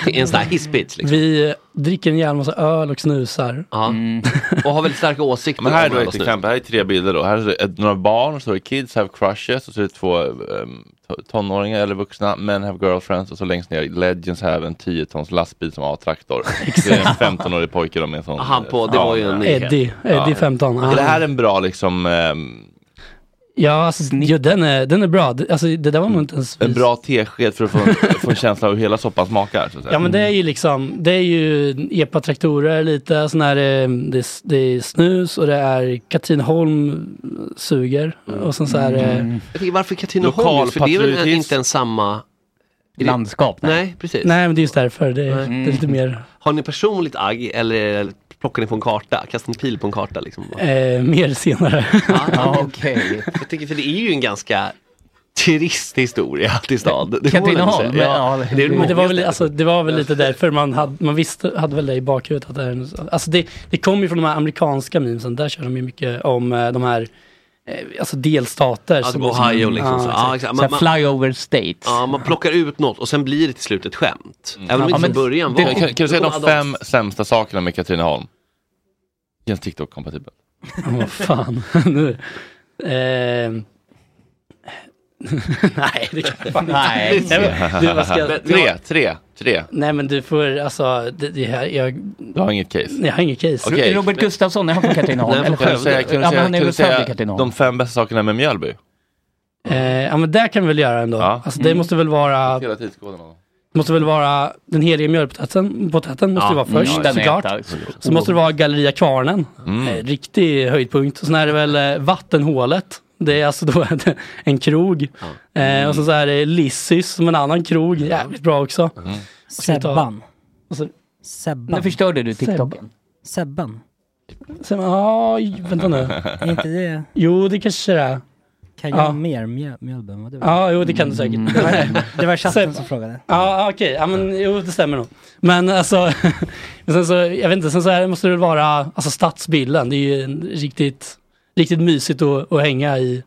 S10: I en sån här hisspitch liksom.
S7: Vi dricker en jävla massa öl och snusar.
S10: Ja.
S6: Mm.
S10: Och har väldigt starka åsikter.
S1: Men här är
S10: om
S1: då ett
S10: oss nu.
S1: exempel, här är tre bilder då. Här är det ett- några barn, så är det kids have crushes och så är det två ehm, to- tonåringar eller vuxna, men have girlfriends och så längst ner legends have en 10 tons lastbil som A-traktor. Det är en 15-årig pojke då med en sån.
S10: Aha, på- det var ju en nyhet.
S7: Eddie, Eddie 15.
S1: Är det här en bra liksom ehm,
S7: Ja, alltså, ja den, är, den är bra. Det- Alltså, det där var nog inte ens...
S1: en bra tesked för att få, få en känsla av hur hela soppan smakar? Så att säga.
S7: Ja men det är ju liksom, det är ju epa-traktorer lite, sån här, eh, det, är- det är snus och det är Katrineholm suger. Och sen så här,
S6: Mm.
S7: eh,
S10: Jag tänker, varför Katrineholm? just? För det är väl
S7: Lokalpatriotism.
S10: inte ens samma...
S6: Landskap?
S10: Nej, precis.
S7: nej men det är just därför, det
S6: Mm.
S7: är, det är lite mer,
S10: Har ni personligt agg eller plockar ni på en karta? Kastar ni pil på en karta liksom?
S7: eh, mer senare.
S10: Ja, okej. Jag tänker, för det är ju en ganska trist historia till stad. Det får man ändå säga. Ja, det är
S7: men det, var väl,
S10: många-
S7: alltså, det var väl lite därför man, hade, man visste, hade väl det i bakhuvudet. Att det, är en- alltså det, det kom ju från de här amerikanska memesen, där kör de ju mycket om eh, de här eh, alltså delstater.
S10: Ja,
S7: som-
S10: som Ohio liksom. så.
S7: exakt.
S10: Ja, exakt. Man- man-
S6: flyover states.
S10: Ja, man plockar ut något och sen blir det till slut ett skämt. Även om det
S1: Ja,
S10: inte
S1: men
S10: från början var.
S1: det- Mm. kan, kan du säga de fem sämsta sakerna med Katrineholm? Känns TikTok-kompatibel.
S7: Ja, Vad fan, nu. Ehm. nej, det kan fan
S1: Nej.
S7: inte. men du, vad ska jag-
S1: Men tre, tre, tre.
S7: Nej men du får, alltså, det, det här, jag...
S1: Du har inget case?
S7: Jag har inget case.
S1: Okej.
S6: Robert Gustafsson, är han från Katrineholm?
S1: Nej,
S6: Eller
S1: kan du säga,
S6: Skövde?
S1: kan du
S6: Ja, men
S1: säga,
S6: han är
S1: kan du
S6: väl född i
S1: säga
S6: Katrineholm?
S1: de fem bästa sakerna med Mjölby?
S7: Eh, ja men det kan vi väl göra ändå. Alltså det
S1: Mm.
S7: måste väl vara,
S1: Hela tidskoden. av dem.
S7: måste väl vara den heliga mjölkpotäten, potäten måste
S1: Ja,
S7: ju vara
S1: mm,
S7: först
S1: ja, den är
S7: såklart.
S1: etta.
S7: Så måste det vara Galleria Kvarnen,
S1: Mm.
S7: eh, riktig höjdpunkt. Och sen är det väl eh, Vattenhålet, det är alltså då en krog. Eh, och så, så är det Lissis som en annan krog, jävligt bra också. Ska vi ta-
S8: Sebban.
S7: Och så-
S8: Sebban.
S7: Nu förstörde
S6: du
S7: TikToken.
S8: Sebban.
S7: Sen, aj, vänta nu.
S8: Är inte det
S7: Jo, det kanske det är.
S8: kan ju
S7: Ja.
S8: göra mer mjöl, mjölbö än vad du
S7: Ja, jo det kan du
S10: Mm.
S7: säkert.
S8: Det var, det var chatten
S7: Sen-
S8: som frågade.
S7: Ja, okej. Ja, men jo, det stämmer nog. Men alltså, men sen så, jag vet inte, sen så här måste det väl vara, alltså stadsbilden, det är ju en riktigt, riktigt mysigt att, att hänga i.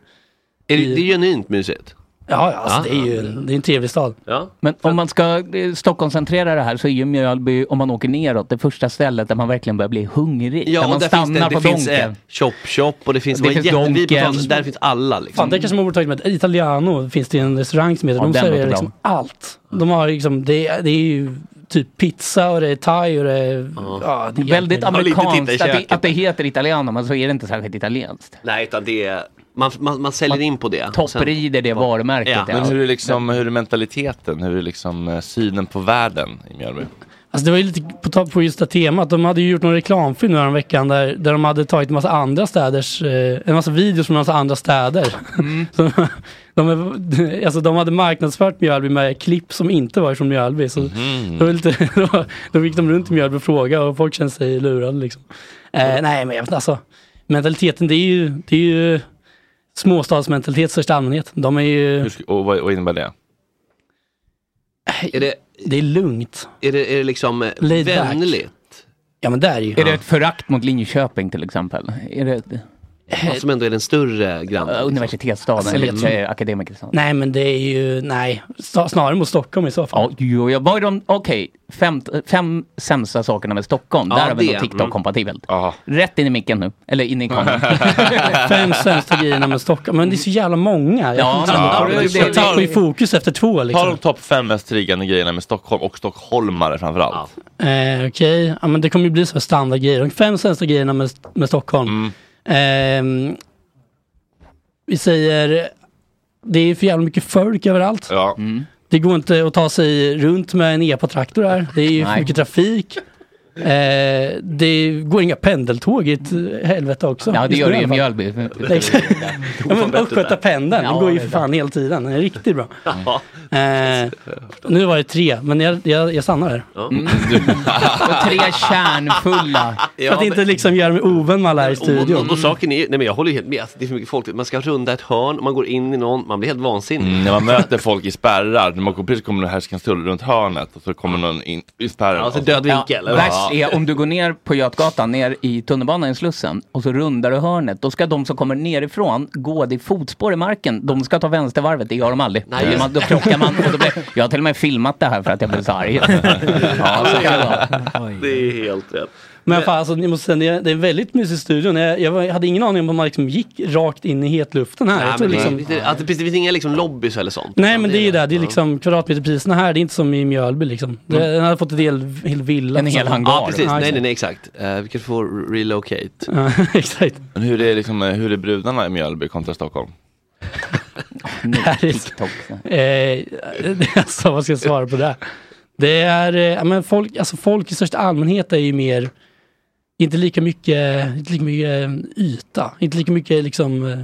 S10: Är det, det är genuint mysigt.
S7: Ja, ja, alltså, det är ju en, det är en trevlig stad.
S6: Men om man ska eh, Stockholmscentrera det här så är ju Mjölby, om man åker neråt, det första stället där man verkligen börjar bli hungrig.
S10: Ja,
S6: där man
S10: och där finns det, det
S6: på
S10: finns eh,
S6: donken.
S10: Chop Chop och det finns,
S6: Och det
S10: det
S6: finns
S10: finns jätte,
S6: Donken.
S10: vi betalade, där finns alla liksom.
S7: Fan, det kanske man borde tagit med. Italiano finns det en restaurang som heter.
S10: Ja,
S7: de
S10: den
S7: serverar
S10: låter
S7: liksom
S10: bra.
S7: allt. De har liksom, det, är- det är ju typ pizza och det är thai och det är... Ja, det är
S6: Väldigt
S7: jävligt-
S6: amerikanskt att, det- att det heter italiano, men så är det inte särskilt italienskt.
S10: Nej, utan det är, man, man, man säljer in på det.
S6: Topprider det varumärket.
S10: Ja.
S1: Men hur är, liksom, hur är mentaliteten? Hur är liksom eh, synen på världen i Mjölby?
S7: Alltså det var ju lite på, ta- på just det temat. De hade ju gjort någon reklamfilm nu veckan där, där de hade tagit en massa andra städers, eh, en massa videos från en massa andra städer. Så, de, är- alltså de hade marknadsfört Mjölby med klipp som inte var från Mjölby. Så det var lite, då, då gick de runt i Mjölby och frågade och folk kände sig lurade liksom. Eh, nej men jag vet inte, alltså, mentaliteten det är ju, det är ju småstadsmentalitet i största allmänhet. De är ju,
S1: Hur sk- och vad, vad innebär det?
S10: Är det,
S7: det är lugnt.
S10: Är det, är det liksom eh,
S6: Laid back.
S10: vänligt?
S7: Ja men det är ju.
S6: Är det ett förakt mot Linköping till exempel? Är det...
S10: Ja, som ändå är den större grannen.
S6: Universitetsstaden,
S7: Alltså,
S6: eller
S7: jag tror-
S6: eh, akademikerstaden.
S7: Nej men det är ju, nej, sta- snarare mot Stockholm i så fall.
S6: Ja, jo, jag- vad är de, okej, fem, fem sämsta sakerna med Stockholm,
S7: Ja,
S6: där har vi
S7: det.
S6: nog TikTok-kompatibelt. Rätt in i micken nu, eller in i kameran.
S7: Fem sämsta grejerna med Stockholm. Men det är så jävla många. Jag,
S6: Ja,
S7: ja,
S6: ja,
S7: jag,
S6: det-
S7: jag,
S6: det-
S7: jag tappar ju fokus efter två
S1: Ta de
S7: liksom.
S1: topp fem mest triggande grejerna med Stockholm och stockholmare framförallt.
S7: Eh, Okej, ja, men det kommer ju bli så här standardgrejer. De fem sämsta grejerna med, med
S6: Mm.
S7: Stockholm. Ehm, vi säger, det är för jävla mycket folk överallt.
S1: Ja.
S7: Det går inte att ta sig runt med en epa-traktor här. Det är ju för
S6: Nej.
S7: mycket trafik. Eh, det går inga pendeltåg i ett helvete också.
S6: Ja, det
S7: Just
S6: gör
S7: nu
S6: det ju i
S7: alla fall.
S6: Mjölby.
S7: Exakt. ja, men Östgötapendeln,
S6: Ja,
S7: den går ju
S6: det är
S7: för fan hela tiden. Den är riktigt bra. Eh, nu var det tre, men jag, jag, jag stannar där.
S6: Mm. Och tre kärnfulla.
S7: För att inte liksom göra mig ovän med alla här i
S10: Och,
S7: studion.
S10: och, och saken är, nej men jag håller ju helt med, alltså, det är för mycket folk, man ska runda ett hörn, man går in i någon, man blir helt vansinnig.
S1: Mm, när man möter folk i spärrar, när man går, precis kommer det härskarull runt hörnet och så kommer någon in i spärren.
S10: Alltså död vinkel.
S6: Ja, värst är om du går ner på Götgatan, ner i tunnelbanan i Slussen och så rundar du hörnet. Då ska de som kommer nerifrån gå i fotspår i marken. De ska ta vänstervarvet, det gör de aldrig.
S10: Nej,
S6: Nej,
S10: just-
S6: man, då krockar man. Och då blir, jag har till och med filmat det här för att jag blev så arg. Ja, så kan det vara.
S10: Det är helt rätt.
S7: Men fan alltså, ni måste säga, det är det är en väldigt mysig studio. Jag, jag, var- jag hade ingen aning om att man liksom gick rakt in i hetluften här.
S10: Nej,
S7: jag tror
S10: men det,
S7: liksom,
S10: det, det, alltså, precis, det finns inga liksom lobbys eller sånt.
S7: Nej men det är ju det, det är liksom kvadratmeterpriserna här, det är inte som i Mjölby liksom.
S6: Mm.
S7: Det, Den hade fått en hel, hel villa.
S10: Ja precis, nej nej nej exakt. Eh, vi kan få relocate.
S7: Ja, exakt.
S1: Men hur är, liksom, eh, hur är brudarna i Mjölby kontra Stockholm?
S6: TikTok.
S7: Eh, alltså, vad ska jag svara på det? Det är, eh, ja, men folk, alltså folk i största allmänhet är ju mer, inte lika mycket, inte lika mycket eh, yta, inte lika mycket liksom eh,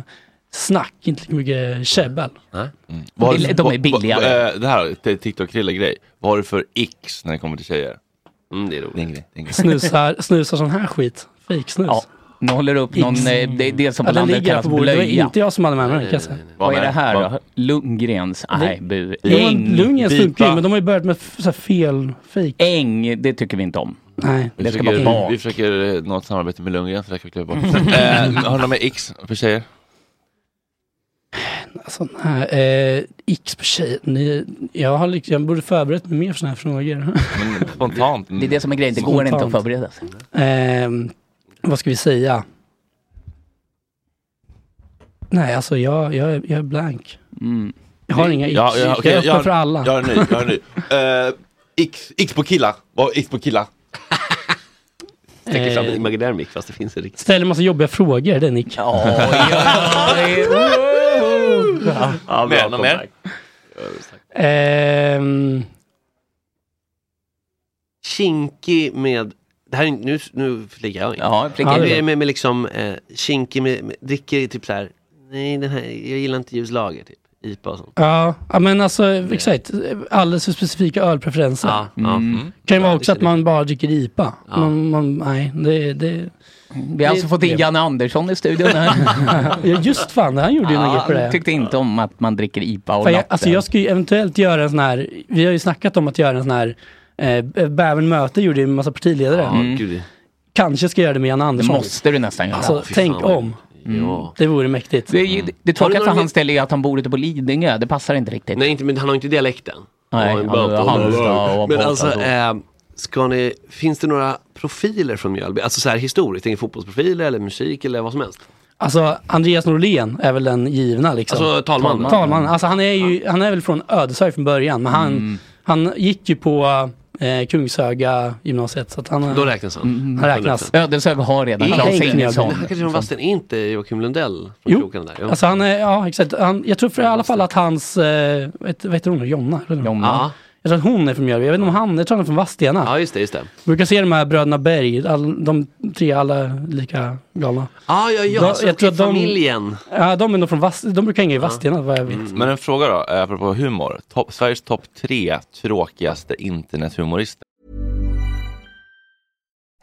S7: snack, inte lika mycket käbbel.
S1: Mm. Vad har
S7: De
S1: du-
S7: är
S1: vad- vad-
S7: billigare.
S1: eh, Det här, det är TikTok-krille-grej. Vad har du för x när det kommer till tjejer?
S10: Mm, det är roligt.
S1: Det är en grej, det är en grej.
S7: Snusar, snusar sån här skit, fejksnus.
S6: Ja, nu håller upp någon,
S7: X.
S6: eh, det, det som på
S7: Ja, den
S6: landet
S7: ligger här
S6: kallas
S7: på bordet. Det var
S6: blöja.
S7: inte jag som hade med mig den kan jag säga.
S6: Vad är det här
S7: Vad-
S6: då? Lundgrens? Nej, bu.
S7: Jo, men Lundgrens funkar ju, men
S6: Bipa.
S7: de har ju börjat med f- så här fel fejk.
S6: Äng, det tycker vi inte om.
S7: Nej.
S1: Vi
S6: Det ska vara
S1: försöker,
S6: bak.
S1: vi försöker eh, nå ett samarbete med Lundgren så det kan vi kliva bort.
S7: Mm.
S1: eh, har du något med X för tjejer?
S7: Sån här, eh, X på tjejer. Ni, jag, har, liksom- jag borde förberett mig mer för såna här frågor.
S1: Men spontant.
S6: Det är det som är grejen, det går inte att
S7: Spontant.
S6: förbereda sig.
S7: Ehm, vad ska vi säga? Nej, alltså jag, jag, är- jag är blank. Mm. Jag har inga X.
S1: Ja, ja, okej,
S7: jag är öppen
S1: jag-
S7: för alla.
S1: Jag har en ny, jag har en ny. Eh, X, X på killar. Vad har X på killar?
S10: Tänker fram en
S7: Eh.
S10: imaginär mick fast det finns en riktig.
S7: Ställer massa jobbiga frågor, den Nick.
S10: Ja,
S1: Mer, något mer?
S7: Ehm,
S10: Kinky med, det här, är- nu, nu flikar jag in.
S6: Ja,
S7: flikar in.
S10: Hur är det med, med liksom, eh, kinky med, med, dricker typ så här, nej den här, jag gillar inte ljuslager typ. IPA och sånt.
S7: Ja, ja, men alltså exakt. Alldeles för specifika ölpreferenser.
S10: Ja, ja. Mm.
S7: Kan ju vara också att man bara dricker IPA. Man, man, nej, det, det,
S6: Vi har alltså fått in Janne Andersson i studion här.
S7: ja, just fan, han gjorde ju
S6: Ja,
S7: något på det.
S6: han tyckte inte om att man dricker IPA och
S7: Fan, jag,
S6: latte.
S7: alltså jag ska ju eventuellt göra en sån här, vi har ju snackat om att göra en sån här, eh, Bävern möte gjorde ju en massa partiledare.
S10: Ja, gud.
S7: Kanske ska jag göra det med Janne Andersson.
S6: Mm. måste du nästan göra.
S7: Alltså,
S6: Ja, fy
S7: tänk
S6: fan.
S7: om. Det vore mäktigt.
S6: Det, är ju- det, det
S10: Har du
S6: tråkiga för
S10: några-
S6: hans ställe är att han bor Mm. ute på Lidingö. Det passar inte riktigt.
S10: Nej, inte, men han har inte dialekten.
S6: Nej,
S10: Ja,
S6: han
S10: bara
S6: har
S10: på-
S6: Halmstad och
S10: Men
S6: Båstad
S10: alltså,
S6: och-
S10: eh, ska ni, finns det några profiler från Mjölby? Alltså så här historiskt, tänk fotbollsprofiler eller musik eller vad som helst.
S7: Alltså Andreas Norlén är väl den givna liksom.
S10: Alltså, talmannen.
S7: Talmannen. Alltså han är ju, han är väl från Ödeshög från början men han,
S10: Mm.
S7: han gick ju på eh, Kungshöga gymnasiet så att han...
S10: Då räknas han. Mm.
S7: Han räknas.
S6: Ödeshög har redan
S7: Tänk
S6: Claes
S7: när jag
S6: Ingesson.
S7: blir-
S10: Han kanske från Vadsten, är inte Joakim Lundell från
S7: Liksom. Jo.
S10: krokarna där? Jo.
S7: Alltså han är, ja exakt. Han, jag tror för i alla fall att hans, eh, vet- vad heter hon, Jonna? eller?
S10: Ja.
S7: Jag tror att hon är från Mjölby, jag vet inte om han, jag tror han är från Vadstena.
S10: ja, just det, just det.
S7: Brukar se de här bröderna Berg, all, de tre alla lika galna.
S10: Ah, ja, ja,
S7: Då-
S10: alltså,
S7: jag tror att de-
S10: familjen. Mm.
S7: Ja, de är nog från Vadstena, de brukar hänga i Vadstena vad jag vet.
S1: Men en fråga då, eh, apropå humor. Topp- Sveriges topp tre tråkigaste internethumorister.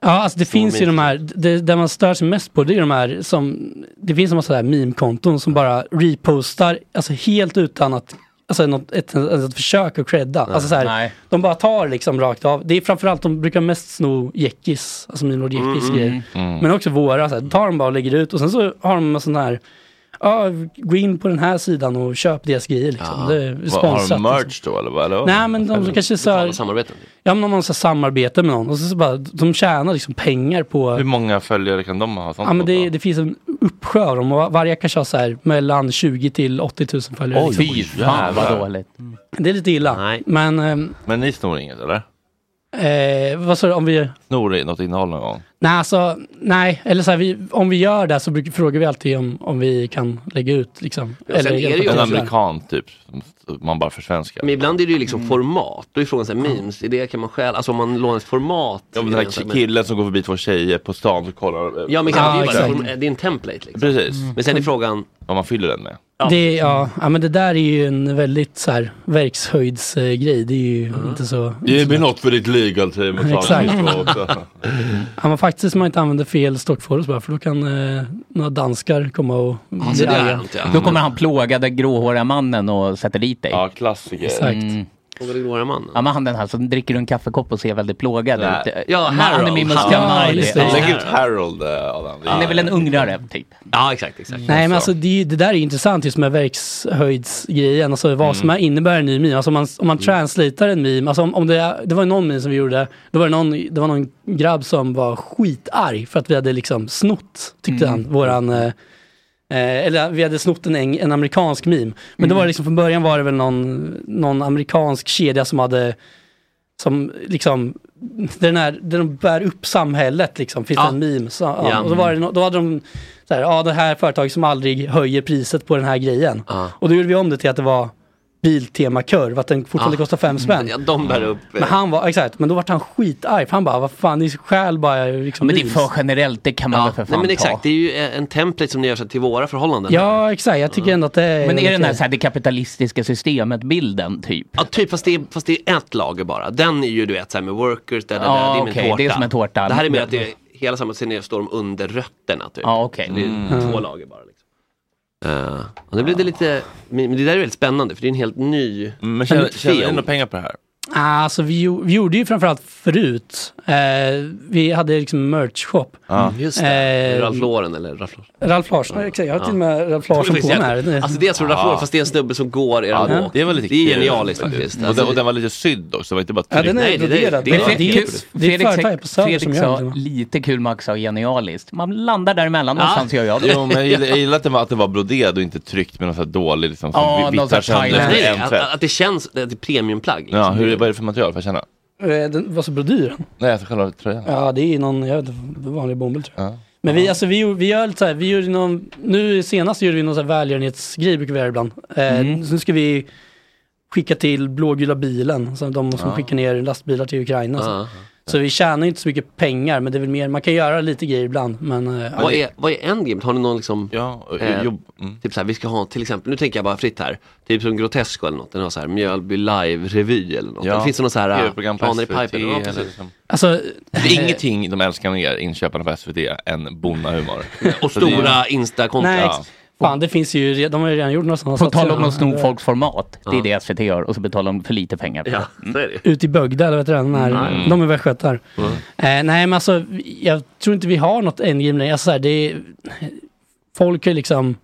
S7: Ja, alltså det
S10: Som
S7: finns ju
S10: min-
S7: de här, det, där man stör sig mest på det är de här som, det finns en massa där meme-konton som bara repostar, alltså helt utan att, alltså något, ett, alltså ett försök att credda.
S6: Nej.
S7: Alltså så här,
S6: Nej.
S7: de bara tar liksom rakt av. Det är framförallt, de brukar mest sno Jeckis, alltså Milord Jeckis
S6: Mm,
S7: grejer.
S6: mm, mm.
S7: Men också våra, så här, tar de bara och lägger ut och sen så har de en sån här, ja, gå in på den här sidan och köp deras grejer liksom. Det är
S1: Vad, har
S7: sponsrat.
S1: de
S7: liksom.
S1: merch då eller? vad- eller vad?
S7: Nej men de kanske så här, Ja men om man så här samarbetar med någon och så, så bara, de tjänar liksom pengar på
S1: Hur många följare kan de ha? Sånt
S7: Ja men
S1: på?
S7: det, det finns en uppsjö av dem och var- varje kanske har så här mellan 20 till 80 000 följare.
S1: Oj,
S7: liksom.
S1: fy fan vad dåligt.
S7: Mm. Det är lite illa. Men, ehm,
S1: Men ni snor inget eller?
S7: eh, vad sa du, om vi...
S1: Snor i något innehåll någon gång?
S7: Nej alltså, nej, eller så här, vi, om vi gör det så brukar, frågar vi alltid om, om vi kan lägga ut liksom. Eller hjälpa till
S1: en
S7: sådär.
S1: amerikan typ, som man bara försvenskar.
S10: Men ibland är det ju liksom format, då är frågan såhär memes, i det kan man stjäla, alltså om man lånar ett format.
S1: Ja, men den här killen som går förbi två tjejer på stan och kollar. eh,
S10: Ja men kan det, är ju bara,
S1: exakt.
S10: form- det är en template liksom.
S1: Precis.
S10: Men sen är frågan
S1: vad man fyller den med.
S7: Det, ja, ja, men det där är ju en väldigt så här, verkshöjdsgrej. Det är ju
S1: Mm.
S7: inte så...
S1: Ge mig något för ditt legal team att
S7: Exakt.
S1: klara också.
S7: Ja men faktiskt man inte använder fel stockforce bara för då kan eh, några danskar komma och
S6: Alltså,
S7: bli arga.
S6: Då kommer han plåga den gråhåriga mannen och sätter dit dig. Mm. Ja,
S1: klassiker.
S7: Exakt.
S10: Frågar du några man?
S6: Ja, men han den här som dricker ur en kaffekopp och ser väldigt plågad
S1: Nej.
S6: ut.
S10: Ja,
S6: Han- Han
S10: Harold.
S6: är min
S10: Ja,
S6: Mustafa Miley.
S7: Alltså,
S10: just det.
S6: Ja.
S1: Lägg ut Harold eh, Adam.
S6: Han är väl en ungrare, typ.
S10: Ja exakt, exakt.
S7: Nej men alltså det, är ju- det där är ju intressant just med verkshöjdsgrejen, alltså
S10: Mm.
S7: vad som är, innebär en ny meme. Alltså om man, om man translatar en meme, alltså om, om det, är- det var någon meme som vi gjorde, då var det, någon, det var någon grabb som var skitarg för att vi hade liksom snott,
S10: Mm.
S7: tyckte han, våran eh, Eh, eller vi hade snott en, eng, en amerikansk meme. Men
S10: Mm.
S7: då var det liksom, från början var det väl någon, någon amerikansk kedja som hade som liksom den här, där de bär upp samhället liksom, finns
S10: Ja.
S7: det en meme. Så, ja.
S10: Ja.
S7: Och så var det, no- då hade de så här, ja det här företaget som aldrig höjer priset på den här grejen.
S10: Ja.
S7: Och då gjorde vi om det till att det var Biltema-kurv, att den fortfarande
S10: Ja.
S7: kostar fem spänn.
S10: Ja, de bär upp. eh.
S7: Men han var, exakt, men då vart han skitarg, för han bara, vad fan, ni stjäl bara liksom
S6: Men det är
S7: deals."
S6: för generellt, det kan man väl för
S10: Nej
S6: fan
S10: men
S6: ta.
S10: exakt, det är ju en template som ni gör så till våra förhållanden.
S7: Ja, exakt, jag tycker ändå att det är...
S6: Men är den här,
S7: okej.
S6: så här det kapitalistiska systemet-bilden typ?
S10: Ja, typ, fast det, är, fast det är ett lager bara. Den är ju du vet så här med workers, där, där,
S6: Ja,
S10: där, det är
S6: okej,
S10: min tårta.
S6: det är som en tårta.
S10: Det här är mer att det är hela samhället, sen är- står de under rötterna typ.
S6: Ja, okej.
S10: Så Det är
S6: Mm.
S10: två lager bara. Liksom. Eh, och det blev det lite, men men det där är väldigt spännande för det är en helt ny...
S1: Mm, Men tjänar- tjänar ni några pengar på det här?
S7: Ah, Alltså vi, gjo- vi gjorde ju framförallt förut, eh, vi hade liksom merch-shop.
S10: Ja. Mm,
S6: Mm.
S10: Just det,
S7: Eh,
S10: Ralf Lauren eller Ralf Lauren.
S7: Ralf Larsson, exakt, jag har till och med Ralf Larsson på mig här.
S10: Alltså det är som Ralf Lauren fast det är en snubbe som går i
S1: Ja,
S10: den
S1: det-
S10: ja.
S1: det var lite
S10: Det är
S1: kul.
S10: genialiskt faktiskt. Alltså-
S1: Och, den, och den var lite sydd också, det var inte bara
S7: Ja, den är
S1: tryckt.
S7: broderad.
S6: Men
S7: Ja.
S6: Fredrik-
S7: Det är ett- det är ett
S6: Fredrik-
S7: företag på Söder
S6: Fredrik
S7: som gör
S6: sa
S7: det, va?
S6: lite kul, Max sa genialiskt. Man landar däremellan
S1: Ja.
S6: någonstans gör jag.
S1: Jo, men jag gillar, jag gillar att, den var, att den var broderad och inte tryckt med någon sån här dålig liksom, som
S6: Ja,
S1: vi-
S6: någon
S1: vittrar
S6: sån här
S1: sönder
S6: Thailand.
S1: med
S6: Nej,
S1: en
S6: att-
S1: tvätt.
S10: Att det känns, det är premiumplagg. liksom.
S1: Ja, hur, vad är det för material? Får jag känna?
S7: Eh, Den var så brodyr.
S1: Nej, alltså själva tröjan.
S7: Ja, det är någon, jag vet inte, vanlig bomull tror
S1: jag.
S7: Men vi, alltså, vi, gjorde- vi gör lite så här, vi gjorde någon, nu senast gjorde vi någon så här välgörenhetsgrej brukar vi göra ibland. Eh,
S6: Mm.
S7: så nu ska vi skicka till blågula bilen, så de som
S6: Ja.
S7: skickar ner lastbilar till Ukraina. Så.
S10: Ja.
S7: så vi tjänar inte så mycket pengar, men det är väl mer, man kan göra lite grejer ibland. Men, eh,
S10: Vad är, vad är endgame? Har ni någon liksom...
S1: Ja, mm.
S7: jobb-
S10: Typ så här, vi ska ha till exempel, nu tänker jag bara fritt här, typ som Grotesco eller något, den har så här Mjölby live-revy eller något.
S1: Ja.
S10: Eller finns det någon så här eh,
S1: TV-program på
S10: planer i
S1: SVT
S10: pipen? Ja,
S1: eller
S10: precis.
S1: liksom.
S7: Alltså,
S1: Det är ingenting de älskar mer, inköparna på SVT, än bonnahumor.
S10: Och
S1: Så det är-
S10: stora Insta-konton.
S7: nej, ex- fan det finns ju, re- de har ju redan gjort några sådana
S6: På tal om
S7: satsningar.
S6: att sno folks format, det
S7: Ja.
S6: är det SVT gör och så betalar de för lite pengar. för det.
S7: Ut i Bögda, eller vet du det, den här,
S6: Mm.
S7: de är västgötar. Eh, nej men alltså, vi- jag tror inte vi har något endgame längre. Alltså, så här, det är, folk är liksom,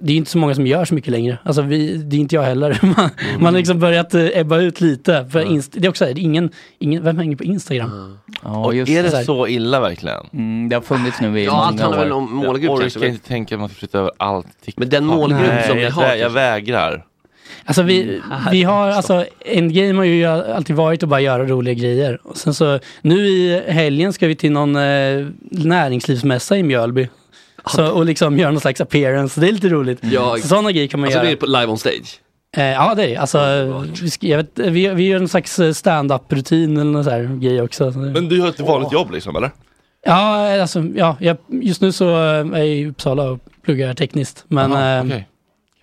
S7: det är inte så många som gör så mycket längre. Alltså vi, det är inte jag heller. Man,
S6: Mm.
S7: man har liksom börjat eh, ebba ut lite. För inst- det är också så här, det är ingen, ingen, vem hänger på Instagram?
S6: Ja, just
S1: är det
S6: här.
S1: så illa verkligen?
S6: Mm, det har funnits nu i
S1: Ja,
S6: många
S1: allt handlar
S6: år.
S1: väl om målgrupp Jag orkar kanske, men- inte
S6: tänka
S1: att man ska flytta över allt.
S10: Men den
S6: målgrupp
S1: Nej,
S6: som ni
S1: jag,
S6: har,
S1: vä-
S6: typ.
S1: jag vägrar.
S7: Alltså
S1: Mm.
S7: vi, vi har, alltså endgame har ju alltid varit att bara göra roliga grejer. Och sen så, nu i helgen ska vi till någon eh, näringslivsmässa i Mjölby. Så, och liksom göra någon slags appearance, det är lite roligt.
S10: Ja,
S7: så sådana grejer kan man
S10: alltså
S7: göra.
S10: det är på live on stage.
S7: Eh, ja det är alltså, vi, ska, jag vet, vi, vi gör en slags eh, stand-up-rutin eller någon sån här grej också. Så det-
S1: Men du har ett vanligt jobb liksom, eller?
S7: Ja, alltså, ja jag, just nu så eh, är jag i Uppsala och pluggar tekniskt. Men
S1: Aha,
S7: eh,
S1: okej.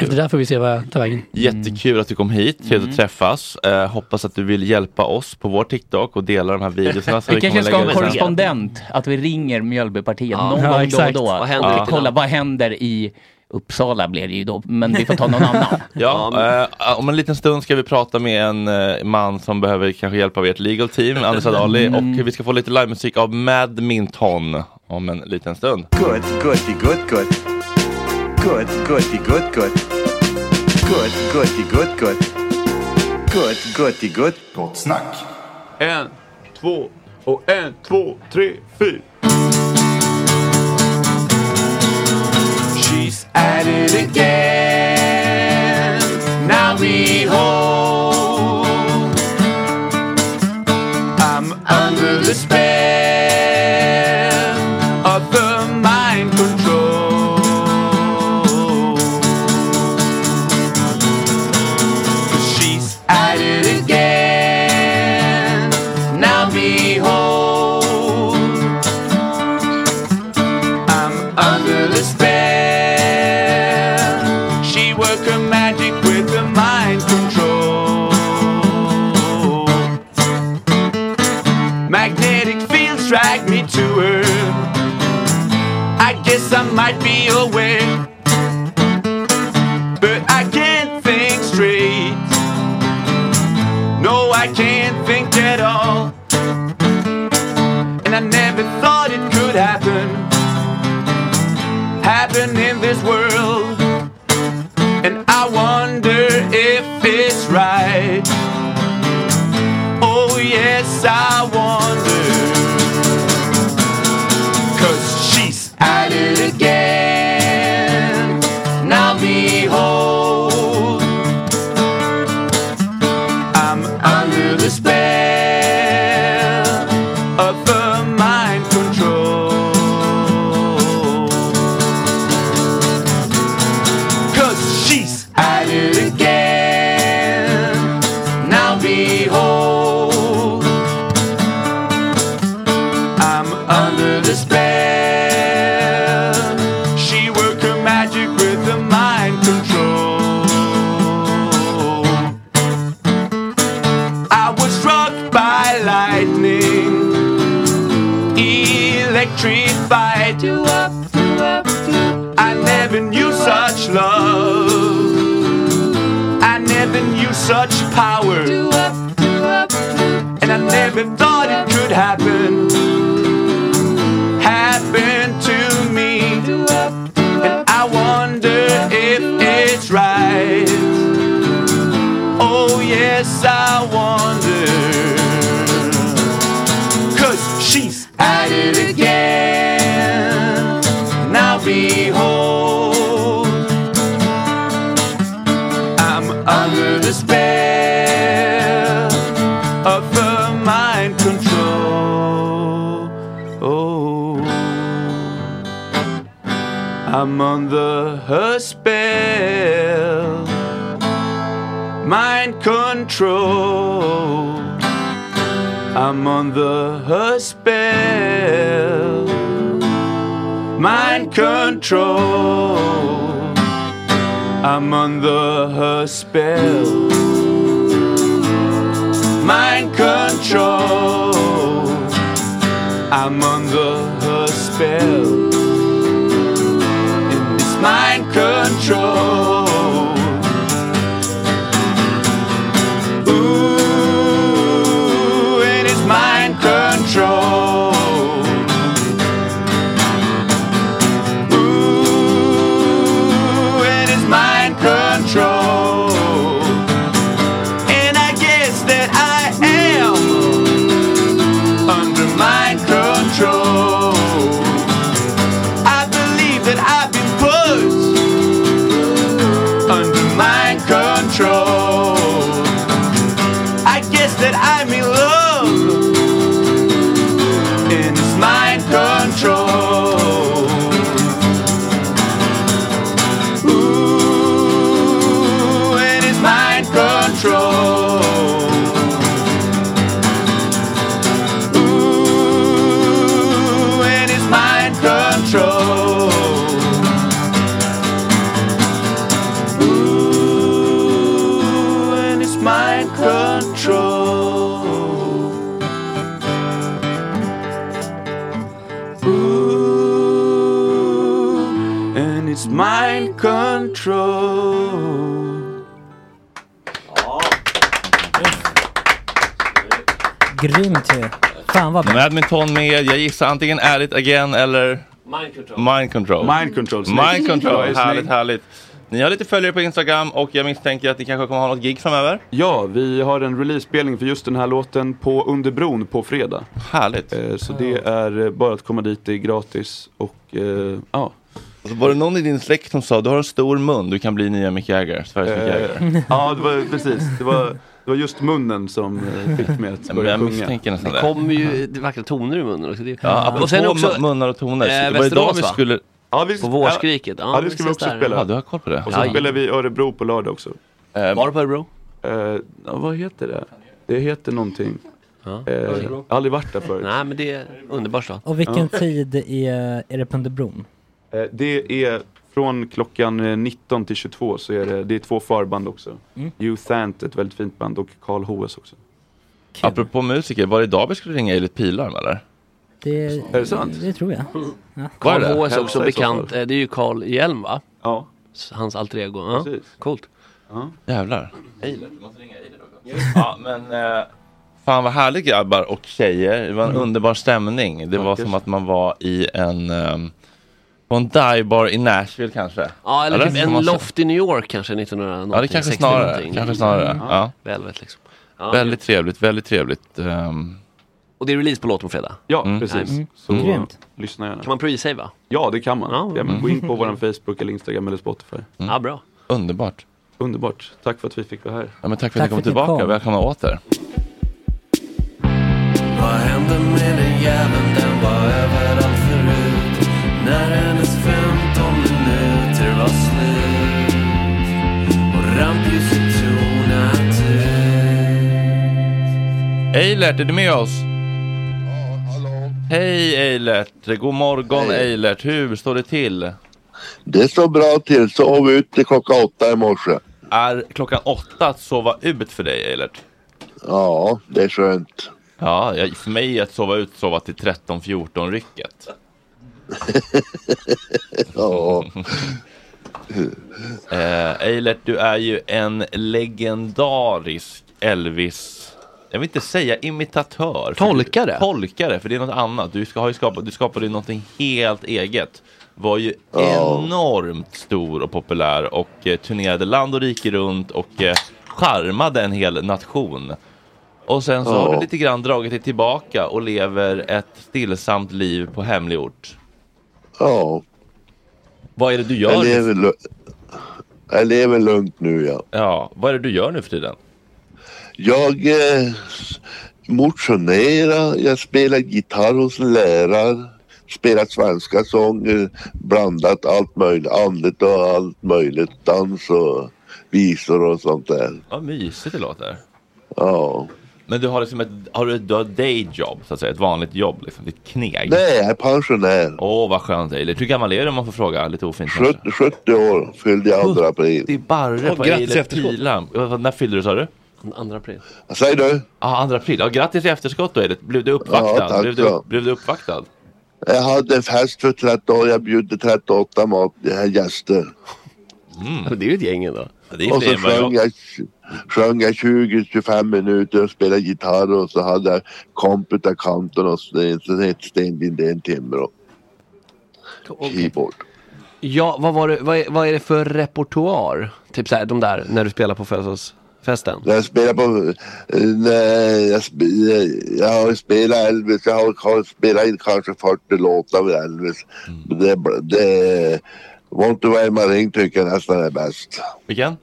S7: efter det där får vi se vad jag tar vägen.
S1: Mm. Jättekul att du kom hit, trevligt
S7: Mm.
S1: att träffas. Eh, hoppas att du vill hjälpa oss på vår TikTok och dela de här videorna. så
S6: Vi kanske
S1: kommer
S6: ska ha
S1: lägga
S6: en
S1: ut sen.
S6: korrespondent, att vi ringer Mjölbypartiet
S1: Ja.
S6: någon
S1: Ja,
S6: gång
S1: exakt.
S6: då och då.
S1: Vad händer
S6: och
S1: riktigt
S6: kolla vad händer i Uppsala blir det ju då, men vi får ta någon annan.
S1: Ja, eh, om en liten stund ska vi prata med en eh, man som behöver kanske hjälp av ert legal team, Anders Adali.
S6: Mm.
S1: Och vi ska få lite livemusik av Madminton om en liten stund.
S15: Good, good, good, good. Good, good, good, good. Good, good, good, good. Good, good, good. Gott snack.
S16: En, två och en, två, tre, fyra. She's at it again. Now we hold. I'm under the spell of the mind control. 'Cause she's at it again. Now behold, I'm under the spell. She worked her magic with the mind control. Magnetic fields drag me to her. I guess I might be aware, but I can't think straight. No, I can't think at all. And I never thought it could happen. Happen in this world. And I wonder if it's right. Oh, yes, I wonder. Cause she's at it again. Now behold, I'm under the spell for mind control. Cause she's at it again. Now behold, I'm under the spell. She worked her magic with the mind control. I was struck by lightning, electrified. Do up, do up, do. I never knew such love. I never knew such power. Do up, do up, do. And I never thought it could happen. Happen to me. Do up, do up. And I wonder if it's right. Oh, yes, I wonder. Cause she's at it again. Now behold, I'm under the spell of her mind control. Oh, I'm under her spell, mind control. I'm under her spell, mind control. I'm under her spell, mind control. I'm under her spell, and it's mind control. Ooh, and it's mind control. and it's mind control. And I guess that I am under mind control. I believe that I've been put under mind control. I guess that I'm in love, and it's mind control. and it's mind control. Ooh, and it's mind control. Ooh, and it's mind control. Ooh, and it's mind control.
S8: Grymt ju. Fan vad bra.
S1: Badminton med, jag gissar antingen ärligt again eller
S10: Mind control.
S1: Mind control.
S10: Mind control, snyggt.
S1: Mind
S10: Ja,
S1: control.
S10: snyggt.
S1: Härligt, härligt. Ni har lite följare på Instagram och jag misstänker att ni kanske kommer ha något gig framöver?
S9: Ja, vi har en releasespelning för just den här låten på Underbron på fredag.
S1: Härligt.
S9: Så det är eh, bara att komma dit, det är gratis och eh, ja.
S1: Alltså, Var det någon i din släkt som sa du har en stor mun, du kan bli nya Mick Jagger, Sveriges Mick Jagger?
S9: Eh, ja, det var, precis. Det var, det var just munnen som eh, fick mig att
S1: Men
S9: börja
S1: jag
S9: sjunga.
S1: misstänker nästan
S9: det.
S1: det.
S10: kommer ju det är vackra toner ur munnen också. Det är-
S1: Ja, apropå mun- munnar och toner, så det var idag vi skulle-
S9: Ja, vi-
S10: På Vårskriket.
S9: Ja, det ska vi också spela.
S1: Ja, du har koll på det.
S9: Och så
S1: Ja,
S9: spelar vi Örebro på lördag också.
S1: Var det på
S10: Örebro?
S9: Eh, ja, vad heter det? Det heter någonting.
S10: Ja,
S9: Eh,
S10: Örebro.
S9: aldrig varit där förut.
S10: Nej, men det är underbart så.
S8: Och vilken
S9: Ja.
S8: tid är, är det på Underbron?
S9: Eh, Det är från klockan eh, 19 till 22 så är det, det är två förband också.
S8: Mm.
S9: Youth Ant, ett väldigt fint band och Karl Hoes också.
S1: Apropå musiker, var det idag vi skulle ringa Eilert Pilarm eller?
S8: Det,
S1: Är det sant?
S8: Det tror jag. Ja.
S10: Karl
S1: Var det?
S10: H är också
S1: Hälsa i
S10: bekant.
S1: så
S10: eh, Det är ju Karl Hjelm va?
S9: Ja.
S10: Hans alter ego. Ja. Coolt.
S1: Jävlar. Ja, men... eh, Fan vad härligt grabbar och tjejer. Det var en
S17: Mm.
S1: underbar stämning. Det var
S17: Tackar.
S1: som att man var i en... ehm, på en divebar i Nashville kanske.
S10: Ja, eller, typ
S1: Som
S10: en
S1: man-
S10: loft i New York kanske 1900
S1: Ja, det kanske
S10: 60
S1: snarare.
S10: någonting.
S1: Kanske snarare.
S10: Mm.
S1: Ja.
S10: Velvet liksom. Ja.
S1: Väldigt trevligt, väldigt trevligt. ehm,
S10: Och det är release på låten på fredag?
S9: Ja,
S1: Mm.
S9: precis. Mm. Så
S10: Grymt.
S9: lyssna gärna.
S10: Kan man pre-savea?
S9: Ja, det kan man.
S10: Ja.
S9: Ja, men gå in på vår Facebook eller Instagram eller Spotify.
S10: Ja, bra.
S1: Underbart.
S9: Underbart. Tack för att vi fick vara här.
S1: Ja, men tack för att ni kom tillbaka. Välkomna åter.
S16: Vad händer med det
S1: Eilert, är du med oss? Hej Eilert, god morgon Eilert, hur står det till?
S18: Det står bra till. Sov ut till klockan åtta i morse.
S1: Är klockan åtta att sova ut för dig Eilert?
S18: Ja, det är skönt.
S1: Ja, jag- för mig är att sova ut sova till 13-14 rycket.
S18: ja.
S1: Eh, Eilert, du är ju en legendarisk Elvis, jag vill inte säga imitatör. för-
S10: Tolkare?
S1: Tolkare, för det är något annat. Du, ska, har ju skapat, du skapade ju någonting helt eget. Var ju enormt stor och populär och eh, turnerade land och rike runt och eh, charmade en hel nation. Och sen så har
S18: Ja.
S1: du lite grann dragit dig tillbaka och lever ett stillsamt liv på hemlig ort.
S18: Ja.
S1: Vad är det du
S18: Jag
S1: gör?
S18: lever, lu- jag lever lugnt nu, ja.
S1: Ja, vad är det du gör nu för tiden?
S18: Jag eh, s- motionerar, jag spelar gitarr hos lärare, spelar svenska sånger, blandat allt möjligt, andligt och allt möjligt, dans och visor och sånt där.
S1: Vad mysigt det låter.
S18: Ja.
S1: Men du har liksom ett, har du, du har ett dayjob, så att säga, ett vanligt jobb, liksom, ditt kneg.
S18: Nej, jag är pensionär.
S1: Åh, vad skönt Eilert. Hur gammal är du om man får fråga? Lite ofint kanske.
S18: 70, 70 år fyllde jag 2 april.
S1: Barre
S18: Och
S1: på
S18: grattis i
S1: Eilert
S18: efterskott.
S1: Pilam. Vad- När fyllde du sa du?
S10: Andra april.
S18: Vad säger du?
S1: Ja, 2 april. Ja, grattis i efterskott då Eilert. Blev du uppvaktad?
S18: Ja, tack
S1: blev, du,
S18: så.
S1: blev du uppvaktad?
S18: Jag hade en fest för 13 år, jag bjöd 38 mat, gäster.
S10: Mm. Det är ju ett gäng ändå.
S18: Och så sjöng jag, sjöng jag 20-25 minuter och spelade gitarr och så hade jag kompisar kanten och Sten- Sten Lindén Timrå. Keyboard.
S10: Ja, vad, var det, vad, är, vad är det för repertoar? Typ såhär, de där när du spelar på födelsedagsfesten?
S18: Jag spelar på... eh, Nej, jag, sp eh, jag har spelat Elvis. Jag har, har spelat in kanske 40 låtar med Elvis.
S10: Mm.
S18: Det, det, Won't you wear my ring tycker jag nästan är bäst.
S1: Vilken?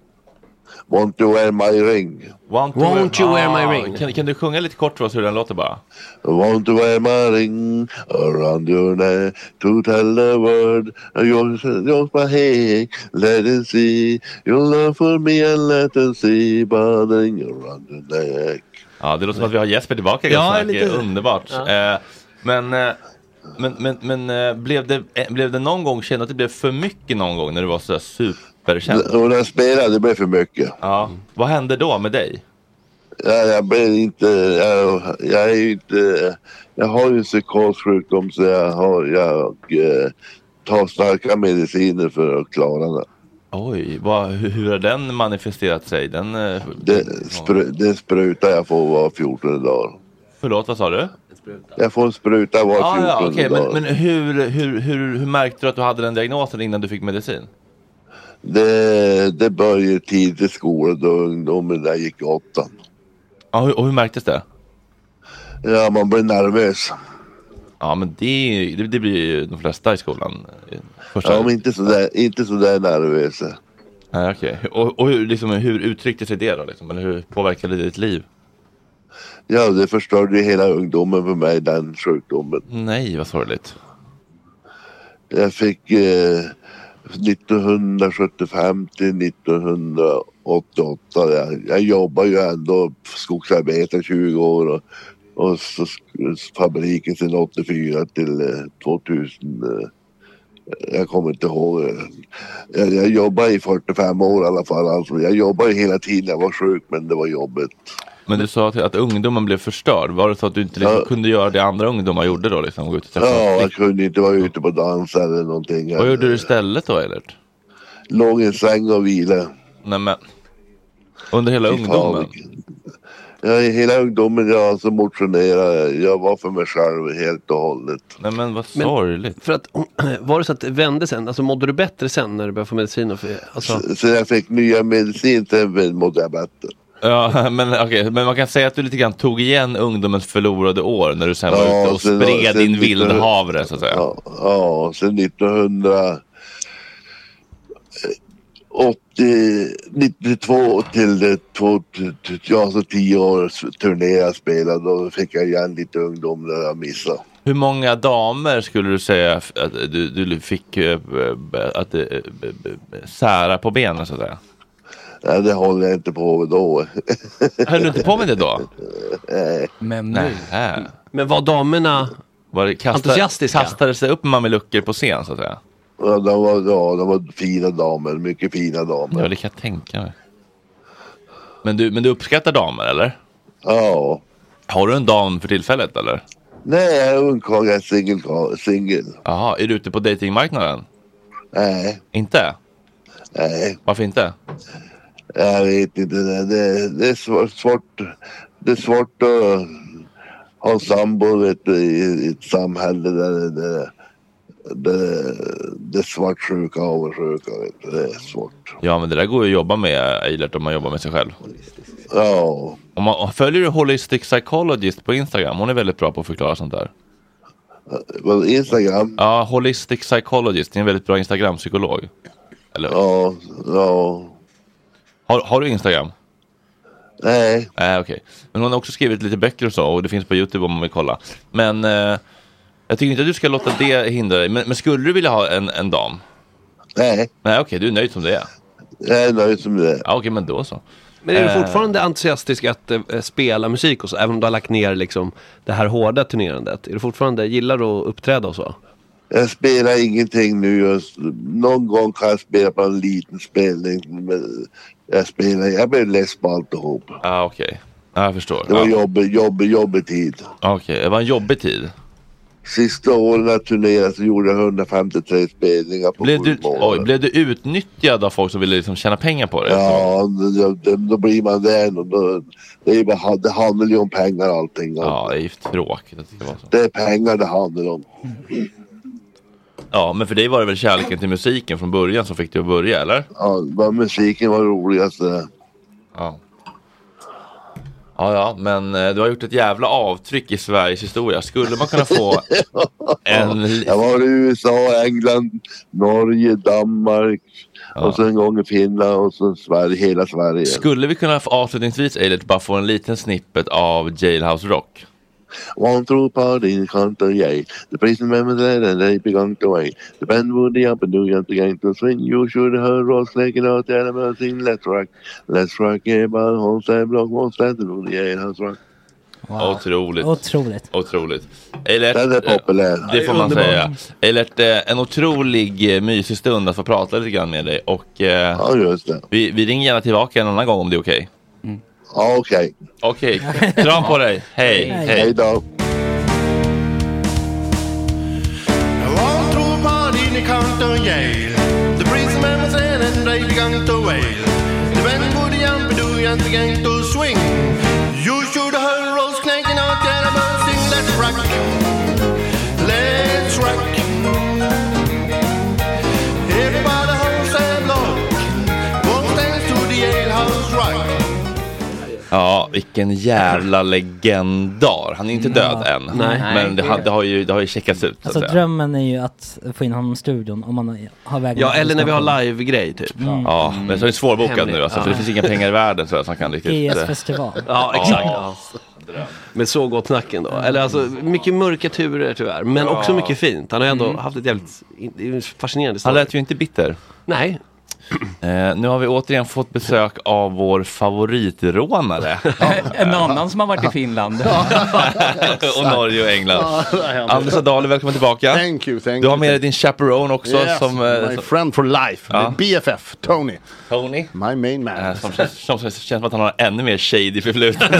S18: Won't you wear my ring.
S1: Want
S18: Won't you wear my ring?
S1: Ah, Kan, kan du sjunga lite kort för oss hur den låter bara?
S18: Won't you wear my ring around your neck to tell the world you're, you're my hey. Let it see your love for me and let it see by the ring around your neck.
S1: Ja, det låter som att vi har Jesper tillbaka
S18: Ja,
S1: ganska mycket.
S18: lite.
S1: Underbart.
S18: Ja.
S1: Eh, men eh, men, men, men eh, blev, det, eh, blev det någon gång, kände du att det blev för mycket någon gång när du var så där superkänd?
S18: Och när jag spelade det blev för mycket.
S1: Ja. Vad hände då med dig?
S18: Jag, jag blev inte... Jag, jag är ju inte... Jag har ju en psykossjukdom så jag, har, jag eh, tar starka mediciner för att klara det.
S1: Oj, vad, hur, hur har den manifesterat sig? Den, eh,
S18: Det, spru, det sprutar jag får var 14 dagar.
S1: förlåt, vad sa du?
S18: Jag får en spruta var 14
S1: Ah, ja, okej,
S18: dag.
S1: men, men hur, hur, hur, hur märkte du att du hade den diagnosen innan du fick medicin?
S18: Det, det började tidigt i skolan då ungdomen där gick i åttan.
S1: Ja, hur- och hur märktes det?
S18: Ja, man blir nervös.
S1: Ja, men det, är ju- det, det blir ju de flesta i skolan. eh, Första.
S18: Ja, men inte sådär, inte sådär nervös.
S1: Nej, okej. Och, och hur, liksom, hur uttryckte sig det då? Liksom? Eller hur påverkade det ditt liv?
S18: Ja, det förstörde ju hela ungdomen för mig, den sjukdomen.
S1: Nej, vad sorgligt.
S18: Jag fick eh, 1975 till 1988. Jag, jag jobbade ju ändå skogsarbetare 20 år och, och så sk- fabriken sedan 84 till eh, 2000. Eh, jag kommer inte ihåg. Jag, jag jobbade i 45 år i alla fall. Alltså, jag jobbade ju hela tiden. Jag var sjuk men det var jobbigt.
S1: Men du sa att, att ungdomen blev förstörd. Var det så att du inte liksom, kunde göra det andra ungdomar gjorde då? Liksom, gå ut och träffa
S18: Ja, jag kunde inte vara ute på dans eller någonting.
S1: Vad gjorde du istället då, Eilert?
S18: Låg i en säng och vilade.
S1: Nej, men. Under hela
S18: Fy fan,
S1: ungdomen?
S18: Ja, i hela ungdomen jag alltså motionerade jag. jag. var för mig själv helt och hållet.
S1: Nej men vad
S10: Men-
S1: sorgligt.
S10: För att, var det så att det vände sen? Alltså mådde du bättre sen när du började få medicin? Och för, alltså,
S18: Så jag fick nya medicin, sen mådde jag bättre.
S1: Ja, men, okej, men man kan säga att du lite grann tog igen ungdomens förlorade år när du sen var
S18: Ja,
S1: ute och
S18: sen-
S1: spred
S18: sen
S1: din
S18: lite-
S1: vildhavre så att säga.
S18: Ja, sen 1900... 92 till eh, 2000, ja, så tio års turné jag spelade. Då fick jag igen lite ungdom när jag missade.
S1: Hur många damer skulle du säga f- att du, du fick eh, b- att, eh, b- b- sära på benen så att säga?
S18: Nej, det håller jag inte på med då.
S1: Höll du inte på med det då?
S18: Nej.
S6: Men
S1: Nähä.
S10: Men var damerna
S1: var det kasta,
S10: entusiastiska?
S1: Kastade sig upp mamelucker på scen så att säga?
S18: Ja, de var, ja, de var fina damer, mycket fina damer.
S1: Ja, det kan jag tänka mig. Men du, men du uppskattar damer eller?
S18: Ja.
S1: Har du en dam för tillfället eller?
S18: Nej, jag är ungkarl, jag är singel. singel.
S1: Jaha, är du ute på datingmarknaden?
S18: Nej,
S1: Inte?
S18: nej,
S1: Varför inte?
S18: jag vet inte. Det, det, det är svårt, svårt, det är svårt att ha sambo vet du, i, i ett samhälle där det, där det, där det är svartsjuka och avundsjuka. vet du. Det är svårt.
S1: Ja, men det där går ju att jobba med Eilert om man jobbar med sig själv.
S18: Ja,
S1: Om man, följer du Holistic Psychologist på Instagram? Hon är väldigt bra på att förklara sånt där.
S18: men Instagram,
S1: Ja, Holistic Psychologist. Det är en väldigt bra Instagram-psykolog. Eller?
S18: Ja, ja.
S1: Har, har du Instagram?
S18: Nej.
S1: Nej, okej. Men hon har också skrivit lite böcker och så och det finns på YouTube om man vill kolla. Men eh, jag tycker inte att du ska låta det hindra dig. Men, men skulle du vilja ha en, en dam?
S18: Nej.
S1: Nej, okej. du är nöjd som det är?
S18: Jag är nöjd som det är.
S1: Ja, okej, men då så.
S10: Men är
S1: Eh,
S10: du fortfarande entusiastisk att eh, spela musik och så, även om du har lagt ner liksom det här hårda turnerandet? Är du fortfarande, gillar du att uppträda och så?
S18: Jag spelar ingenting nu. just nu. Någon gång kan jag spela på en liten spelning. Men jag spelar, jag blev less på alltihop.
S1: Ja, okej. Ja, jag förstår.
S18: Det var
S1: Ja.
S18: jobbig, jobbig, jobbig tid.
S1: Ja, Okej, det var en jobbig tid.
S18: Sista åren jag turnerade så gjorde jag 153 spelningar på
S1: Blev du,
S18: sju
S1: oj, blev du utnyttjad av folk som ville liksom tjäna pengar på dig?
S18: Ja, då, då- då blir man det. ändå. Då, det, är bara, det handlar ju om pengar allting.
S1: Ja, det är ju tråkigt att det ska vara så.
S18: Det är pengar det handlar om.
S1: Ja, men för dig var det väl kärleken till musiken från början som fick dig att börja, eller?
S18: Ja, bara musiken var alltså. roligast. det.
S1: Ja. Ja, ja, men eh, du har gjort ett jävla avtryck i Sveriges historia. Skulle man kunna få en...
S18: Jag var i USA, England, Norge, Danmark och så en gång i Finland och så Sverige, hela Sverige.
S1: Skulle vi kunna få avslutningsvis, Eilert, bara få en liten snippet av Jailhouse Rock?
S18: One through party counter, yay. The prison members there and they began to wait. The band would be up and do just again to swing. You should heard Ross Lakin out there and I sing Let's Rock. Let's Rock, yeah, but Homestead Block, Homestead, and all the Jailhouse Rock.
S1: Otroligt.
S8: Otroligt.
S1: Otroligt. Eilert,
S18: Den är populär.
S1: eh, Det får
S18: Ja,
S1: man
S18: underbar.
S1: säga. Eilert, eh, en otrolig eh, mysig stund att få prata lite grann med dig. Och, ja,
S18: just det.
S1: Vi, vi ringer gärna tillbaka en annan gång om det är okej.
S18: Ja, Okej.
S1: Okej, kram på dig. Hej.
S18: Hej. Hej då.
S4: One through party in the counter Yale. The prison man was in and they began to wail. The band would jump and do and began to swing. You should have heard Rose clanking out the elbows sing Let's rock. Let's rock. Everybody holds their block. Won't dance to the Yale House Rock.
S1: Ja, vilken jävla legendar. Han är inte död än.
S8: Nej.
S1: Men det har, det, har ju, det har ju checkats ut. Så att
S8: Alltså
S1: säga.
S8: drömmen är ju att få in honom i studion om man har vägen.
S1: Ja, eller när vi har
S8: live.
S10: live-grej typ.
S8: Mm.
S1: Ja, men så är det svårbokad
S10: Hemligt.
S1: nu alltså, för
S10: Ja.
S1: det finns inga pengar i världen så att man kan riktigt... eh,
S8: ES-festival.
S10: Ja, exakt.
S1: Ja.
S10: Med så gott snack ändå. Eller alltså, mycket mörka turer tyvärr. Men
S1: Ja.
S10: också mycket fint. Han har ändå
S1: Mm.
S10: haft ett jävligt in- det är en fascinerande
S1: Han
S10: historia.
S1: lät ju inte bitter.
S10: Nej.
S1: Eh, nu har vi återigen fått besök av vår favoritrånare.
S6: En annan som har varit i Finland.
S1: och Norge och England.
S19: Ja, det händer.
S1: Anders Adali, välkommen tillbaka.
S19: Thank you, thank
S1: du har
S19: you,
S1: med dig
S19: thank
S1: din chaperone också.
S19: Yes,
S1: som, eh,
S19: my
S1: som-
S19: friend for life,
S1: Ja.
S19: BFF, Tony.
S1: Tony? Eh,
S19: My main man.
S1: som, som, som, som känns som att han har ännu mer shady förflutet.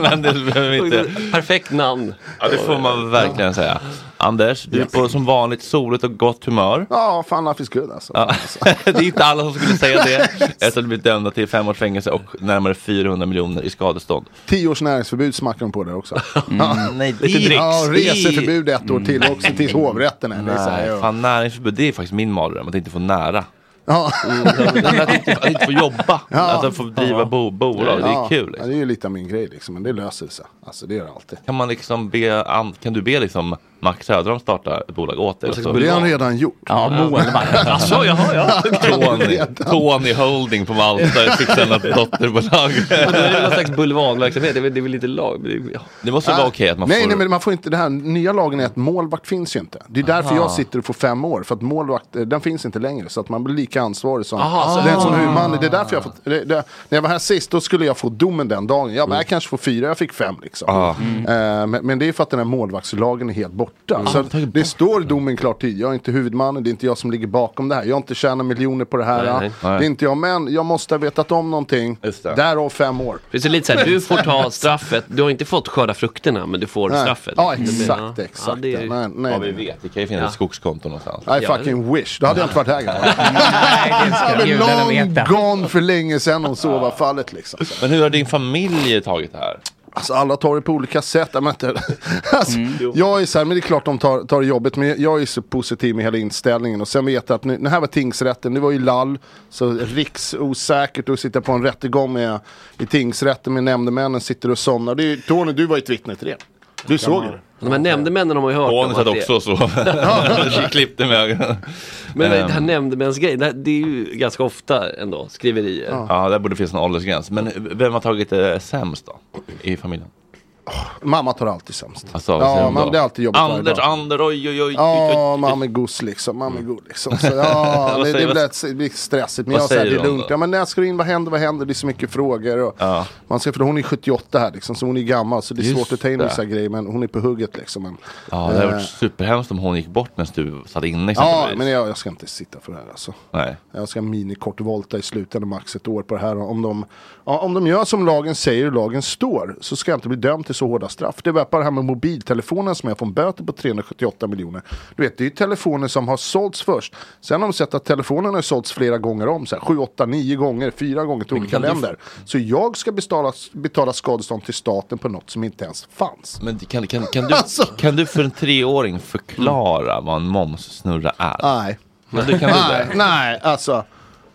S1: Men det behöver vi inte.
S10: Perfekt namn.
S1: Ja, det får man verkligen säga. Anders, du är på som vanligt soligt och gott humör.
S19: Ja, fan life is good alltså.
S1: Ja. det är inte alla som skulle säga det. Efter att ha blivit dömda till fem års fängelse och närmare 400 miljoner i skadestånd.
S19: Tio års näringsförbud smackar de på där också. Ja.
S1: Mm. nej,
S19: Lite
S1: det-
S19: dricks. Ja,
S1: det-
S19: reseförbud ett år till också tills hovrätten är. Det är så här,
S1: Nej,
S19: ja.
S1: fan näringsförbud, det är faktiskt min mardröm, att inte få nära. Mm.
S19: Ja.
S1: Att inte, att inte få jobba,
S19: Ja.
S1: att få driva bo, bolag, det är
S19: Ja,
S1: kul.
S19: liksom, ja, det är ju lite av min grej liksom, men det löser sig. Alltså det gör det alltid.
S1: Kan man liksom be, an- kan du be liksom Max Söderholm starta ett bolag åt dig. Alltså,
S19: Och så blir han redan gjort.
S1: Ja, Moenmark. Alltså, jaha, ja. Tony, Tony Holding på Malta fixar något dotterbolag.
S16: Men då är det väl någon slags bulvanverksamhet, det är väl, det är väl lite lag... det är- Ja.
S1: Det måste
S19: Nej.
S1: vara okej att man
S19: nej,
S1: får...
S19: nej, men man får inte det här. Nya lagen är att målvakt finns ju inte. Det är därför
S1: Aha.
S19: jag sitter och får fem år. För att målvakt, eh, den finns inte längre. Så att man blir lika ansvarig som
S16: Aha, så-
S19: den som
S16: Ah.
S19: huvudman. Det är därför jag fått, det, det, när jag var här sist, då skulle jag få domen den dagen. Jag,
S1: Mm.
S19: bara, jag kanske får fyra, jag fick fem liksom.
S16: Mm.
S19: Eh, men, men det är för att den här målvaktslagen är helt borta. Så att det står i domen klart tydligt. Jag är inte huvudmannen, det är inte jag som ligger bakom det här. Jag har inte tjänat miljoner på det här.
S16: Nej,
S19: ja.
S16: nej.
S19: Det är inte jag, men jag måste ha vetat om någonting. Därav fem år.
S16: För det är lite så här, du får ta straffet, du har inte fått skörda frukterna men du får
S19: Nej.
S16: straffet.
S19: Ja,
S16: Det blir-
S19: exakt, exakt.
S16: det är-
S19: Nej, nej.
S16: Ja, vi vet.
S1: Det kan ju finnas
S16: Ja.
S1: ett skogskonto någonstans.
S19: I fucking wish, då hade jag inte varit här
S1: gudarna
S19: grabbar.
S1: veta.
S19: Long gone för länge sedan om så var fallet liksom.
S1: Men hur har din familj tagit det här?
S19: Alltså alla tar det på olika sätt. Jag, inte, alltså, jag är så här, men det är klart de tar, tar det jobbigt. Men jag är så positiv med hela inställningen. Och sen vet jag att nu, det här var tingsrätten, det var ju lall. Så riksosäkert att sitta på en rättegång med, i tingsrätten med nämndemännen, sitter och somnar. Det är, ju- Tony, du var ju ett vittne till det. Du såg ju det.
S16: De här nämndemännen har man ju hört
S1: Tony
S16: om
S1: satt
S16: att det-
S1: också och sov. Klippte med ögonen.
S16: Men
S1: Ehm.
S16: det här nämndemansgrejen, det, här- det är ju ganska ofta ändå skriverier.
S1: Ja, där borde finnas en åldersgräns. Men vem har tagit det sämst då? I familjen?
S19: Mamma tar alltid sämst.
S1: Alltså, vad säger
S19: ja,
S1: hon
S19: man
S1: då?
S19: blir alltid jobbigt varje
S1: Anders,
S19: dag.
S1: Anders, oj, oj, oj.
S19: Ja, mamma är gos liksom. Mamma är god liksom. Så, ja,
S1: Vad
S19: det,
S1: säger-
S19: det, blir, ett- det blir stressigt. Men
S1: vad
S19: jag säger
S1: säger
S19: det är
S1: hon
S19: lugnt.
S1: då?
S19: Ja, men när ska du in? Vad händer? Vad händer? Det är så mycket frågor. Och
S1: Ja.
S19: man ser, för hon är 78 här liksom, så hon är gammal. Så det är
S1: Just
S19: svårt att ta in
S1: det.
S19: vissa grejer. Men hon är på hugget liksom. Men,
S1: Ja, det hade
S19: eh,
S1: varit superhemskt om hon gick bort medan du satt inne
S19: ja,
S1: exempelvis.
S19: men jag, jag ska inte sitta för det här alltså.
S1: Nej.
S19: Jag ska minikortvolta i slutändan max ett år på det här. Om de, ja, om de gör som lagen säger och lagen står så ska jag inte bli dömd till så hårda straff. Det är bara det här med mobiltelefonen som jag får en böter på 378 miljoner. Du vet, det är ju telefoner som har sålts först. Sen har de sett att telefonen har sålts flera gånger om. Så här, 7, 8, 9 gånger, fyra gånger till olika
S1: kan du-
S19: länder. Så jag ska betala, betala skadestånd till staten på något som inte ens fanns.
S1: Men kan, kan, kan, du,
S19: Alltså.
S1: kan du för en treåring förklara vad en momssnurra är?
S19: Nej.
S1: Men du kan du
S19: nej,
S1: det?
S19: nej, alltså.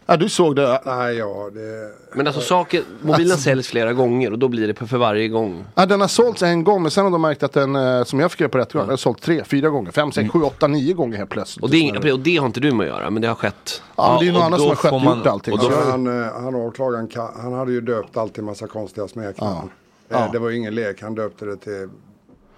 S19: Ja, du såg det. Nej, Ah, ja, det...
S16: Men alltså saker, mobilen
S19: Alltså-
S16: säljs flera gånger och då blir det för varje gång.
S19: Ja, den har sålts en gång, men sen har de märkt att den, eh, som jag fick reda på rätt gång, har sålt tre, fyra gånger, fem, sex, sju, åtta, nio gånger helt plötsligt.
S16: Och det, är ing- och det har inte du med att göra, men det har skett.
S19: Ja, men det är ju någon annan som har skött gjort allting.
S20: Ja,
S19: så jag-
S20: han, eh, han åklagaren, ka- han hade ju döpt allt till massa konstiga smeknamn.
S19: Ja.
S20: Eh,
S19: Ja.
S20: Det var ju ingen lek, han döpte det till...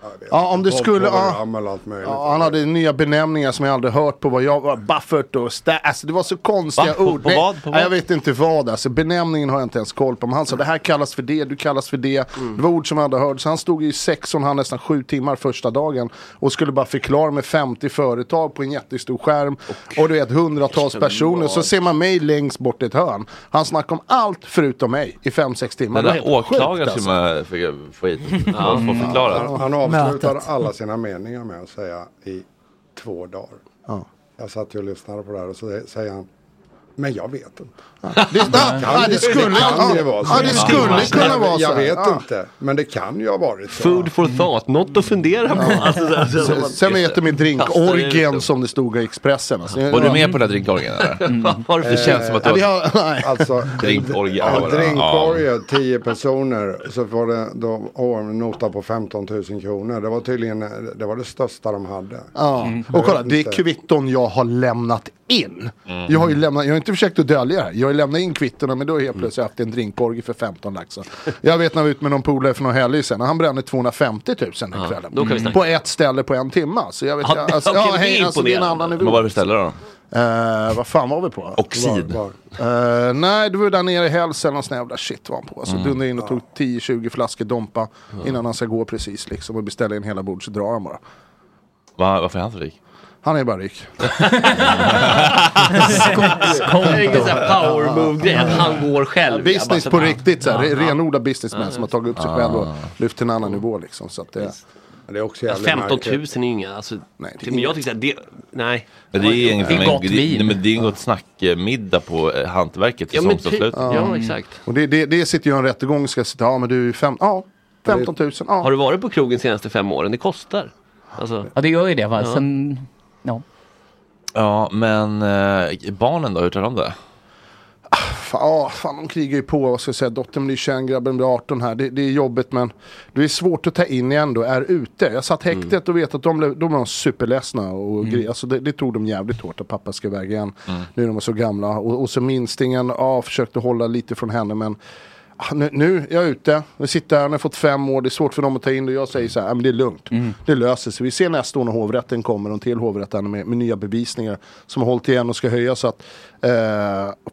S20: jag vet
S19: Ja, om
S20: inte,
S19: det skulle-
S20: våldprogram eller allt möjligt.
S19: Ja, han hade nya benämningar som jag aldrig hört på vad jag var. Buffert och sta- Alltså det var så konstiga
S20: Va? På-
S19: ord.
S20: på
S19: Nej,
S20: vad? På
S19: nej,
S20: vad?
S19: Jag vet inte vad. Alltså benämningen har jag inte ens koll på. Men han sa det här kallas för det, du kallas för det. Det var ord som jag aldrig hört. Så han stod i sex och en halv, nästan sju timmar första dagen. Och skulle bara förklara med 50 företag på en jättestor skärm. Och, du vet hundratals personer. Så ser man mig längst bort i ett hörn. Han snackade om allt förutom mig i fem, sex timmar.
S1: Den
S19: Det var
S1: där
S19: helt sjukt,
S1: åklagaren
S19: alltså. Mm.
S1: skulle man få- få hit. Ja. Få
S20: Han,
S1: förklara.
S20: han avslutar
S19: Mötet.
S20: alla sina meningar med att säga i två dagar.
S19: Ja.
S20: Jag satt ju och lyssnade på det här och så säger han men jag vet inte.
S19: Det, ja, det skulle-
S20: kan ju
S19: ja,
S20: vara så.
S19: ja, det skulle kunna
S20: Jag-
S19: vara så
S20: Jag
S19: här.
S20: vet
S19: Ja.
S20: inte, men det kan ju ha varit så.
S16: Food for thought, något att fundera på. Alltså, så här- så här-
S19: Sen- Sen äter min drink, orgen som det stod i Expressen. Alltså,
S1: Var du med på den där drinkorgen eller? Det känns som att du
S19: Ja, vi
S1: har...
S19: har... Nej.
S20: Mm. Alltså,
S1: Drinkorgie.
S20: Ja,
S1: Ja.
S20: drinkkorgen, 10 personer. Så var det då, åh, en nota på 15 000 kronor. Det var tydligen det, var det största de hade.
S19: Ja.
S20: Mm.
S19: Och kolla,
S20: Jag vet
S19: det är
S20: inte.
S19: kvitton jag har lämnat in.
S20: Mm.
S19: Jag har ju lämnat, jag har inte försökt att dölja det här. Jag har ju lämnat in kvittona men då har
S16: Mm.
S19: jag helt plötsligt haft en drinkorgie för 15 laxar. Jag vet när jag var ute med någon polare för någon helg sen och han brände 250 000 den
S16: Ja,
S19: kvällen. Mm.
S16: då kan vi snacka.
S19: på ett ställe på en timme. Så jag vet,
S16: Ja,
S19: jag,
S16: det-
S19: alltså,
S16: okej,
S19: ja,
S16: det är
S19: hej, alltså, det är en
S16: imponerande.
S19: annan nivå.
S1: Vad var det beställde då?
S19: Eh, vad fan var vi på?
S1: Oxid.
S19: Var, var? Eh, nej, det var där nere i Hälls eller någon sån jävla shit var han på. Alltså,
S1: Mm.
S19: Dundrade in och tog 10-20 flaskor Dompa innan han ska gå precis liksom och beställa in hela bordet så drar han bara.
S1: Va, varför är han så rik?
S19: Han är bara rik.
S16: Det är ingen sån här power move-grej, att han går själv.
S19: Business
S16: Jag
S19: på
S16: bara-
S19: riktigt, så här,
S16: Ja.
S19: renodlad businessman som har tagit upp sig
S16: Ah.
S19: själv och lyft till en annan nivå liksom. Så att det,
S20: det är också
S16: Ja, 15 000 är ju inga, alltså, till- men jag tycker såhär, det, nej.
S1: Men det är inget
S16: Det är gott vin.
S1: Nej, men det är en gott snack-middag på eh, hantverket
S19: Ja,
S1: till
S19: men
S1: säsongsavslut.
S19: typ. Ja, Mm. exakt. Och det, det, det sitter ju en rättegång och ska sitta, ja men du är fem, ja, 15 000. Ja.
S16: Har du varit på krogen de senaste fem åren? Det kostar. Alltså,
S6: Ja, det gör ju det va.
S16: Ja.
S6: Sen, ja.
S1: Ja, men eh, barnen då? Hur tar de det?
S19: fan, ah, fan, de krigar ju på. Vad ska jag säga? Dottern blir 21, grabben blir 18 här. Det, det är jobbigt men det är svårt att ta in i ändå är ute. Jag satt häktet och vet att de, blev- de var superledsna. Och gre- alltså, det, det tog dem jävligt hårt att pappa ska iväg igen. Nu när de är så gamla. Och, och så minstingen, ja, försökte hålla lite från henne men ah, nu, nu är jag ute, jag sitter här, jag har fått fem år, det är svårt för dem att ta in det. Jag säger så här, "Ja, men det är lugnt,
S10: Mm.
S19: det löser sig. Vi ser nästa år när hovrätten kommer, och till hovrätten med, med nya bevisningar som har hållit igen och ska höjas. Så att, eh,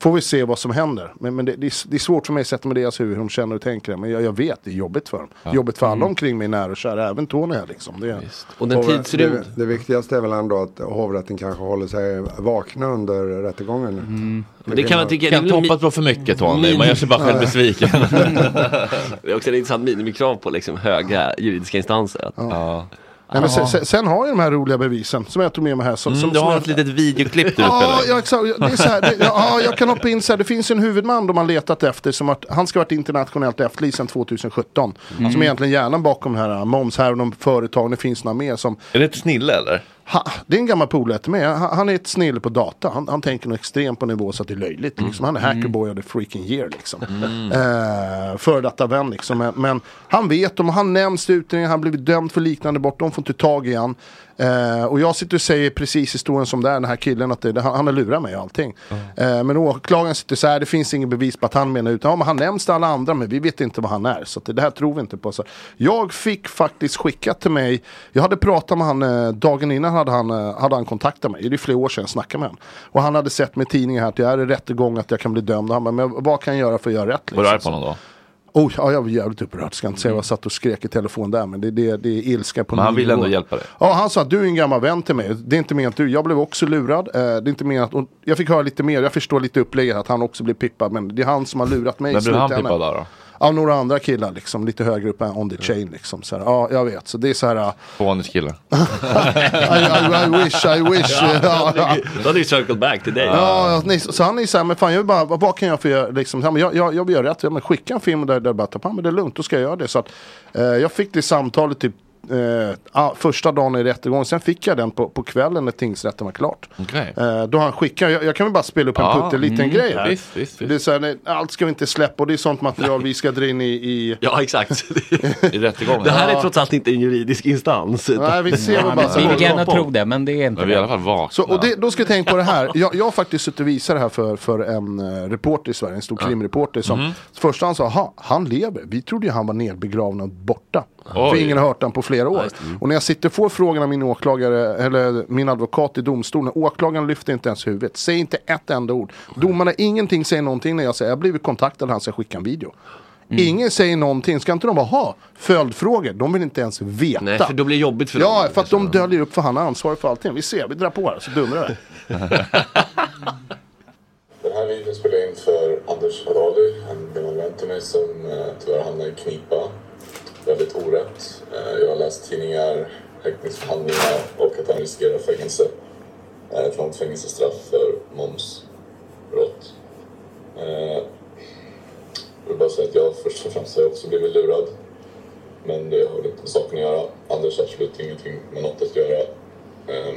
S19: får vi se vad som händer. Men, men det, det, är, det är svårt för mig att sätta mig i deras huvud, hur de känner och tänker. Men jag, jag vet, det är jobbigt för dem.
S20: Ja.
S19: Jobbigt för alla
S20: Mm.
S19: omkring mig, nära och kära, även Tony här liksom. Det,
S10: Och den tidsrymd-
S20: det, det viktigaste är väl ändå att hovrätten kanske håller sig vakna under rättegången.
S10: Men det kan man tycka-
S20: är
S10: Kan det är väl hoppas mi-
S20: på
S10: för mycket,
S16: Mm.
S10: Tony. Man gör sig bara själv
S20: Ja.
S10: besviken. det är också ett intressant minimikrav på liksom höga juridiska instanser. Att, ja.
S19: Nej, men sen, sen, sen har jag de här roliga bevisen som jag tog med mig här. Som,
S10: Mm,
S19: som,
S10: du
S19: som
S10: har
S19: jag-
S10: ett litet videoklipp du
S19: Ja,
S1: Oh,
S10: spelar.
S19: ja, exakt. Det är så här, det, ja, jag kan hoppa in så här. Det finns en huvudman de har letat efter. Som att, han ska ha varit internationellt efterlyst sedan 2017.
S1: Mm.
S19: Som är egentligen hjärnan bakom den här äh, momshärvan om företagen. Det finns några mer som...
S1: Är det ett snille eller?
S19: Ha, det är en gammal polare till mig. Han, han är ett snille på data. Han, han tänker nog extremt på nivå så att det är löjligt. Liksom. Han är hackerboy of the freaking year. Liksom. Eh, före detta vän liksom. Men, men han vet om, han nämns i utredningen, han blivit dömd för liknande brott, de får inte tag i han. Eh, och jag sitter och säger precis historien som det är, den här killen, att det, det, han, han har lurat mig och allting. Eh, men åklagaren sitter så här, det finns ingen bevis på att han menar utan ja, men han nämns till alla andra, men vi vet inte vad han är. Så att det, det här tror vi inte på. Så jag fick faktiskt skickat till mig, jag hade pratat med han, eh, dagen innan hade han, eh, hade han kontaktat mig, det är flera år sedan jag snackade med honom. Och han hade sett med tidningen här att jag är i rättegång, att jag kan bli dömd. Och Han bara, men vad kan jag göra för att göra rätt?
S5: Var du arg på honom då?
S19: Oh, ja, jag var jävligt upprörd. Ska inte säga vad jag satt och skrek i telefon där. Men det, det, det är ilska på
S5: Men han
S19: ny
S5: ville ändå
S19: nivå.
S5: hjälpa dig.
S19: Ja, han sa att du är en gammal vän till mig. Det är inte menat du. Jag blev också lurad. Eh, det är inte menat. Och jag fick höra lite mer. Jag förstår lite upplägget att han också blev pippad. Men det är han som har lurat mig. i
S5: Vem blev han
S19: slutändan.
S5: pippad av då? Mm.
S19: Av några andra killar liksom. Lite högre upp än on the chain liksom. Så här, ja, jag vet. Så det är så här. eh,
S5: Fånig kille.
S19: I, I, I wish, I wish. Ja, ja.
S10: Då hade ju circled back till dig.
S19: Ja, ja, nej, så så han är så här, men fan jag vill bara, vad, vad kan jag få göra? Liksom, han bara, jag, jag, jag vill göra rätt, ja, men skicka en film där, där bara, ta, men det är lugnt, då ska jag göra det. Så att, eh, jag fick det samtalet typ eh, ah, första dagen i rättegången, sen fick jag den på, på kvällen när tingsrätten var klart.
S1: Okej.
S19: Eh, då han skickar, jag, jag kan väl bara spela upp en
S1: Ja,
S19: putteliten
S1: mm,
S19: grej här.
S1: visst, visst, visst.
S19: Det är så här, nej, allt ska vi inte släppa och det är sånt material vi ska dra in i... i...
S10: Ja, exakt.
S19: I rättegången.
S10: Det här är trots allt inte en juridisk instans.
S19: Nej, vi ser vad bara som
S6: Vi vill
S19: håller
S6: gärna
S19: på.
S6: tro det, men det är inte det.
S10: fall vakna.
S19: Så, och det, då ska jag tänka på det här. Jag, jag har faktiskt suttit och visat det här för, för en eh, reporter i Sverige, en stor krimreporter. Som
S1: Mhm.
S19: första han sa, "Ha, han lever. Vi trodde ju han var nedbegravd och borta. För
S1: Oj.
S19: ingen har hört han på flera år. Och när jag sitter och får frågan av min åklagare, eller min advokat i domstolen. Åklagaren lyfter inte ens huvudet, säger inte ett enda ord. Domarna ingenting säger någonting när jag säger, jag har blivit kontaktad, han ska skicka en video. Ingen säger någonting, ska inte de bara ha följdfrågor? De vill inte ens veta.
S10: Nej, för då blir det jobbigt för
S19: ja,
S10: dem. liksom.
S19: för att de döljer upp för han är ansvarig för allting. Vi ser, vi drar på här så dundrar det.
S21: Den här videon spelade jag in för Anders Adali, en gammal vän till mig som eh, tyvärr hamnade i knipa. Väldigt orätt. Eh, jag har läst tidningar, häktningsförhandlingar och att han riskerar fängelse. Eh, ett långt fängelsestraff för momsbrott. Eh, jag vill bara säga att jag först och främst har jag också blivit lurad. Men det har väl inte med saken att göra. Anders har absolut ingenting med något att göra. Eh,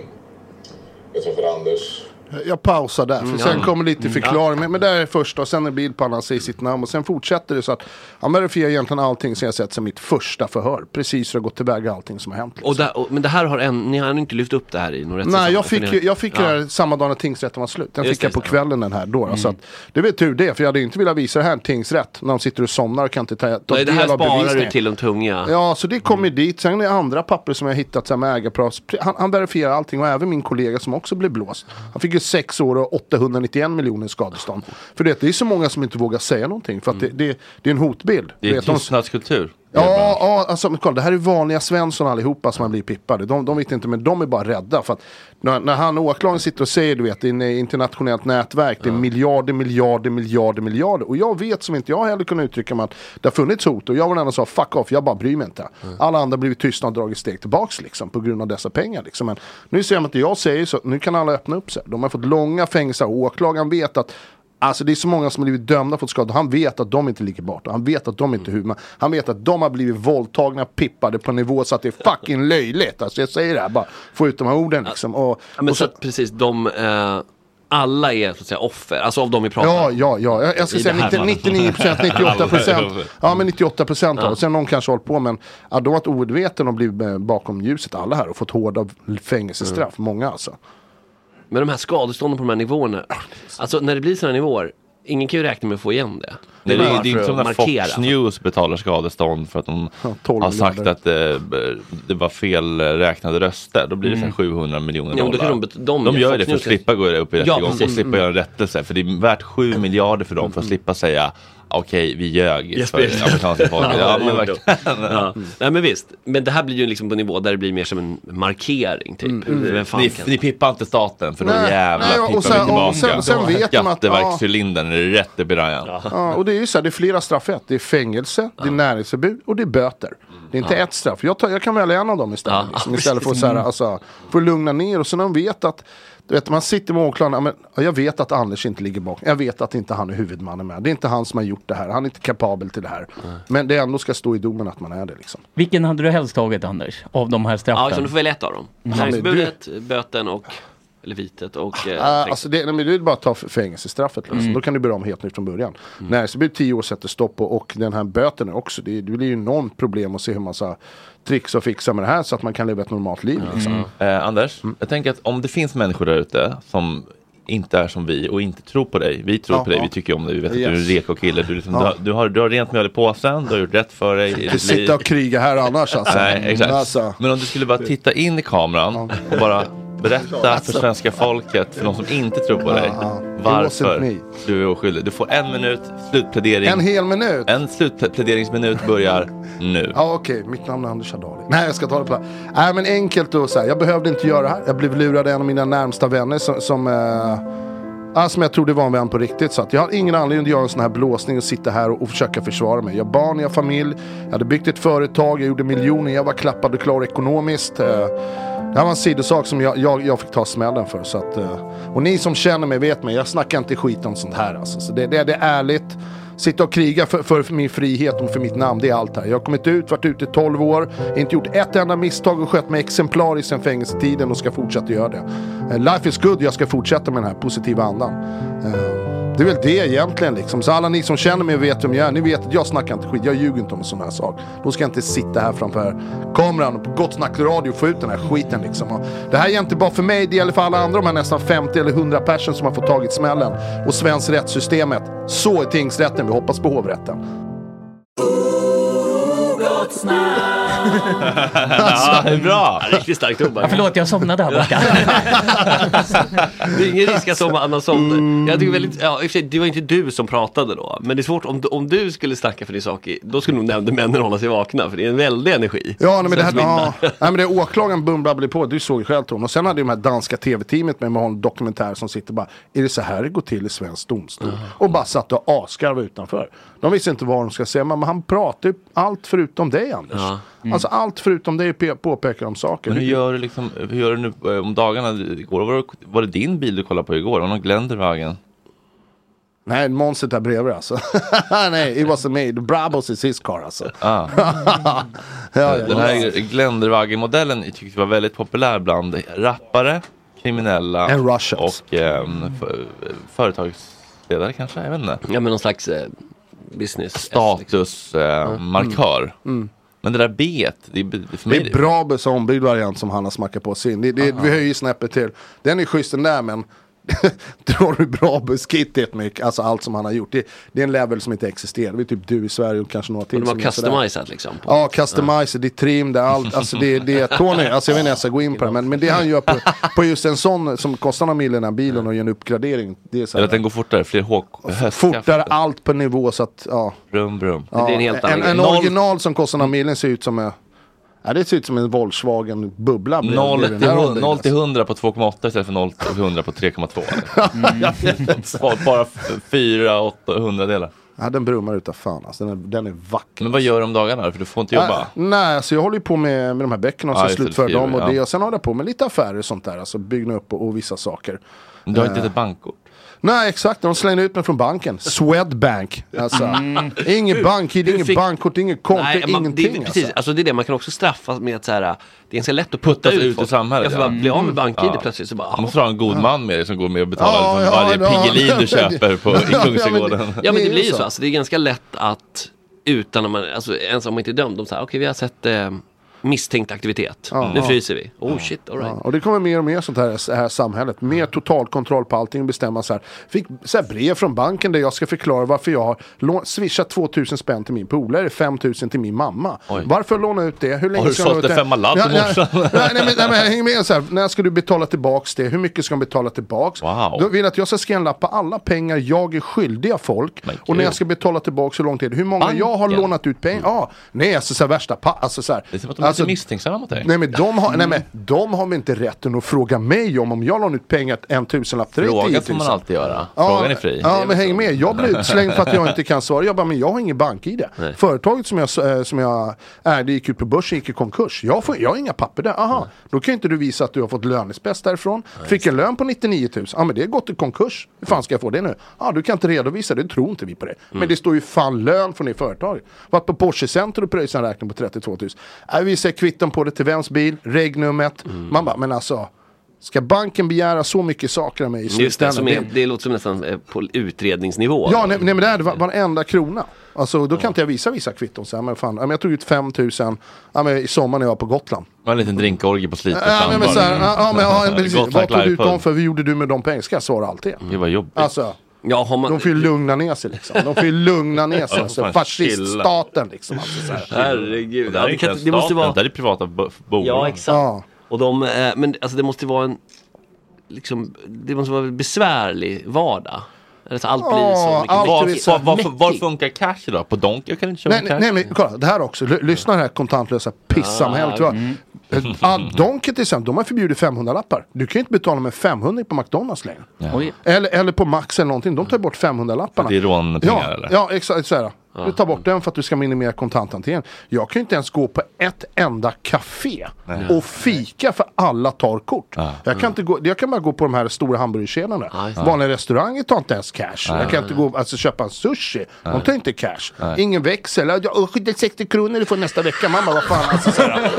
S21: jag träffade Anders
S19: Jag pausar där, för
S21: Mm.
S19: sen
S21: Ja.
S19: kommer lite
S21: Mm.
S19: förklaring. Men, men där är första, och sen en bild på honom, han säger sitt namn. Och sen fortsätter det så att han verifierar egentligen allting som jag sett sen mitt första förhör. Precis hur jag gått tillväga allting som har hänt.
S10: Och där, och, men det här har en, ni har inte lyft upp det här i någon rättssak?
S19: Nej, jag fick, ju- jag fick
S10: ja.
S19: det här samma dag när tingsrätten var slut. Den
S10: Just
S19: fick jag
S10: det, Mm.
S19: på kvällen den här då. Så att, det är väl tur det, för jag hade ju inte velat visa det här en tingsrätt. När de sitter och somnar och kan inte ta, ta
S10: Nej, det här
S19: del av
S10: sparar du
S19: bevisningen.
S10: till de tunga.
S19: Ja, så det kommer dit. Sen är det andra papper som jag hittat så här med ägarproffs. Han, han verifierar allting och även min kollega som också blev blåst. Han fick ju 6 år och 891 miljoner i skadestånd. För det, det är så många som inte vågar säga någonting för att det, det, det är en hotbild.
S1: Det är
S19: Vet de-
S1: tystnadskultur.
S19: Ja, ja alltså, men kolla, det här är vanliga Svensson allihopa som har blivit pippade. De, de vet inte, men de är bara rädda. För att när, när han och åklagaren sitter och säger, du vet, det är ett internationellt nätverk, det är miljarder, miljarder, miljarder, miljarder. Och jag vet, som inte jag heller kunde uttrycka mig, att det har funnits hot. Och jag var den enda som sa, fuck off, jag bara bryr mig inte. Alla andra har blivit tysta och dragit steg tillbaks liksom, på grund av dessa pengar. Liksom. Men nu ser man att jag säger så, nu kan alla öppna upp sig. De har fått långa fängelser och åklagaren vet att Alltså det är så många som har blivit dömda för skador. Han vet att de inte ligger borta. Han vet att de inte är huvudmän. Han vet att de har blivit våldtagna, pippade på en nivå så att det är fucking löjligt. Alltså jag säger det här bara. Få ut de här orden liksom. Och,
S10: Ja, Men så, att precis, de, eh, alla är så att säga offer, alltså av de vi pratar
S19: Ja, ja, ja. Jag, jag ska
S10: I
S19: säga
S10: det här
S19: 90,
S10: fallet.
S19: 99 procent, 98 procent. Ja, men 98 procent av
S10: Ja.
S19: det. Sen någon kanske hållit på, men ja, de har varit oedveten och blivit eh, bakom ljuset, alla här, och fått hårda fängelsestraff.
S10: Mm.
S19: Många alltså.
S10: Men de här skadestånden på de här nivåerna. Alltså när det blir sådana nivåer, ingen kan ju räkna med att få igen det.
S1: Det är, det
S10: bara
S1: är
S10: för
S1: inte som
S10: att
S1: när Fox
S19: alltså.
S10: markera.
S1: News betalar skadestånd för att de
S10: Ja, 12
S1: har sagt
S10: miljarder.
S1: att eh, b- det var fel eh, räknade röster. Då blir det
S10: Mm.
S1: mm. 700 miljoner
S10: Ja, men då
S1: dollar.
S10: kan de bet- de-
S1: gör
S10: Fox
S1: det för att
S10: News-
S1: slippa gå upp i
S10: Ja,
S1: rättegång och
S10: precis.
S1: slippa
S10: Mm.
S1: göra en rättelse. För det är värt 7 miljarder för dem för att slippa säga okej, vi ljög
S10: Jag
S1: för
S10: spelar-
S1: amerikanska folket. Ja, men verkligen.
S10: ja. Nej men visst, men det här blir ju liksom på en nivå där det blir mer som en markering typ.
S19: Mm, mm.
S10: Vem fan
S1: Ni-
S10: kan-
S1: ni pippar inte staten för då
S19: Nej,
S1: jävlar
S19: nej, och
S1: pippar vi
S19: sen- och
S1: tillbaka.
S19: sen- sen vet de att-
S1: Skatteverkscylindern är rätt upp i ryan.
S19: Ja, och det är ju så här, det är flera straff i ett. Det är fängelse, det är näringsförbud och det är böter. Det är inte
S1: Ja.
S19: ett straff. Jag, tar, jag kan välja en av dem istället. liksom, istället för att, så här,
S1: Mm.
S19: alltså, för att lugna ner och så när de vet att du vet, man sitter med åklagaren, ja, men, ja, jag vet att Anders inte ligger bakom, jag vet att inte han är huvudmannen med, det är inte han som har gjort det här, han är inte kapabel till det här. Men det ändå ska stå i domen att man är det liksom.
S6: Vilken hade du helst tagit Anders? Av de här straffen?
S10: Ja, så du får välja ett av dem.
S19: Mm.
S10: Näringsförbudet, böten och, eller vitet och... eh,
S19: Uh,
S1: Ah.
S19: alltså det, nej, men det är bara att ta fängelsestraffet. Liksom.
S10: Mm.
S19: Då kan du börja om helt nytt från början. Näringsförbud, tio år sätter stopp och, och den här böten är också. Det, det blir ju enormt problem att se hur man så här, trixar och fixar med det här så att man kan leva ett normalt liv. Liksom.
S10: Mm.
S1: Eh, Anders, jag tänker att om det finns människor där ute som inte är som vi och inte tror på dig. Vi tror
S19: Ja,
S1: på dig,
S19: ja.
S1: vi tycker om dig, vi vet att du är en
S19: Yes.
S1: reko kille. Du, liksom,
S19: Ja.
S1: du, har, du, har, du har rent mjöl i påsen, du har gjort rätt för dig. i ditt
S19: Inte
S1: liv.
S19: sitta och kriga här annars alltså.
S1: Nej, exakt.
S19: Alltså.
S1: Men om du skulle bara titta in i kameran och bara berätta
S19: Alltså.
S1: för svenska folket, för de som inte tror på dig, varför du är oskyldig. Du får en minut slutplädering.
S19: En hel minut?
S1: En slutpläderingsminut börjar nu.
S19: Ja okej, mitt namn är Anders Adali. Nej jag ska ta det på det här. Nej men enkelt och så här, jag behövde inte göra det här. Jag blev lurad av en av mina närmsta vänner som, som eh, Ja, som jag trodde var en vän på riktigt. Så att jag har ingen anledning att göra en sån här blåsning och sitta här och, och försöka försvara mig. Jag har barn, jag har familj, jag hade byggt ett företag, jag gjorde miljoner, jag var klappad och klar ekonomiskt. Eh, Det här var en sidosak som jag, jag, jag fick ta smällen för. Så att, eh, och ni som känner mig vet mig, jag snackar inte skit om sånt här. Alltså. Så det, det, det är ärligt. Sitta och kriga för, för min frihet och för mitt namn, det är allt här. Jag har kommit ut, varit ute i 12 år, inte gjort ett enda misstag och skött mig exemplariskt sen fängelsetiden och ska fortsätta göra det. Eh, Life is good, jag ska fortsätta med den här positiva andan. Eh, Det är väl det egentligen liksom. Så alla ni som känner mig och vet vem jag är, ni vet att jag snackar inte skit, jag ljuger inte om sådana här saker. Då ska jag inte sitta här framför kameran och på Gott Snack Radio och få ut den här skiten liksom. Och det här är inte bara för mig, det gäller för alla andra de här nästan 50 eller 100 personer som har fått tagit smällen. Och svenskt rättssystemet. Så är tingsrätten, vi hoppas på hovrätten.
S1: ja, det är bra.
S10: Riktigt starkt tobak.
S6: Ja, förlåt, jag somnade här borta.
S10: Det är ingen risk att som annan
S19: Mm.
S10: sålde. Jag tycker väldigt, ja, i och för sig, det var inte du som pratade då. Men det är svårt, om, du- om du skulle snacka för din sak, i- då skulle nog nämndemännen hålla sig vakna. För det är en väldig
S1: Typ.
S10: energi.
S19: Ja, nej, men det här,
S10: Som smittar.
S19: ja, nej, men det är åklagaren bumblade på, du såg ju själv Tom. Och sen hade ju de här danska tv-teamet med mig en dokumentär som sitter bara, är det så här det går till i svensk domstol? Och bara satt och asgarvade utanför. De visste inte vad de ska säga, men han pratar ju allt förutom dig Anders.
S1: Ja. Mm.
S19: Alltså allt förutom dig pe- påpekar de saker.
S1: Men hur
S19: Hur-
S1: gör du, liksom, hur gör du nu eh, om dagarna? Igår, var, det, var det din bil du kollade på igår? Var det någon Glenderwagen?
S19: Nej, monstret där bredvid alltså. nej, it wasn't me. The Brabos is his car alltså.
S1: Ah.
S19: ja, ja,
S1: Den här Glenderwagen-modellen tyckte jag var väldigt populär bland rappare, kriminella
S19: And
S1: och ehm, f- företagsledare kanske. Jag vet inte.
S10: Ja, men någon slags business.
S1: Statusmarkör.
S19: Mm.
S1: eh, Men det där B, det är, b- för
S19: Det
S1: mig,
S19: är Brabus ombyggd variant som han har smackat på sin. Det, det, vi höjer snäppet till. Den är schysst den där men drar du Brabus-kittet mycket, alltså allt som han har gjort. Det, det är en level som inte existerar. Det är typ du i Sverige och kanske några till.
S10: Och de har
S19: som är sådär.
S10: customizerat liksom.
S19: Ja, customizer, det är trim, det är allt. Alltså det, det är Tony, alltså jag vet inte jag ska gå in på det. Men, men det han gör på, på just en sån som kostar några mil den här bilen och gör en uppgradering. Det är så
S1: eller
S19: här,
S1: att den går fortare, fler håk, höstkaffe.
S19: fortare allt på nivå så att ja.
S1: Brum, brum.
S19: Ja, en, en original som kostar några milen ser ut som en... Ja, det ser ut som en Volkswagen bubbla. blir- blir den här alltså.
S1: 0
S19: ombyggnaden.
S1: till 100 på 2,8 istället för 0 till 100 på 3,2. Mm. Bara 4 800 delar.
S19: Ja, den brummar utav fan alltså. Den är, den är vacker.
S1: Men vad gör du om dagarna? För du får inte jobba.
S19: Äh, nej, så jag håller ju på med, med de här böckerna och
S1: Ja,
S19: så
S1: just det,
S19: slutför
S1: skriver,
S19: dem. Och
S1: ja.
S19: det, och sen håller jag på med lite affärer och sånt där. Alltså byggnad upp och, och vissa saker.
S1: Du har inte
S19: Eh,
S1: ett bankkort?
S19: Nej exakt, de slängde ut mig från banken. Swedbank. Alltså.
S10: Mm.
S19: Ingen
S10: Hur-
S19: bank-id,
S10: hur
S19: inget
S10: fick-
S19: bankkort, inget konto,
S10: Nej, man,
S19: ingenting.
S10: det, är-
S19: alltså.
S10: precis, alltså. det är det, man kan också straffas med att så här, det är ganska lätt att putta
S1: Puttas
S10: ut,
S1: ut ur
S10: folk.
S1: samhället.
S10: Jag får bara bli av med bank-id
S1: Ja.
S10: plötsligt. Så bara,
S1: Du måste ha en god man med dig som går med och betalar
S10: Ja,
S1: för
S10: ja,
S1: varje
S10: ja.
S1: pigelin du köper på, i Kungsträdgården.
S10: Ja men det blir ju så, alltså, det är ganska lätt att utan att man, alltså, ens om man inte är dömd, de säger okej vi har sett eh, misstänkt aktivitet,
S19: Ja.
S10: nu
S19: Ja.
S10: fryser vi. Oh shit, all right.
S19: Ja, och det kommer mer och mer sånt här, så här samhället. Mer total kontroll på allting och bestämma så här. Fick så här brev från banken där jag ska förklara varför jag har lå- swishat 2000 spänn till min polare, 5000 till min mamma. Varför låna ut det? Hur länge
S1: Har du
S19: ska jag
S1: sålt
S19: låna ut
S1: en femma-ladd till
S19: Ja, ja.
S1: morsan?
S19: Nej, nej, men- nej, men häng med så här. När ska du betala tillbaks det? Hur mycket ska de betala tillbaks?
S1: Wow.
S19: Du vill att jag ska skrämlappa alla pengar jag är skyldiga folk. Och när jag ska betala tillbaks hur lång tid? Hur många jag har
S1: Banken.
S19: lånat ut pengar? Ja, nej alltså så här värsta pa- alltså, så här.
S1: Det är som att de är
S19: Alltså,
S1: lite misstänksamma mot dig. Mm.
S19: Nej men de har, nej, men de har väl inte rätten att fråga mig om, om jag lånar ut pengar en tusenlapp till dig,
S1: Fråga
S19: 10
S1: får
S19: 000.
S1: man alltid göra.
S19: typ Ja,
S1: Frågan är fri.
S19: Ja men häng med, jag blir utslängd för att jag inte kan svara. Jag bara, men jag har ingen bank-id. Företaget som jag, s- eh, som jag ägde gick ut på börsen, gick i konkurs. Jag, får, jag har inga papper där. Aha, då kan ju inte du visa att du har fått lönespäst därifrån. Fick en lön på 99 000. Ja men det har gått i konkurs. Hur fan ska jag få det nu? Ja du kan inte redovisa det, tror inte vi på det. Men det står ju fan lön från det företaget. Varit på Porsche Center och pröjsat en räkning på 32 000. Äh, vi ser kvitton på det till vems bil, regnumret. Man bara, men alltså. Ska banken begära så mycket saker av mig i
S10: Just det,
S19: slutändan?
S10: som
S19: Det-
S10: är, det låter som nästan eh, på utredningsnivå.
S19: Ja, nej, nej men det är var- varenda krona. Alltså då kan inte jag visa vissa kvitton. Så här, men fan, ja, men jag tog ut 5 000 ja, men i sommar när jag var på Gotland.
S1: Det var en liten drinkorgie på Slite.
S19: Ja, men, men, så här, ja, ja, men, ja,
S1: Mm.
S19: precis.
S1: Gotland
S19: Vad tog du ut
S1: Live
S19: dem
S1: Pub.
S19: för? Hur gjorde du med de pengarna? Ska jag svara allt det?
S1: Det var jobbigt.
S19: Alltså,
S10: Ja, har man...
S19: de får ju lugna ner sig liksom. De får ju lugna ner sig.
S1: Ja,
S19: Alltså,
S1: fan,
S19: fasciststaten liksom. Alltså, så här.
S10: Herregud.
S1: Det, här är
S10: Ja, det
S1: inte
S10: kan-
S1: ens
S10: det måste
S1: staten,
S10: vara-
S1: Det här är privata bo- bolag.
S10: Ja, exakt. Och de, eh, men alltså det måste ju vara en, liksom, det måste vara en besvärlig vardag. Alltså allt blir så mycket mäktigt.
S1: var, var, var, var funkar cash då? På Donk? Jag kan inte köpa
S19: Nej,
S1: cash.
S19: nej, nej men kolla, det här också. L- lyssna på det här kontantlösa pissamhället.
S1: Ah,
S19: Ah, mm. Donken till exempel, de har förbjudit 500-lappar. Du kan ju inte betala med 500 på McDonalds längre.
S1: Oj.
S19: Eller, eller på Max eller någonting. De tar bort 500-lapparna.
S1: Det är rånpengar
S19: ja,
S1: eller?
S19: Ja, exakt. Så här.
S1: Ja.
S19: Du tar bort den för att du ska minimera kontanthanteringen. Jag kan ju inte ens gå på ett enda café
S1: Nej. Mm.
S19: och fika för alla tar kort. Jag, kan inte gå, jag kan bara gå på de här stora hamburgerkedjorna.
S1: det.
S19: Vanliga restauranger tar inte ens cash.
S1: Nej.
S19: Jag kan inte gå alltså, köpa en sushi.
S1: Nej.
S19: De tar inte cash.
S1: Nej.
S19: Ingen växel. Ja, och 60 kronor du får nästa vecka. Mamma, vad fan alltså. Så här.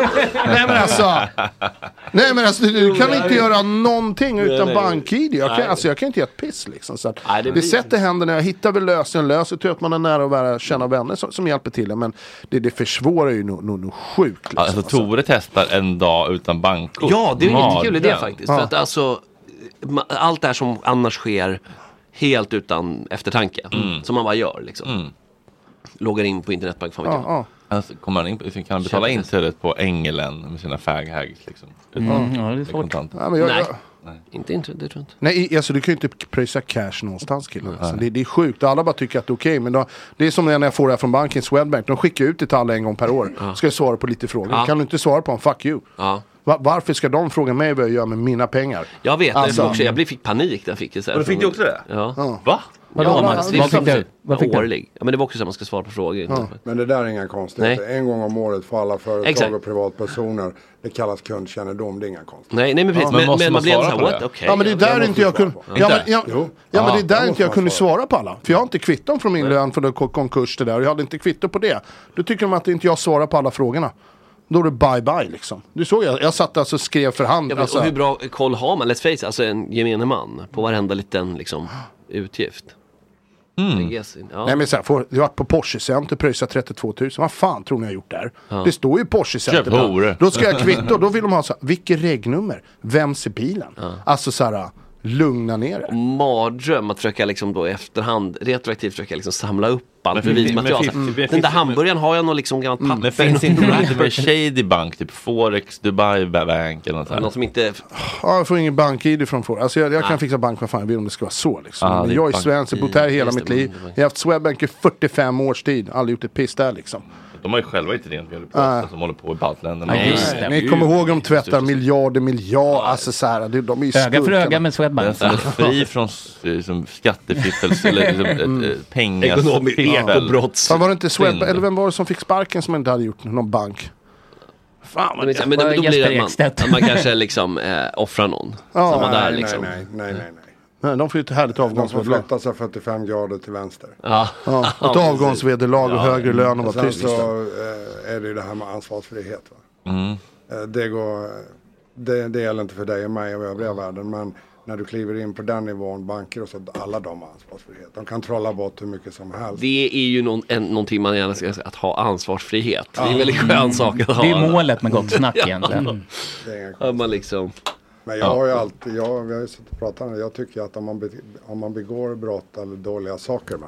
S19: Nej men alltså. Nej men alltså du kan inte göra någonting
S16: Nej,
S19: utan
S16: nej.
S19: bank-id. Jag
S16: Nej.
S19: kan, alltså, jag kan inte göra ett piss liksom. Så att
S16: det
S19: det,
S16: blir-
S19: sätter händerna, jag hittar väl lösningen, löser tur att man är nära och vära känna vänner som, som hjälper till. Men det, det försvårar ju nog no, no sjukt.
S1: Ja, Alltså Tore testar en dag utan bankkort.
S10: Ja, det är ju en jättekul idé
S1: Mardröm.
S10: faktiskt. För att alltså, ma- allt det här som annars sker helt utan eftertanke,
S1: Mm.
S10: som man bara gör liksom. Loggar in på internetbank, fan vet jag.
S1: Alltså, kommer han in, på- kan han betala in stödet på Engelen med sina fag hags liksom? Utan-
S10: Mm, ja, det är
S1: med
S10: svårt.
S1: kontanter.
S19: Ja, men jag-
S10: Nej.
S19: jag-
S10: Nej. Inte, inte, det tror jag inte.
S19: Nej, i- alltså du kan ju inte pröjsa cash någonstans killen. Alltså, det, det är sjukt. Alla bara tycker att det är okej. men då, det är som när jag får det här från banken, Swedbank. De skickar ut det till alla en gång per år. Ska jag svara på lite frågor.
S10: Ja.
S19: Kan du inte svara på en fuck you?
S10: Ja.
S19: Va- varför ska de fråga mig vad jag gör med mina pengar?
S10: Jag vet,
S19: Alltså-
S10: jag, också, jag blev- fick panik när jag fick det. Så här,
S19: Och då fick
S10: från-
S19: du också det?
S10: Ja.
S19: Ja.
S1: Va?
S19: Vadå?
S10: Ja,
S19: Vad-
S10: man,
S19: vad fick du?
S10: Vad
S19: Vad
S10: fick
S19: fick du?
S10: Årlig. Ja, men det var också så att man ska svara på frågor.
S20: Ja, men det där är inga konstigheter. En gång om året för alla företag
S10: Exakt.
S20: och privatpersoner. Det kallas kundkännedom, det är inga konstigheter.
S10: Nej, nej men precis. Men, men man blir ändå så här, what? Okej.
S19: ja men det är där
S20: måste
S19: inte jag
S20: svara
S19: kunde...
S20: på.
S19: Ja,
S20: Inte?
S19: men, jag,
S20: Jo.
S19: ja, men
S20: Ja,
S19: det
S20: jag
S19: är där
S20: måste
S19: inte jag
S20: man
S19: kunde
S20: svara.
S19: svara på alla. För jag har inte kvitton från min lön för det var konkurs det där. Och jag hade inte kvitto på det. Då tycker de att inte jag svarar på alla frågorna. Då är det bye bye liksom. Du såg jag, jag satt alltså och skrev för hand.
S10: Ja, men,
S19: alltså.
S10: och hur bra koll har man, let's face it, alltså en gemene man på varenda liten liksom, utgift?
S20: Mm.
S10: I guess, ja.
S19: Nej men så här, får, jag har varit på Porsche Center, pröjsat 32 000. Vad fan tror ni jag har gjort där?
S10: Ja.
S19: Det står ju Porsche Center.
S1: Köp
S19: där.
S1: horor.
S19: Då ska jag kvitto, då vill de ha så här, vilket regnummer? Vems är bilen? Alltså så här, lugna ner er.
S10: Mardröm att försöka liksom då i efterhand, retroaktivt försöka liksom samla upp allt
S1: Men fin-
S10: bevismaterial.
S1: men
S10: Så
S1: fin-
S10: här,
S1: men
S10: Den där
S1: finns-
S10: hamburgaren har jag någon liksom gammalt
S19: Mm.
S10: papper.
S1: Men finns inte någon lite mer shady bank, typ Forex, Dubai Bank eller något sånt?
S10: Något som inte...
S19: Ja, jag får ingen bank-id från Ford. Alltså jag, jag
S10: Ah.
S19: kan fixa bank vad fan jag vill om det ska vara så liksom.
S1: Ah, det
S19: men
S1: är
S19: jag är
S1: bank-
S19: svensk, jag har bott här hela
S1: Just det,
S19: mitt liv.
S1: bank-
S19: Jag har haft Swedbank i 45 års tid, aldrig gjort ett piss där liksom.
S1: De har ju själva inte rent mjöl i
S19: Ah.
S1: påsen som håller på i baltländerna.
S19: Nej, ni kommer ihåg de tvättar miljarder, miljarder, alltså så här, de, de är ju skurkarna.
S1: Den som är fri från s- liksom, skattefiffel eller liksom,
S19: Mm.
S1: ett, ett, pengar.
S19: Ekonomisk
S10: ekobrotts-
S19: Fan, var det inte Swedbank,
S1: Synd.
S19: eller vem var det som fick sparken som inte hade gjort någon bank? Fan
S10: Men, men, men då blir det att man, att man kanske liksom eh, offrar någon.
S19: Ja,
S10: som var
S19: nej,
S10: där
S19: nej,
S10: liksom.
S20: Nej, nej, nej.
S19: Nej, de får ju ett härligt
S20: De får
S19: avgångsvederlag.
S20: flytta sig 45 grader till vänster.
S10: Ja.
S19: Ja, ett
S20: precis.
S19: avgångsvederlag och högre lön och bara
S20: sen
S19: tyst
S20: så eh, är det ju det här med ansvarsfrihet. Va?
S19: Mm.
S20: Eh, Det, går, det, det gäller inte för dig och mig och
S19: Mm.
S20: övriga världen. Men när du kliver in på den nivån, banker och så, alla de har ansvarsfrihet. De kan trolla bort hur mycket som helst.
S10: Eh, Det är ju någon, en, någonting man gärna ska säga, att ha ansvarsfrihet. Det är
S20: Ja.
S10: en väldigt skön sak att ha.
S20: Det är målet med gott snack
S10: Ja.
S20: egentligen. Det är inga
S10: Ja, man liksom...
S20: Men jag har ju alltid, jag, vi har ju suttit och pratat om det, jag tycker att om man, be, om man begår brott eller dåliga saker, va,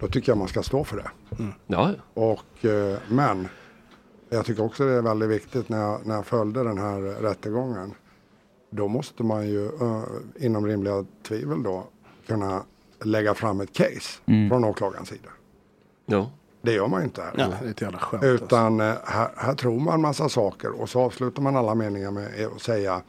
S20: då tycker jag man ska stå för det.
S10: Mm. Ja,
S20: Och, eh, men jag tycker också det är väldigt viktigt när jag, när jag följde den här rättegången. Då måste man ju eh, inom rimliga tvivel då kunna lägga fram ett case
S19: Mm.
S20: från åklagarens sida.
S10: Ja.
S20: Det gör man ju inte här.
S19: Ja, det är ett jävla skämt. alltså.
S20: Utan eh, här, här tror man massa saker och så avslutar man alla meningar med att säga